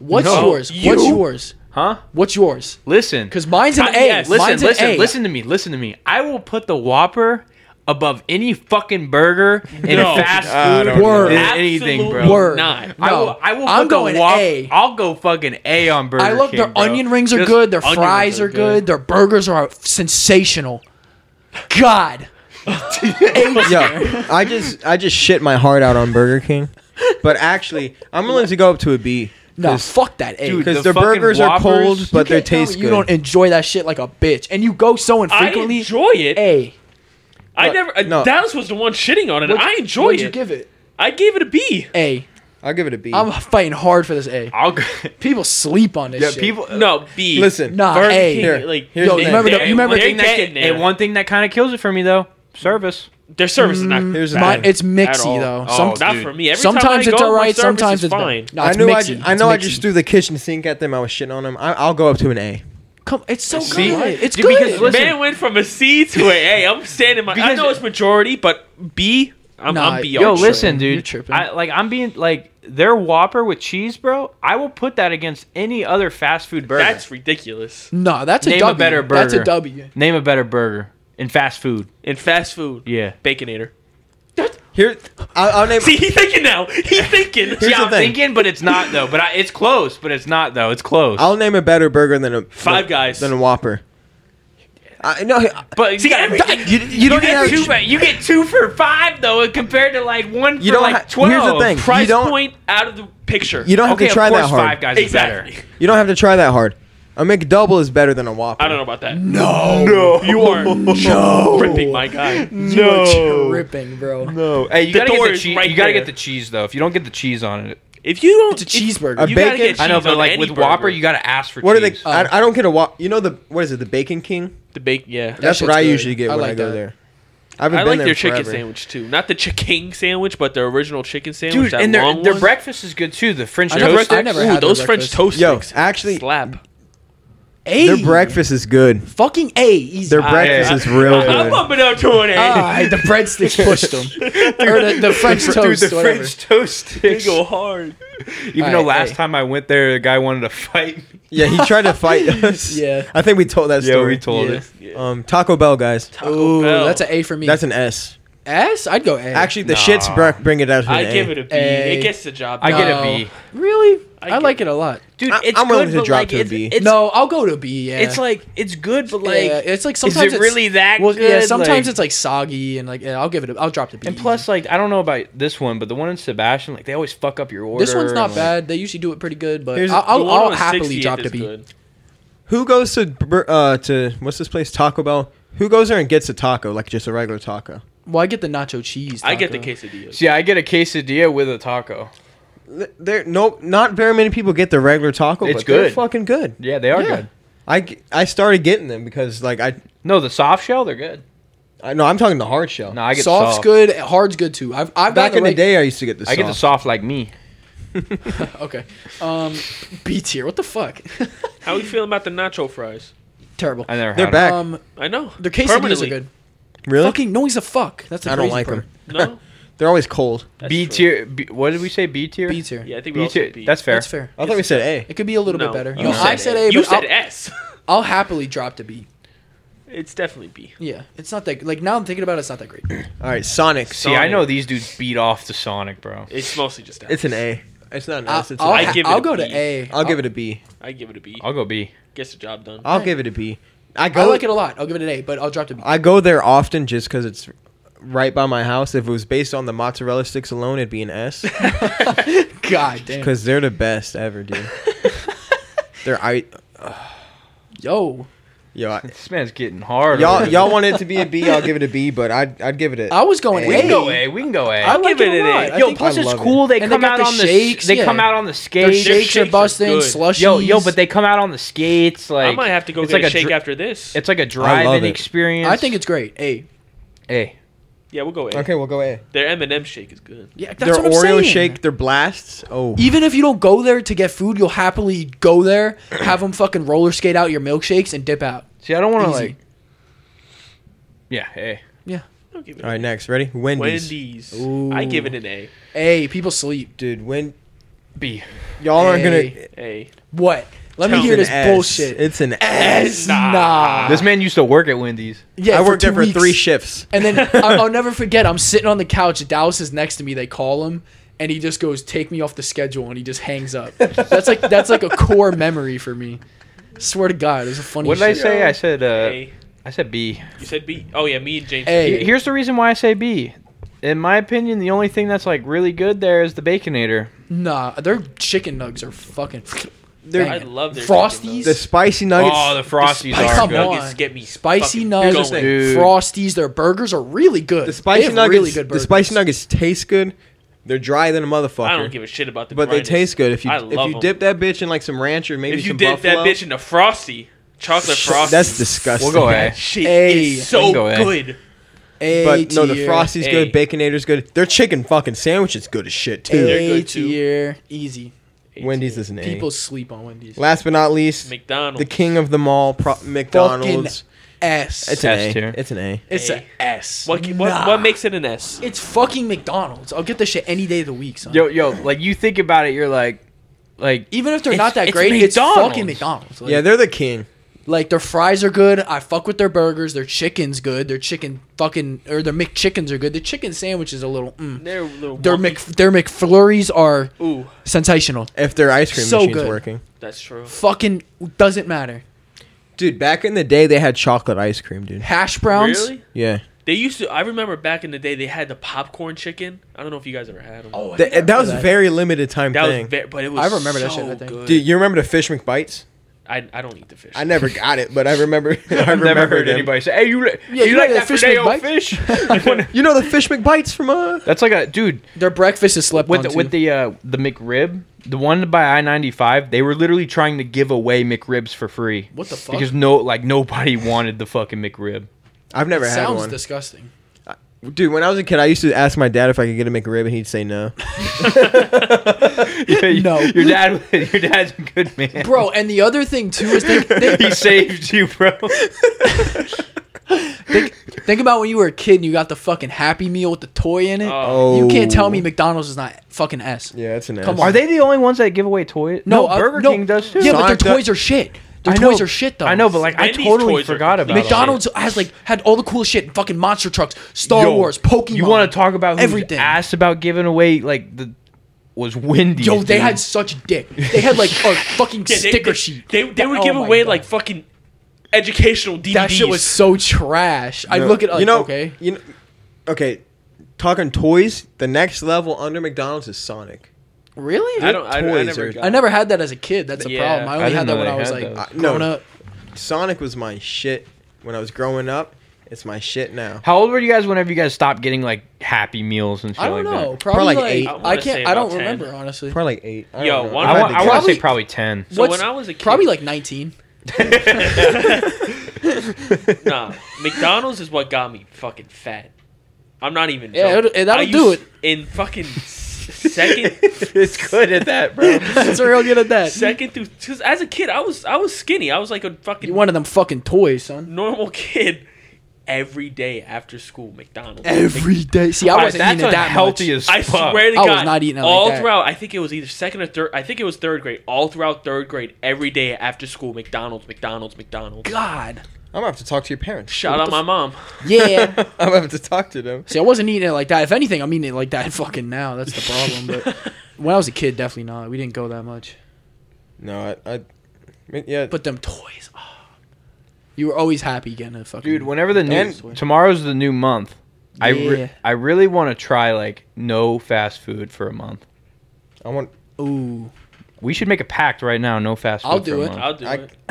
Speaker 4: What's
Speaker 2: No.
Speaker 4: yours?
Speaker 3: You?
Speaker 4: What's yours?
Speaker 2: Huh?
Speaker 4: What's yours?
Speaker 2: Listen.
Speaker 4: Because mine's an
Speaker 3: Uh,
Speaker 4: A.
Speaker 3: yes.
Speaker 2: Listen,
Speaker 4: mine's
Speaker 2: listen,
Speaker 4: an A.
Speaker 2: listen to me. Listen to me. I will put the Whopper above any fucking burger and
Speaker 3: No.
Speaker 2: fast
Speaker 1: I
Speaker 2: food
Speaker 1: don't
Speaker 4: Word.
Speaker 2: and
Speaker 4: know.
Speaker 2: anything,
Speaker 3: Absolute
Speaker 2: bro.
Speaker 4: Word.
Speaker 3: Not.
Speaker 2: I
Speaker 4: No.
Speaker 2: will, I will
Speaker 4: I'm
Speaker 2: put
Speaker 4: going
Speaker 2: the Whop-
Speaker 4: A.
Speaker 2: I'll go fucking A on Burger
Speaker 4: I love
Speaker 2: King,
Speaker 4: their
Speaker 2: bro.
Speaker 4: onion rings are
Speaker 2: Just
Speaker 4: good. Their
Speaker 2: onion
Speaker 4: fries
Speaker 2: rings
Speaker 4: are good. Their burgers are sensational. God.
Speaker 1: yo, I just I just shit my heart out on Burger King, but actually I'm willing to go up to a B.
Speaker 4: No,
Speaker 1: 'Cause-
Speaker 4: fuck that A.
Speaker 2: Dude,
Speaker 1: because
Speaker 2: the
Speaker 1: their
Speaker 2: fucking
Speaker 1: burgers are
Speaker 2: Whoppers,
Speaker 1: cold,
Speaker 2: you
Speaker 1: but
Speaker 4: You
Speaker 1: they
Speaker 4: can't tell me
Speaker 1: taste
Speaker 4: You don't
Speaker 1: good.
Speaker 4: enjoy that shit like a bitch, and you go so
Speaker 3: I
Speaker 4: infrequently.
Speaker 3: enjoy it.
Speaker 4: A.
Speaker 3: I
Speaker 1: Look,
Speaker 3: never. uh,
Speaker 1: no.
Speaker 3: Dallas was the one shitting on it. I enjoy
Speaker 4: What'd
Speaker 3: it.
Speaker 4: you give it?
Speaker 3: I gave it a B.
Speaker 4: A.
Speaker 1: I'll give it a B.
Speaker 4: I'm fighting hard for this A.
Speaker 2: I'll go.
Speaker 4: People sleep on this
Speaker 2: Yeah,
Speaker 4: shit.
Speaker 2: people.
Speaker 3: [LAUGHS] No B.
Speaker 1: Listen,
Speaker 4: Nah,
Speaker 3: Burger
Speaker 4: A.
Speaker 3: King,
Speaker 1: Here,
Speaker 3: like
Speaker 1: here's Yo, the you thing. remember
Speaker 4: the- you remember-
Speaker 3: they're
Speaker 2: thing that,
Speaker 3: getting there.
Speaker 2: and one thing that kind of kills it for me though, service.
Speaker 3: Their service is not.
Speaker 1: Here's the
Speaker 4: Mine,
Speaker 1: thing.
Speaker 4: it's
Speaker 3: at all.
Speaker 4: mixy though.
Speaker 2: Oh,
Speaker 4: Some,
Speaker 3: not
Speaker 2: Dude.
Speaker 3: for me. Every time I
Speaker 4: sometimes
Speaker 3: go,
Speaker 4: it's
Speaker 3: my
Speaker 4: all right.
Speaker 3: service
Speaker 4: Sometimes
Speaker 3: is
Speaker 4: it's
Speaker 3: fine.
Speaker 4: bad. No,
Speaker 1: I
Speaker 4: it's
Speaker 1: knew I,
Speaker 4: mixy.
Speaker 1: ju- I
Speaker 4: It's
Speaker 1: know I
Speaker 4: mixy.
Speaker 1: just threw the kitchen sink at them. I was shitting on them. I, I'll go up to an A.
Speaker 4: Come, it's so
Speaker 2: See?
Speaker 4: good. It's
Speaker 2: Dude,
Speaker 4: good.
Speaker 2: because listen-
Speaker 3: Man went from a C to a A. I'm standing my. I
Speaker 2: Because-
Speaker 3: know it's majority, but B. I'm,
Speaker 4: Nah,
Speaker 3: I'm B.
Speaker 4: Yo,
Speaker 2: Yo,
Speaker 3: on it.
Speaker 4: tripping.
Speaker 2: listen,
Speaker 4: You're
Speaker 2: dude.
Speaker 4: tripping.
Speaker 2: I like I'm being like their Whopper with cheese, bro. I will put that against any other fast food burger.
Speaker 3: That's ridiculous.
Speaker 4: no, that's a
Speaker 2: Name a
Speaker 4: W.
Speaker 2: better
Speaker 4: That's a
Speaker 2: burger.
Speaker 4: W.
Speaker 2: Name a better burger in fast food.
Speaker 3: In fast food,
Speaker 2: Yeah.
Speaker 3: Baconator. [LAUGHS]
Speaker 1: Here, I'll, I'll name.
Speaker 3: See, he thinking now. He thinking.
Speaker 1: Here's
Speaker 2: yeah,
Speaker 1: the
Speaker 2: I'm
Speaker 1: thing.
Speaker 2: thinking, but it's not though. But I, it's close. But it's not though. It's close.
Speaker 1: I'll name a better burger than a
Speaker 3: Five Guys.
Speaker 1: than a Whopper. I no,
Speaker 2: but
Speaker 3: See, every-
Speaker 1: you, you don't
Speaker 2: you get
Speaker 1: have
Speaker 2: two. For, you get two for five though, compared to like one for
Speaker 1: You don't
Speaker 2: like
Speaker 1: ha- here's the
Speaker 2: twelve.
Speaker 1: thing.
Speaker 3: Price
Speaker 1: You don't-
Speaker 3: point out of the picture.
Speaker 1: you don't have
Speaker 2: Okay,
Speaker 1: to try
Speaker 2: of course,
Speaker 1: that hard.
Speaker 2: Five guys
Speaker 3: exactly.
Speaker 2: is better.
Speaker 1: You don't have to try that hard. A McDouble is better than a Whopper.
Speaker 3: I don't know about that.
Speaker 4: No,
Speaker 2: No,
Speaker 3: You are
Speaker 4: No.
Speaker 3: [LAUGHS] ripping my guy.
Speaker 4: you are tripping, bro.
Speaker 2: no. Hey, you
Speaker 3: The
Speaker 2: gotta get
Speaker 3: door
Speaker 2: the
Speaker 3: is
Speaker 2: cheese.
Speaker 3: right
Speaker 2: you gotta
Speaker 3: there.
Speaker 2: get the cheese though. If you don't get the cheese on it,
Speaker 3: If you don't,
Speaker 4: It's a
Speaker 3: if-
Speaker 4: cheeseburger.
Speaker 1: A
Speaker 3: You gotta
Speaker 1: bacon?
Speaker 3: get
Speaker 2: I know.
Speaker 3: cheese
Speaker 2: But
Speaker 3: on
Speaker 2: like
Speaker 3: any
Speaker 2: with
Speaker 3: burger.
Speaker 2: Whopper, you gotta ask for.
Speaker 1: What are
Speaker 2: cheese.
Speaker 1: they? I, I don't get a Whop. You know the what is it? The Bacon King.
Speaker 3: the bake. Yeah,
Speaker 1: That's
Speaker 4: shit's
Speaker 1: what I
Speaker 4: good.
Speaker 1: usually get
Speaker 4: I
Speaker 1: when I
Speaker 4: like
Speaker 1: go
Speaker 4: that.
Speaker 1: there. I've
Speaker 3: I like their chicken
Speaker 1: forever.
Speaker 3: sandwich too. Not the chicken sandwich, but their original chicken
Speaker 2: Dude,
Speaker 3: sandwich. that
Speaker 2: and their
Speaker 3: long
Speaker 2: their
Speaker 3: one.
Speaker 2: breakfast is good too. The French
Speaker 4: I
Speaker 2: toast.
Speaker 4: never-
Speaker 2: sticks.
Speaker 4: I never
Speaker 3: Ooh,
Speaker 4: had
Speaker 3: those
Speaker 4: their
Speaker 3: French
Speaker 4: breakfast.
Speaker 3: toast
Speaker 1: Yo,
Speaker 3: sticks
Speaker 1: actually,
Speaker 3: slap.
Speaker 4: A.
Speaker 1: their breakfast is good.
Speaker 4: Fucking A. Easy.
Speaker 1: Their breakfast
Speaker 3: yeah.
Speaker 1: is
Speaker 3: [LAUGHS]
Speaker 1: real
Speaker 3: I'm
Speaker 1: good.
Speaker 3: up and up to an
Speaker 4: Ah,
Speaker 3: A.
Speaker 4: I-
Speaker 1: [LAUGHS]
Speaker 4: the breadsticks pushed them. or the, the French toast.
Speaker 2: Dude, the
Speaker 4: whatever.
Speaker 2: French toast
Speaker 3: [LAUGHS] They
Speaker 2: sticks.
Speaker 3: go [LAUGHS] hard.
Speaker 2: Even
Speaker 4: All
Speaker 2: though
Speaker 4: right,
Speaker 2: last
Speaker 4: hey.
Speaker 2: time I went there, the guy wanted to fight [LAUGHS] me.
Speaker 1: Yeah, he tried to
Speaker 4: [LAUGHS]
Speaker 1: fight us.
Speaker 4: Yeah.
Speaker 1: I think we told that
Speaker 2: Yeah, we
Speaker 1: story.
Speaker 2: told
Speaker 4: Yeah.
Speaker 2: it.
Speaker 1: um, Taco Bell guys.
Speaker 3: Taco
Speaker 4: Ooh,
Speaker 3: Bell.
Speaker 4: that's an A for me.
Speaker 1: That's an S.
Speaker 4: S? I'd go A.
Speaker 1: Actually, the
Speaker 2: Nah.
Speaker 1: shits br- bring it out. to
Speaker 3: I
Speaker 1: an
Speaker 3: give
Speaker 1: A.
Speaker 3: it a B.
Speaker 4: A.
Speaker 3: It gets the job.
Speaker 2: I
Speaker 3: done.
Speaker 2: get
Speaker 4: No.
Speaker 2: a B,
Speaker 4: really?
Speaker 3: I
Speaker 4: I,
Speaker 3: get
Speaker 4: like
Speaker 3: it.
Speaker 4: it a lot.
Speaker 2: dude.
Speaker 1: I-
Speaker 2: it's
Speaker 1: I'm willing
Speaker 2: good,
Speaker 1: to
Speaker 2: but
Speaker 1: drop
Speaker 2: like,
Speaker 1: to a
Speaker 2: it's,
Speaker 1: B.
Speaker 2: It's,
Speaker 4: no, I'll go to B. Yeah.
Speaker 2: it's like it's good, but like
Speaker 4: yeah, it's like sometimes
Speaker 2: is it
Speaker 4: it's
Speaker 2: really that
Speaker 4: well,
Speaker 2: good?
Speaker 4: yeah. Sometimes
Speaker 2: Like-
Speaker 4: it's like soggy and like yeah, I'll give it. A, I'll drop the B.
Speaker 2: And plus, like I don't know about this one, but the one in Sebastian, like they always fuck up your order.
Speaker 4: this one's not
Speaker 2: and, like-
Speaker 4: bad. They usually do it pretty good, but
Speaker 1: Here's-
Speaker 4: I'll,
Speaker 3: The
Speaker 4: I'll,
Speaker 3: one
Speaker 4: I'll
Speaker 3: on
Speaker 4: happily
Speaker 3: 68th
Speaker 4: drop the
Speaker 3: is
Speaker 4: B.
Speaker 3: good.
Speaker 1: Who goes to br- uh to what's this place? Taco Bell. Who goes there and gets a taco like just a regular taco?
Speaker 4: Well, I get the nacho cheese.
Speaker 3: I get the
Speaker 4: taco.
Speaker 3: quesadillas.
Speaker 2: See, I get a quesadilla with a taco.
Speaker 1: Th- There, no, not very many people get the regular taco.
Speaker 2: It's
Speaker 1: but they're
Speaker 2: good.
Speaker 1: fucking good.
Speaker 2: Yeah, they are
Speaker 4: Yeah.
Speaker 2: good.
Speaker 1: I, g- I started getting them because like I,
Speaker 2: No, the soft shell, they're good.
Speaker 1: I no, I'm talking the hard shell.
Speaker 2: No, I get
Speaker 4: Soft's
Speaker 2: soft.
Speaker 4: good, hard's good too. I've I've
Speaker 1: Back in
Speaker 4: gotten
Speaker 1: the day, I used to get the.
Speaker 2: I get the soft like me.
Speaker 4: right- [LAUGHS] Okay, um, B tier. What the fuck? [LAUGHS]
Speaker 3: How are you feeling about the nacho fries?
Speaker 4: Terrible.
Speaker 2: I never.
Speaker 1: They're
Speaker 2: had
Speaker 1: back.
Speaker 4: Um,
Speaker 3: I know.
Speaker 4: their quesadillas are good.
Speaker 1: really?
Speaker 4: Fucking noise a fuck. That's the
Speaker 1: I don't
Speaker 4: crazy
Speaker 1: like
Speaker 4: part.
Speaker 1: them.
Speaker 4: [LAUGHS]
Speaker 3: No?
Speaker 1: They're always cold.
Speaker 2: It.
Speaker 3: That's
Speaker 2: B
Speaker 3: true.
Speaker 2: tier. B, what did we say? B tier.
Speaker 4: B tier.
Speaker 3: Yeah, I think we
Speaker 2: B
Speaker 3: all
Speaker 2: tier.
Speaker 3: said B.
Speaker 2: That's fair.
Speaker 4: That's fair.
Speaker 1: I thought we said A.
Speaker 4: It could be a little
Speaker 3: No,
Speaker 4: bit better.
Speaker 3: you
Speaker 4: No,
Speaker 2: said
Speaker 4: I said A,
Speaker 3: A.
Speaker 4: but
Speaker 3: You said
Speaker 4: I'll,
Speaker 3: S.
Speaker 4: I'll happily drop to B.
Speaker 3: It's definitely B.
Speaker 4: Yeah, it's not that like now I'm thinking about it, it's not that great.
Speaker 1: All right, Sonic.
Speaker 2: See, I
Speaker 3: Sonic.
Speaker 2: know these dudes beat off the Sonic, bro.
Speaker 3: It's mostly just S.
Speaker 1: It's an A. It's not an
Speaker 4: I'll,
Speaker 1: S. It's
Speaker 4: I'll,
Speaker 1: an
Speaker 3: I
Speaker 1: A.
Speaker 4: ha-
Speaker 3: give it
Speaker 4: I'll
Speaker 3: a
Speaker 4: go
Speaker 3: B.
Speaker 4: to A.
Speaker 1: I'll give it a B.
Speaker 3: I give it a B.
Speaker 2: I'll go B.
Speaker 3: Gets the job done.
Speaker 1: I'll
Speaker 4: Hey.
Speaker 1: give it a B. I go.
Speaker 4: I like it a lot. I'll give it an A, but I'll drop to B. [LAUGHS]
Speaker 1: I go there often just because it's right by my house. If it was based on the mozzarella sticks alone, it'd be an
Speaker 4: [LAUGHS]
Speaker 1: S
Speaker 4: God damn.
Speaker 1: because they're the best ever,
Speaker 4: [LAUGHS]
Speaker 1: dude. they're I.
Speaker 4: Yo,
Speaker 1: Yo, I,
Speaker 2: This man's getting hard.
Speaker 1: y'all
Speaker 2: already.
Speaker 1: y'all want it to be a B? I'll give it a B, but I'd I'd give it a.
Speaker 4: I was going
Speaker 1: A.
Speaker 4: A.
Speaker 2: We can go A. We can go A.
Speaker 4: I like
Speaker 3: give
Speaker 4: it
Speaker 3: it
Speaker 4: a
Speaker 3: an A.
Speaker 4: lot. I
Speaker 2: yo,
Speaker 4: think
Speaker 2: plus
Speaker 1: I
Speaker 2: it's
Speaker 1: love
Speaker 2: cool. They
Speaker 4: And they
Speaker 2: come
Speaker 4: got
Speaker 2: out
Speaker 4: the
Speaker 2: on the
Speaker 4: shakes,
Speaker 2: shakes, they
Speaker 4: yeah.
Speaker 2: come out on the
Speaker 4: their
Speaker 2: skates.
Speaker 4: shakes
Speaker 3: shakes
Speaker 4: are
Speaker 3: are
Speaker 4: busting,
Speaker 3: good.
Speaker 4: slushies.
Speaker 2: Yo, yo, but they come out on the skates. Like
Speaker 3: I might have to go
Speaker 2: it's
Speaker 3: get
Speaker 2: like
Speaker 3: a,
Speaker 2: a
Speaker 3: shake
Speaker 2: dr-
Speaker 3: after this.
Speaker 2: It's like a
Speaker 1: love
Speaker 2: drive-in
Speaker 1: it.
Speaker 2: experience.
Speaker 4: I think it's great. A.
Speaker 2: A.
Speaker 3: yeah, we'll go A.
Speaker 1: Okay, we'll go A.
Speaker 3: Their M&M shake is good.
Speaker 4: Yeah, that's
Speaker 1: Their
Speaker 4: what I'm
Speaker 1: Oreo
Speaker 4: saying.
Speaker 1: shake, their blasts. Oh,
Speaker 4: Even if you don't go there to get food, you'll happily go there, have them fucking roller skate out your milkshakes and dip out.
Speaker 2: See, I don't want to
Speaker 4: Easy.
Speaker 2: like. Yeah, A.
Speaker 3: I'll give it
Speaker 1: All
Speaker 3: an
Speaker 1: right, next. Ready? Wendy's.
Speaker 3: A. Wendy's.
Speaker 4: Ooh.
Speaker 3: I give it an A.
Speaker 4: A. People sleep.
Speaker 1: Dude, when
Speaker 2: B.
Speaker 1: y'all aren't
Speaker 4: A.
Speaker 1: gonna.
Speaker 3: A.
Speaker 4: What? Let me
Speaker 3: Tell
Speaker 4: hear
Speaker 1: it's
Speaker 4: this
Speaker 1: an S.
Speaker 4: bullshit.
Speaker 1: It's an S.
Speaker 4: S.
Speaker 3: Nah.
Speaker 4: Nah.
Speaker 2: This man used to work at Wendy's.
Speaker 4: yeah,
Speaker 1: I worked
Speaker 4: two
Speaker 1: there for
Speaker 4: weeks.
Speaker 1: three shifts.
Speaker 4: And then
Speaker 3: [LAUGHS]
Speaker 4: I'll, I'll never forget. I'm sitting on the couch. Dallas is next to me. They call him, and he just goes, "Take me off the schedule," and he just hangs up. That's like that's like a core memory for me. Swear to God, it was a funny.
Speaker 2: What did I
Speaker 4: shit.
Speaker 2: say? I said uh,
Speaker 3: A.
Speaker 2: I said B.
Speaker 3: You said B. Oh yeah, me and James.
Speaker 4: A.
Speaker 2: Here- Here's the reason why I say B. In my opinion, the only thing that's like really good there is the Baconator.
Speaker 4: Nah, their chicken nugs are fucking.
Speaker 1: They're-
Speaker 3: I love their
Speaker 4: Frosties.
Speaker 1: The spicy nuggets.
Speaker 2: oh, the Frosties
Speaker 4: spicy
Speaker 2: are
Speaker 4: come
Speaker 2: good.
Speaker 4: on.
Speaker 3: nuggets get me
Speaker 4: Spicy
Speaker 3: fucking
Speaker 4: nuggets,
Speaker 3: going.
Speaker 2: Dude.
Speaker 4: Frosties. Their burgers are really good.
Speaker 1: the spicy
Speaker 4: they have
Speaker 1: nuggets.
Speaker 4: really good
Speaker 1: the
Speaker 4: burgers.
Speaker 1: spicy nuggets taste good. They're dry than a motherfucker.
Speaker 3: I don't give a shit about the.
Speaker 1: but they
Speaker 3: grinders.
Speaker 1: taste good if you
Speaker 3: I
Speaker 1: if
Speaker 3: love
Speaker 1: you
Speaker 3: 'em.
Speaker 1: dip that bitch in like some ranch or maybe
Speaker 3: If you
Speaker 1: some
Speaker 3: dip
Speaker 1: buffalo.
Speaker 3: that bitch in a frosty, chocolate frosty,
Speaker 1: That's disgusting.
Speaker 2: We'll go A.
Speaker 3: that shit
Speaker 4: A.
Speaker 3: is
Speaker 2: I
Speaker 3: so
Speaker 2: can go A.
Speaker 3: good.
Speaker 4: A
Speaker 1: But no, the
Speaker 4: tier,
Speaker 1: frosty's
Speaker 3: A.
Speaker 1: good, baconator's good. Their chicken fucking sandwich is good as shit too.
Speaker 3: They're
Speaker 4: A
Speaker 3: good, too.
Speaker 4: tier, easy.
Speaker 1: Wendy's is an A.
Speaker 4: People sleep on Wendy's.
Speaker 1: Last but not least,
Speaker 3: McDonald's.
Speaker 1: the king of them all, pro- McDonald's.
Speaker 4: S.
Speaker 1: It's
Speaker 4: It's,
Speaker 1: an
Speaker 2: S
Speaker 1: A.
Speaker 2: tier.
Speaker 1: It's an A.
Speaker 4: a S.
Speaker 3: What, what,
Speaker 4: Nah.
Speaker 3: what makes it an S?
Speaker 4: It's fucking McDonald's. I'll get this shit any day of the week, son.
Speaker 2: Yo, yo, like you think about it, you're like, like
Speaker 4: Even if they're
Speaker 2: It's-
Speaker 4: not that
Speaker 2: it's
Speaker 4: great, it's
Speaker 2: McDonald's.
Speaker 4: fucking McDonald's. Like,
Speaker 1: Yeah, they're the king.
Speaker 4: like their fries are good. I fuck with their burgers. Their chicken's good. Their chicken fucking or their McChickens are good. The chicken sandwich is a little. Mm.
Speaker 3: They're a little
Speaker 4: Their Mc
Speaker 3: wonky.
Speaker 4: their McFlurries are
Speaker 3: Ooh,
Speaker 4: sensational.
Speaker 1: If their ice cream
Speaker 4: So
Speaker 1: machine's
Speaker 4: good.
Speaker 1: working,
Speaker 3: that's true.
Speaker 4: Fucking doesn't matter.
Speaker 1: dude. Back in the day, they had chocolate ice cream, dude.
Speaker 4: Hash browns.
Speaker 3: Really?
Speaker 1: Yeah,
Speaker 3: They used to. I remember back in the day they had the popcorn chicken. I don't know if you guys ever had them.
Speaker 4: Oh, I
Speaker 1: Th-
Speaker 4: think I
Speaker 1: that was
Speaker 4: remember
Speaker 1: very limited time
Speaker 3: that
Speaker 1: thing.
Speaker 3: was very, but it was.
Speaker 4: I remember
Speaker 3: so
Speaker 4: that shit, I think.
Speaker 3: Good.
Speaker 1: dude, you remember the fish McBites?
Speaker 3: I, I don't eat the fish.
Speaker 1: I never got it, but I remember. [LAUGHS] I
Speaker 2: I've never
Speaker 1: remember
Speaker 2: heard
Speaker 1: them.
Speaker 2: anybody say, "Hey, you, li-
Speaker 4: Yeah,
Speaker 2: you,
Speaker 4: you
Speaker 2: like
Speaker 4: like
Speaker 2: that
Speaker 4: that fish
Speaker 2: filet
Speaker 4: McBite?
Speaker 2: O fish?"
Speaker 1: [LAUGHS] You know the fish McBites from uh.
Speaker 2: [LAUGHS] That's like a dude.
Speaker 4: Their breakfast is slept
Speaker 2: with
Speaker 4: on
Speaker 2: the,
Speaker 4: too.
Speaker 2: with the uh, the McRib, the one by I ninety five, they were literally trying to give away McRibs for free.
Speaker 4: What the fuck? [LAUGHS]
Speaker 2: Because no, like nobody wanted the fucking McRib. [LAUGHS]
Speaker 1: I've never had
Speaker 4: sounds
Speaker 1: one.
Speaker 4: disgusting.
Speaker 1: I Dude, when I was a kid, I used to ask my dad if I could get him McRib, and he'd say no.
Speaker 2: Yeah, you-
Speaker 4: No.
Speaker 2: your dad. [LAUGHS] Your dad's a good man,
Speaker 4: Bro, and the other thing too is think,
Speaker 2: [LAUGHS]
Speaker 4: think,
Speaker 2: he saved you,
Speaker 4: [LAUGHS]
Speaker 2: bro.
Speaker 4: think about when you were a kid and you got the fucking Happy Meal with the toy in it.
Speaker 3: Oh.
Speaker 1: Oh,
Speaker 4: You can't tell me McDonald's is not fucking S.
Speaker 1: Yeah, that's an
Speaker 4: Come
Speaker 1: ass.
Speaker 4: on.
Speaker 2: Are they the only ones that give away toys? No,
Speaker 4: uh,
Speaker 2: Burger
Speaker 4: no.
Speaker 2: King does too.
Speaker 4: Yeah, but their
Speaker 1: Sonic does-
Speaker 4: toys are shit. Their
Speaker 2: I
Speaker 4: toys
Speaker 2: know.
Speaker 4: are shit though.
Speaker 2: I know, but like I
Speaker 3: Wendy's
Speaker 2: totally
Speaker 3: toys are
Speaker 2: forgot about
Speaker 3: complete
Speaker 2: it.
Speaker 4: McDonald's has like had all the cool shit. Fucking monster trucks, Star
Speaker 2: Yo,
Speaker 4: Wars, Pokemon.
Speaker 2: You want to talk about who's
Speaker 4: everything?
Speaker 2: Asked about giving away like the was Wendy's.
Speaker 4: Yo, they
Speaker 2: dude.
Speaker 4: had such dick. They had like a fucking
Speaker 3: Yeah, they,
Speaker 4: sticker
Speaker 3: they,
Speaker 4: sheet.
Speaker 3: They, they would
Speaker 4: Oh
Speaker 3: give
Speaker 4: my
Speaker 3: away
Speaker 4: God.
Speaker 3: like fucking educational DVDs.
Speaker 4: that shit was so trash. I
Speaker 1: No.
Speaker 4: look at like,
Speaker 1: you know,
Speaker 4: okay,
Speaker 1: you know, okay. Talking toys, the next level under McDonald's is Sonic.
Speaker 4: really?
Speaker 3: I don't. I, I
Speaker 1: Toys
Speaker 3: never.
Speaker 1: are-
Speaker 3: Got
Speaker 4: I never had that as a kid. That's a
Speaker 3: Yeah.
Speaker 4: problem. I
Speaker 2: I
Speaker 4: only
Speaker 2: didn't
Speaker 4: had that
Speaker 2: know
Speaker 4: when
Speaker 2: they
Speaker 4: I was
Speaker 2: had
Speaker 4: like
Speaker 2: those.
Speaker 1: Uh, no.
Speaker 4: growing up.
Speaker 1: Sonic was my shit when I was growing up. It's my shit now.
Speaker 2: How old were you guys whenever you guys stopped getting like Happy Meals and shit
Speaker 4: I don't
Speaker 2: like
Speaker 4: know.
Speaker 2: that?
Speaker 4: Probably,
Speaker 1: like, eight.
Speaker 4: like,
Speaker 1: I
Speaker 4: I,
Speaker 3: wanna say
Speaker 4: can't. I don't
Speaker 3: about 10.
Speaker 4: remember honestly.
Speaker 1: Probably like eight. I
Speaker 3: Yo,
Speaker 1: don't know.
Speaker 3: one-
Speaker 1: I
Speaker 2: I,
Speaker 1: had
Speaker 2: wa-
Speaker 1: the
Speaker 2: I want
Speaker 1: couch.
Speaker 2: [LAUGHS] to say probably
Speaker 4: [LAUGHS]
Speaker 2: ten.
Speaker 3: So
Speaker 4: What's-
Speaker 3: when I was a kid,
Speaker 4: Probably like 19.
Speaker 3: [LAUGHS] nah, McDonald's is what got me fucking fat. I'm not even.
Speaker 4: Yeah,
Speaker 3: joking.
Speaker 4: it'll- that'll
Speaker 3: I
Speaker 4: do
Speaker 3: used- In
Speaker 4: [LAUGHS]
Speaker 3: fucking second,
Speaker 2: it's good at that, bro.
Speaker 4: That's real good at that.
Speaker 3: second through. Cause as a kid, I was I was skinny. I was like a fucking
Speaker 4: You wanted them fucking toys, son.
Speaker 3: normal [LAUGHS] kid. Every day after school, McDonald's.
Speaker 4: Every day. See, I
Speaker 2: Alright,
Speaker 4: wasn't
Speaker 2: that's
Speaker 4: eating it that
Speaker 2: unhealthy
Speaker 4: much.
Speaker 2: as
Speaker 3: I
Speaker 2: fuck.
Speaker 3: swear to
Speaker 4: I
Speaker 3: God,
Speaker 4: was not eating it like
Speaker 3: all
Speaker 4: that.
Speaker 3: throughout. I think it was either second or third. I think it was third grade. All throughout third grade, every day after school, McDonald's, McDonald's, McDonald's.
Speaker 4: God.
Speaker 1: [LAUGHS] I'm gonna have to talk to your parents. [LAUGHS]
Speaker 3: Shout out my mom.
Speaker 4: Yeah. [LAUGHS]
Speaker 1: I'm gonna have to talk to them.
Speaker 4: See, I wasn't eating it like that. If anything, I'm eating it like that [LAUGHS] fucking now. That's the problem.
Speaker 2: [LAUGHS]
Speaker 4: But when I was a kid, definitely not. We didn't go that much.
Speaker 1: No, I, I I- yeah.
Speaker 4: But them toys. ah. You were always happy getting a fucking.
Speaker 2: Dude, whenever the new
Speaker 4: McDonald's toy.
Speaker 2: tomorrow's the new month, I re-
Speaker 4: Yeah.
Speaker 2: I really want to try like no fast food for a month.
Speaker 1: I want.
Speaker 4: Ooh.
Speaker 2: We should make a pact right now, no fast food.
Speaker 4: I'll
Speaker 2: for
Speaker 4: do
Speaker 2: a
Speaker 4: it.
Speaker 2: month.
Speaker 3: I'll do
Speaker 1: I-
Speaker 3: it.
Speaker 1: [LAUGHS]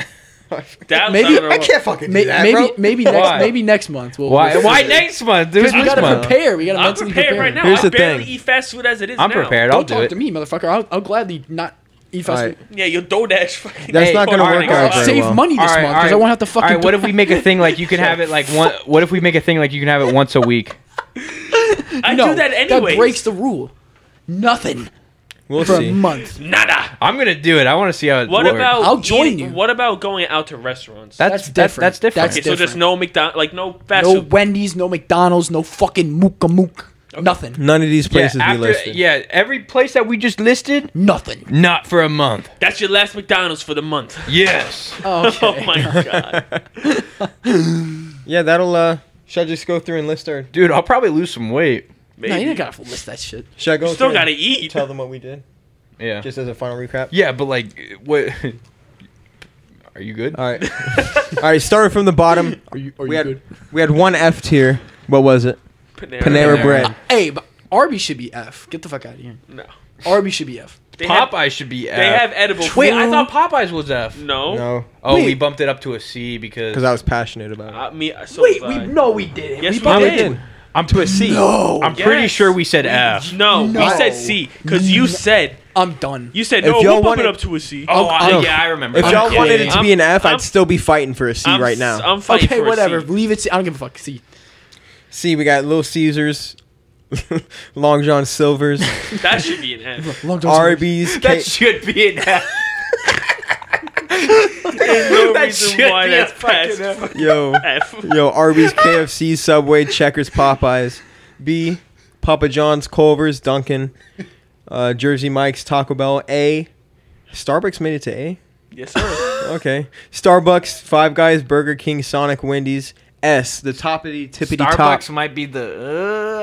Speaker 1: I
Speaker 3: That
Speaker 4: Maybe-
Speaker 3: was, I, don't know what-
Speaker 1: can't fucking
Speaker 4: May-
Speaker 1: do that,
Speaker 4: maybe
Speaker 1: bro.
Speaker 4: maybe next
Speaker 2: Why?
Speaker 4: maybe next month. We'll,
Speaker 2: Why?
Speaker 4: we'll
Speaker 2: Why
Speaker 4: figure it out.
Speaker 2: next month, dude?
Speaker 4: Because we
Speaker 2: This
Speaker 4: gotta
Speaker 2: month.
Speaker 4: prepare. We gotta
Speaker 3: I'm
Speaker 4: mentally
Speaker 3: prepared
Speaker 4: prepare.
Speaker 3: right now.
Speaker 1: Here's
Speaker 3: I
Speaker 1: the
Speaker 3: barely
Speaker 1: thing.
Speaker 3: eat fast food as it is
Speaker 2: I'm
Speaker 3: now.
Speaker 2: prepared. I'll
Speaker 4: Don't
Speaker 2: do
Speaker 4: talk
Speaker 2: it.
Speaker 4: to me, motherfucker. I'll, I'll gladly not eat fast
Speaker 1: All
Speaker 4: food.
Speaker 1: right.
Speaker 3: Yeah, your DoorDash fucking.
Speaker 1: That's
Speaker 2: Hey,
Speaker 1: not gonna
Speaker 2: alright,
Speaker 1: work out.
Speaker 2: alright,
Speaker 1: very
Speaker 4: Save
Speaker 1: well.
Speaker 4: money this
Speaker 2: All right,
Speaker 4: month
Speaker 2: all
Speaker 4: because
Speaker 2: right.
Speaker 4: I won't have to
Speaker 2: All
Speaker 4: fucking.
Speaker 2: right, what if we make a thing like you can have it like
Speaker 4: [LAUGHS]
Speaker 2: one? What if we make a thing like you can have it once a week?
Speaker 3: I
Speaker 4: no,
Speaker 3: do that anyway.
Speaker 4: That breaks the rule. Nothing
Speaker 1: We'll
Speaker 4: for
Speaker 1: see.
Speaker 4: a month.
Speaker 3: nada.
Speaker 2: I'm gonna do it. I want to see how it
Speaker 3: What
Speaker 2: works.
Speaker 3: about?
Speaker 4: I'll join
Speaker 3: eating-
Speaker 4: you.
Speaker 3: What about going out to restaurants?
Speaker 2: that's
Speaker 4: That's
Speaker 2: that's that's,
Speaker 4: different.
Speaker 2: different.
Speaker 4: That's
Speaker 3: okay, so just
Speaker 4: different.
Speaker 3: no McDonald, like no fast
Speaker 4: No
Speaker 3: food.
Speaker 4: Wendy's, no McDonald's, no fucking mooka mook. Nothing.
Speaker 1: None of these places
Speaker 2: yeah,
Speaker 1: we
Speaker 2: after-
Speaker 1: listed.
Speaker 2: yeah, every place that we just listed,
Speaker 4: Nothing.
Speaker 2: not for a month.
Speaker 3: That's your last McDonald's for the month.
Speaker 2: Yes.
Speaker 4: Okay.
Speaker 3: [LAUGHS] Oh my god.
Speaker 1: Yeah, that'll. uh Should I just go through and list our?
Speaker 2: Dude, I'll probably lose some weight.
Speaker 4: [LAUGHS] No, you
Speaker 3: Maybe.
Speaker 4: ain't gotta list that shit.
Speaker 1: Should I go?
Speaker 3: Still
Speaker 1: through
Speaker 3: gotta
Speaker 1: and
Speaker 3: eat.
Speaker 1: Tell them what we did,
Speaker 2: Yeah.
Speaker 1: just as a final recap.
Speaker 2: yeah, but like, what? [LAUGHS] Are you good?
Speaker 1: All right. All right. Starting from the bottom,
Speaker 4: Are you?
Speaker 1: we had we had one F tier. What was it? Panera
Speaker 3: Panera,
Speaker 2: Panera.
Speaker 1: Bread.
Speaker 4: Hey, but Arby should be F. Get the fuck out of here.
Speaker 3: No.
Speaker 4: Arby should be F.
Speaker 3: They have-
Speaker 2: Popeyes should be F.
Speaker 3: They have edible.
Speaker 2: Wait,
Speaker 3: food.
Speaker 2: I thought Popeyes was F.
Speaker 3: No.
Speaker 1: No,
Speaker 2: Oh, we
Speaker 4: Wait.
Speaker 2: bumped it up to a C because
Speaker 1: because I was passionate about
Speaker 3: Uh, me. So
Speaker 4: Wait,
Speaker 3: was
Speaker 4: we
Speaker 3: I.
Speaker 4: no, we didn't.
Speaker 3: Yes,
Speaker 4: we
Speaker 3: we
Speaker 1: it.
Speaker 4: both-
Speaker 3: did.
Speaker 2: I'm to a C.
Speaker 4: No.
Speaker 2: I'm pretty
Speaker 3: Yes.
Speaker 2: sure we said F.
Speaker 3: No, we
Speaker 4: No.
Speaker 3: said C because you said
Speaker 4: I'm done.
Speaker 3: you said
Speaker 1: If
Speaker 3: no.
Speaker 1: y'all
Speaker 3: We'll bump it
Speaker 1: wanted-
Speaker 3: up to a C.
Speaker 2: Oh, I,
Speaker 1: No.
Speaker 2: yeah, I remember.
Speaker 1: If
Speaker 2: I'm
Speaker 1: y'all
Speaker 2: kidding.
Speaker 1: wanted it to
Speaker 3: I'm-
Speaker 1: be an F,
Speaker 3: I'm-
Speaker 1: I'd still be fighting for a C
Speaker 3: I'm
Speaker 1: right
Speaker 3: s-
Speaker 1: now.
Speaker 3: I'm fighting
Speaker 4: okay,
Speaker 3: for a
Speaker 4: whatever.
Speaker 3: C.
Speaker 4: Leave it. See, I don't give a fuck. See,
Speaker 1: C, we got Little Caesars, [LAUGHS] Long John Silver's,
Speaker 3: [LAUGHS] That should be an
Speaker 4: [LAUGHS]
Speaker 3: F.
Speaker 4: long time.
Speaker 1: Arby's.
Speaker 2: That
Speaker 1: K-
Speaker 2: should be [LAUGHS] an F.
Speaker 3: There's no
Speaker 2: That
Speaker 3: reason
Speaker 2: should
Speaker 3: why
Speaker 2: be a
Speaker 3: that's
Speaker 2: fucking
Speaker 3: past
Speaker 2: F.
Speaker 1: yo,
Speaker 3: [LAUGHS] F.
Speaker 1: yo, Arby's, KFC, Subway, Checkers, Popeyes, B, Papa John's, Culver's, Dunkin', uh, Jersey Mike's, Taco Bell, A. Starbucks made it to A.
Speaker 3: Yes, sir.
Speaker 1: Okay. Starbucks, Five Guys, Burger King, Sonic, Wendy's, S. The toppity tippity top.
Speaker 2: Starbucks might be the.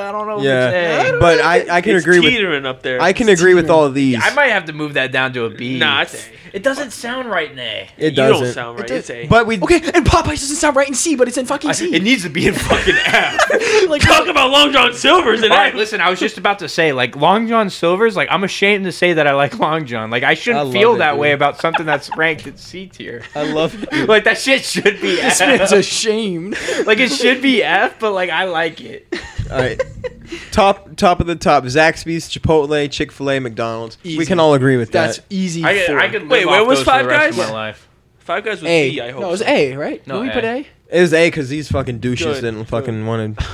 Speaker 2: Uh, I don't know. if it's
Speaker 1: Yeah,
Speaker 2: A.
Speaker 1: but I, I can
Speaker 3: it's
Speaker 1: agree with
Speaker 3: teetering up there.
Speaker 1: I can agree with all of these.
Speaker 2: I might have to move that down to a B.
Speaker 3: Nah, it's A.
Speaker 2: It doesn't sound right, nay.
Speaker 1: it
Speaker 3: you
Speaker 1: doesn't.
Speaker 3: don't sound right.
Speaker 4: does-
Speaker 3: It's A. [LAUGHS]
Speaker 1: But we
Speaker 4: Okay, and Popeyes doesn't sound right in C, but it's in fucking C. [LAUGHS]
Speaker 2: It needs to be in fucking F. [LAUGHS]
Speaker 4: like,
Speaker 3: talk about Long John Silver's and
Speaker 2: All right,
Speaker 3: F.
Speaker 2: listen. I was just about to say, like Long John Silver's. Like I'm ashamed to say that I like Long John. Like I
Speaker 1: I
Speaker 2: shouldn't
Speaker 1: love
Speaker 2: feel
Speaker 1: it,
Speaker 2: that
Speaker 1: dude.
Speaker 2: way about something that's ranked at C tier.
Speaker 1: I love it.
Speaker 2: Like that shit should
Speaker 1: [LAUGHS]
Speaker 2: be
Speaker 4: [LAUGHS] this
Speaker 2: F.
Speaker 4: man's
Speaker 3: [LAUGHS]
Speaker 4: ashamed.
Speaker 2: Like it should be F, but like I like it.
Speaker 1: All right. Top top of the top. Zaxby's, Chipotle, Chick Fil A, McDonald's. We
Speaker 4: Easy.
Speaker 1: can all agree with
Speaker 4: That's
Speaker 1: that.
Speaker 4: easy.
Speaker 2: I could,
Speaker 4: four.
Speaker 2: I could live
Speaker 3: Wait, where
Speaker 2: off
Speaker 3: was
Speaker 2: those for
Speaker 3: Five
Speaker 2: the rest
Speaker 3: Guys?
Speaker 2: Of my life.
Speaker 3: Five Guys was
Speaker 4: A.
Speaker 3: B. I hope.
Speaker 4: no, it was
Speaker 3: so.
Speaker 4: A, right?
Speaker 2: No,
Speaker 4: Did we
Speaker 2: A.
Speaker 4: put A?
Speaker 1: It was A because these fucking douches
Speaker 3: Good,
Speaker 1: didn't fucking want to.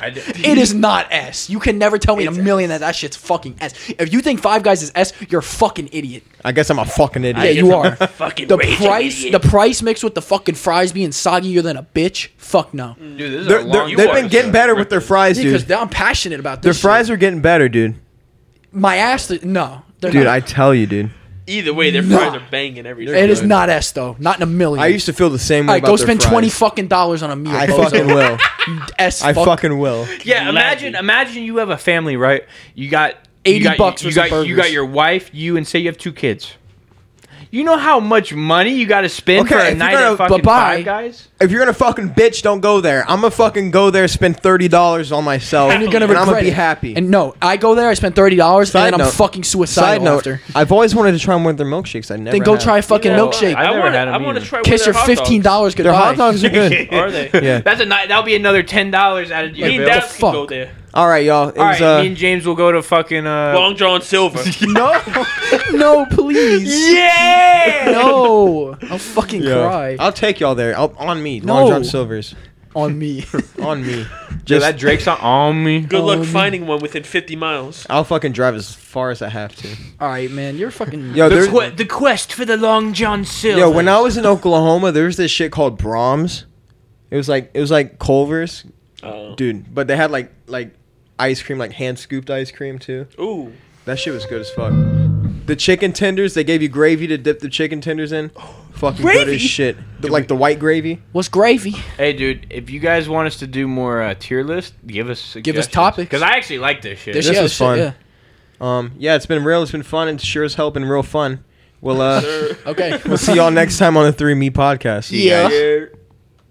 Speaker 2: I did.
Speaker 1: [LAUGHS]
Speaker 4: It is not S. You can never tell me in
Speaker 2: It's
Speaker 4: a million that that shit's fucking S. If you think Five Guys is S, you're a fucking idiot.
Speaker 1: I guess I'm a fucking idiot.
Speaker 4: Yeah, you are.
Speaker 3: Fucking
Speaker 4: the
Speaker 3: raging
Speaker 4: price,
Speaker 3: idiot.
Speaker 4: the price mixed with the fucking fries being soggier than a bitch. Fuck no.
Speaker 2: Dude, this is
Speaker 1: They're, they're,
Speaker 2: a long
Speaker 1: they've been getting better with their fries, Mm.
Speaker 4: Because
Speaker 1: dude.
Speaker 4: they- I'm passionate about
Speaker 1: Their
Speaker 4: this.
Speaker 1: fries
Speaker 4: shit.
Speaker 1: are getting better, dude.
Speaker 4: my ass. th- no, they're
Speaker 1: Dude,
Speaker 4: not.
Speaker 1: I tell you, dude.
Speaker 3: Either way, their
Speaker 4: Nah.
Speaker 3: fries are banging every
Speaker 1: They're
Speaker 3: time.
Speaker 4: It is
Speaker 1: good.
Speaker 4: not S though. Not in a million.
Speaker 1: I used to feel the same way
Speaker 4: All right,
Speaker 1: about
Speaker 4: go
Speaker 1: their
Speaker 4: spend
Speaker 1: fries.
Speaker 4: twenty fucking dollars on a meal.
Speaker 1: I
Speaker 4: bozo.
Speaker 1: fucking will.
Speaker 4: S.
Speaker 1: I
Speaker 4: fuck.
Speaker 1: fucking will.
Speaker 2: Yeah, imagine
Speaker 3: Lappy.
Speaker 2: imagine you have a family, right? You got
Speaker 4: 80
Speaker 2: you got,
Speaker 4: bucks
Speaker 2: You,
Speaker 4: for some
Speaker 2: got you
Speaker 4: burgers.
Speaker 2: got your wife, you, and say you have two kids. You know how much money you got to spend
Speaker 1: Okay,
Speaker 2: for
Speaker 1: if
Speaker 2: a
Speaker 1: you're
Speaker 2: night
Speaker 1: gonna-
Speaker 2: at fucking
Speaker 4: bye-bye.
Speaker 2: Five Guys?
Speaker 1: If you're gonna fucking bitch, don't go there. I'm gonna fucking go there, spend thirty dollars on myself,
Speaker 4: And you're gonna
Speaker 1: I'm
Speaker 4: regret
Speaker 1: gonna be
Speaker 4: it.
Speaker 1: happy.
Speaker 4: And no, I go there. I spend thirty dollars, and
Speaker 1: Side
Speaker 4: then I'm
Speaker 1: note-
Speaker 4: fucking
Speaker 1: Side
Speaker 4: suicidal
Speaker 1: note:
Speaker 4: after.
Speaker 1: I've always wanted to try one of their milkshakes. I never.
Speaker 4: Then go
Speaker 1: have.
Speaker 4: try a fucking
Speaker 2: Yeah, well,
Speaker 4: milkshake.
Speaker 2: I- I've never
Speaker 3: wanna-
Speaker 2: had 'em
Speaker 3: I want to
Speaker 2: either.
Speaker 3: try. where
Speaker 4: Kiss
Speaker 3: their
Speaker 4: your
Speaker 3: hot dogs-
Speaker 4: fifteen dollars
Speaker 1: Their
Speaker 4: goodbye.
Speaker 1: hot dogs are good.
Speaker 2: [LAUGHS]
Speaker 3: Are they?
Speaker 1: yeah.
Speaker 2: That's a night. That'll be another ten dollars added to your
Speaker 3: Me and
Speaker 2: bill.
Speaker 3: Dad
Speaker 4: fuck?
Speaker 3: can go there.
Speaker 1: [LAUGHS] All right, y'all. It
Speaker 2: All
Speaker 1: was,
Speaker 2: right,
Speaker 1: uh,
Speaker 2: me and James will go to fucking. Uh,
Speaker 3: Long
Speaker 4: [LAUGHS]
Speaker 3: John Silver.
Speaker 1: no.
Speaker 4: no, please.
Speaker 2: yeah.
Speaker 4: No, I'll fucking cry
Speaker 1: I'll take y'all there. I'll, on me,
Speaker 4: No.
Speaker 1: Long John Silvers.
Speaker 4: on me. [LAUGHS]
Speaker 1: On me.
Speaker 2: Dude,
Speaker 1: Just
Speaker 2: that Drake's on, on me.
Speaker 3: Good luck
Speaker 4: Um,
Speaker 3: finding one within 50 miles.
Speaker 1: I'll fucking drive as far as I have to.
Speaker 4: All right, man, you're fucking.
Speaker 1: Yo,
Speaker 2: The,
Speaker 1: there's,
Speaker 2: que- the quest for the Long John Silver.
Speaker 1: yo. When I was in Oklahoma, there was this shit called Brahms. It was like it was like Culver's,
Speaker 3: Oh.
Speaker 1: dude. But they had like like ice cream, like hand scooped ice cream too.
Speaker 3: Ooh.
Speaker 1: That shit was good as fuck. The chicken tenders, they gave you gravy to dip the chicken tenders in. [GASPS] Fucking good
Speaker 4: Gravy?
Speaker 1: as shit. The- like the white gravy.
Speaker 4: What's gravy?
Speaker 2: Hey, dude, if you guys want us to do more uh, tier list, give us suggestions.
Speaker 4: topics.
Speaker 2: Because I actually like this shit.
Speaker 4: This,
Speaker 1: This
Speaker 4: yeah,
Speaker 1: was
Speaker 4: shit,
Speaker 1: fun.
Speaker 4: yeah.
Speaker 1: Um, yeah, it's been real. It's been fun. It sure as hell been real fun. We'll uh,
Speaker 3: Sir.
Speaker 4: Okay.
Speaker 1: we'll see y'all next time on the Three Me Podcast.
Speaker 4: Yeah.
Speaker 3: Yeah.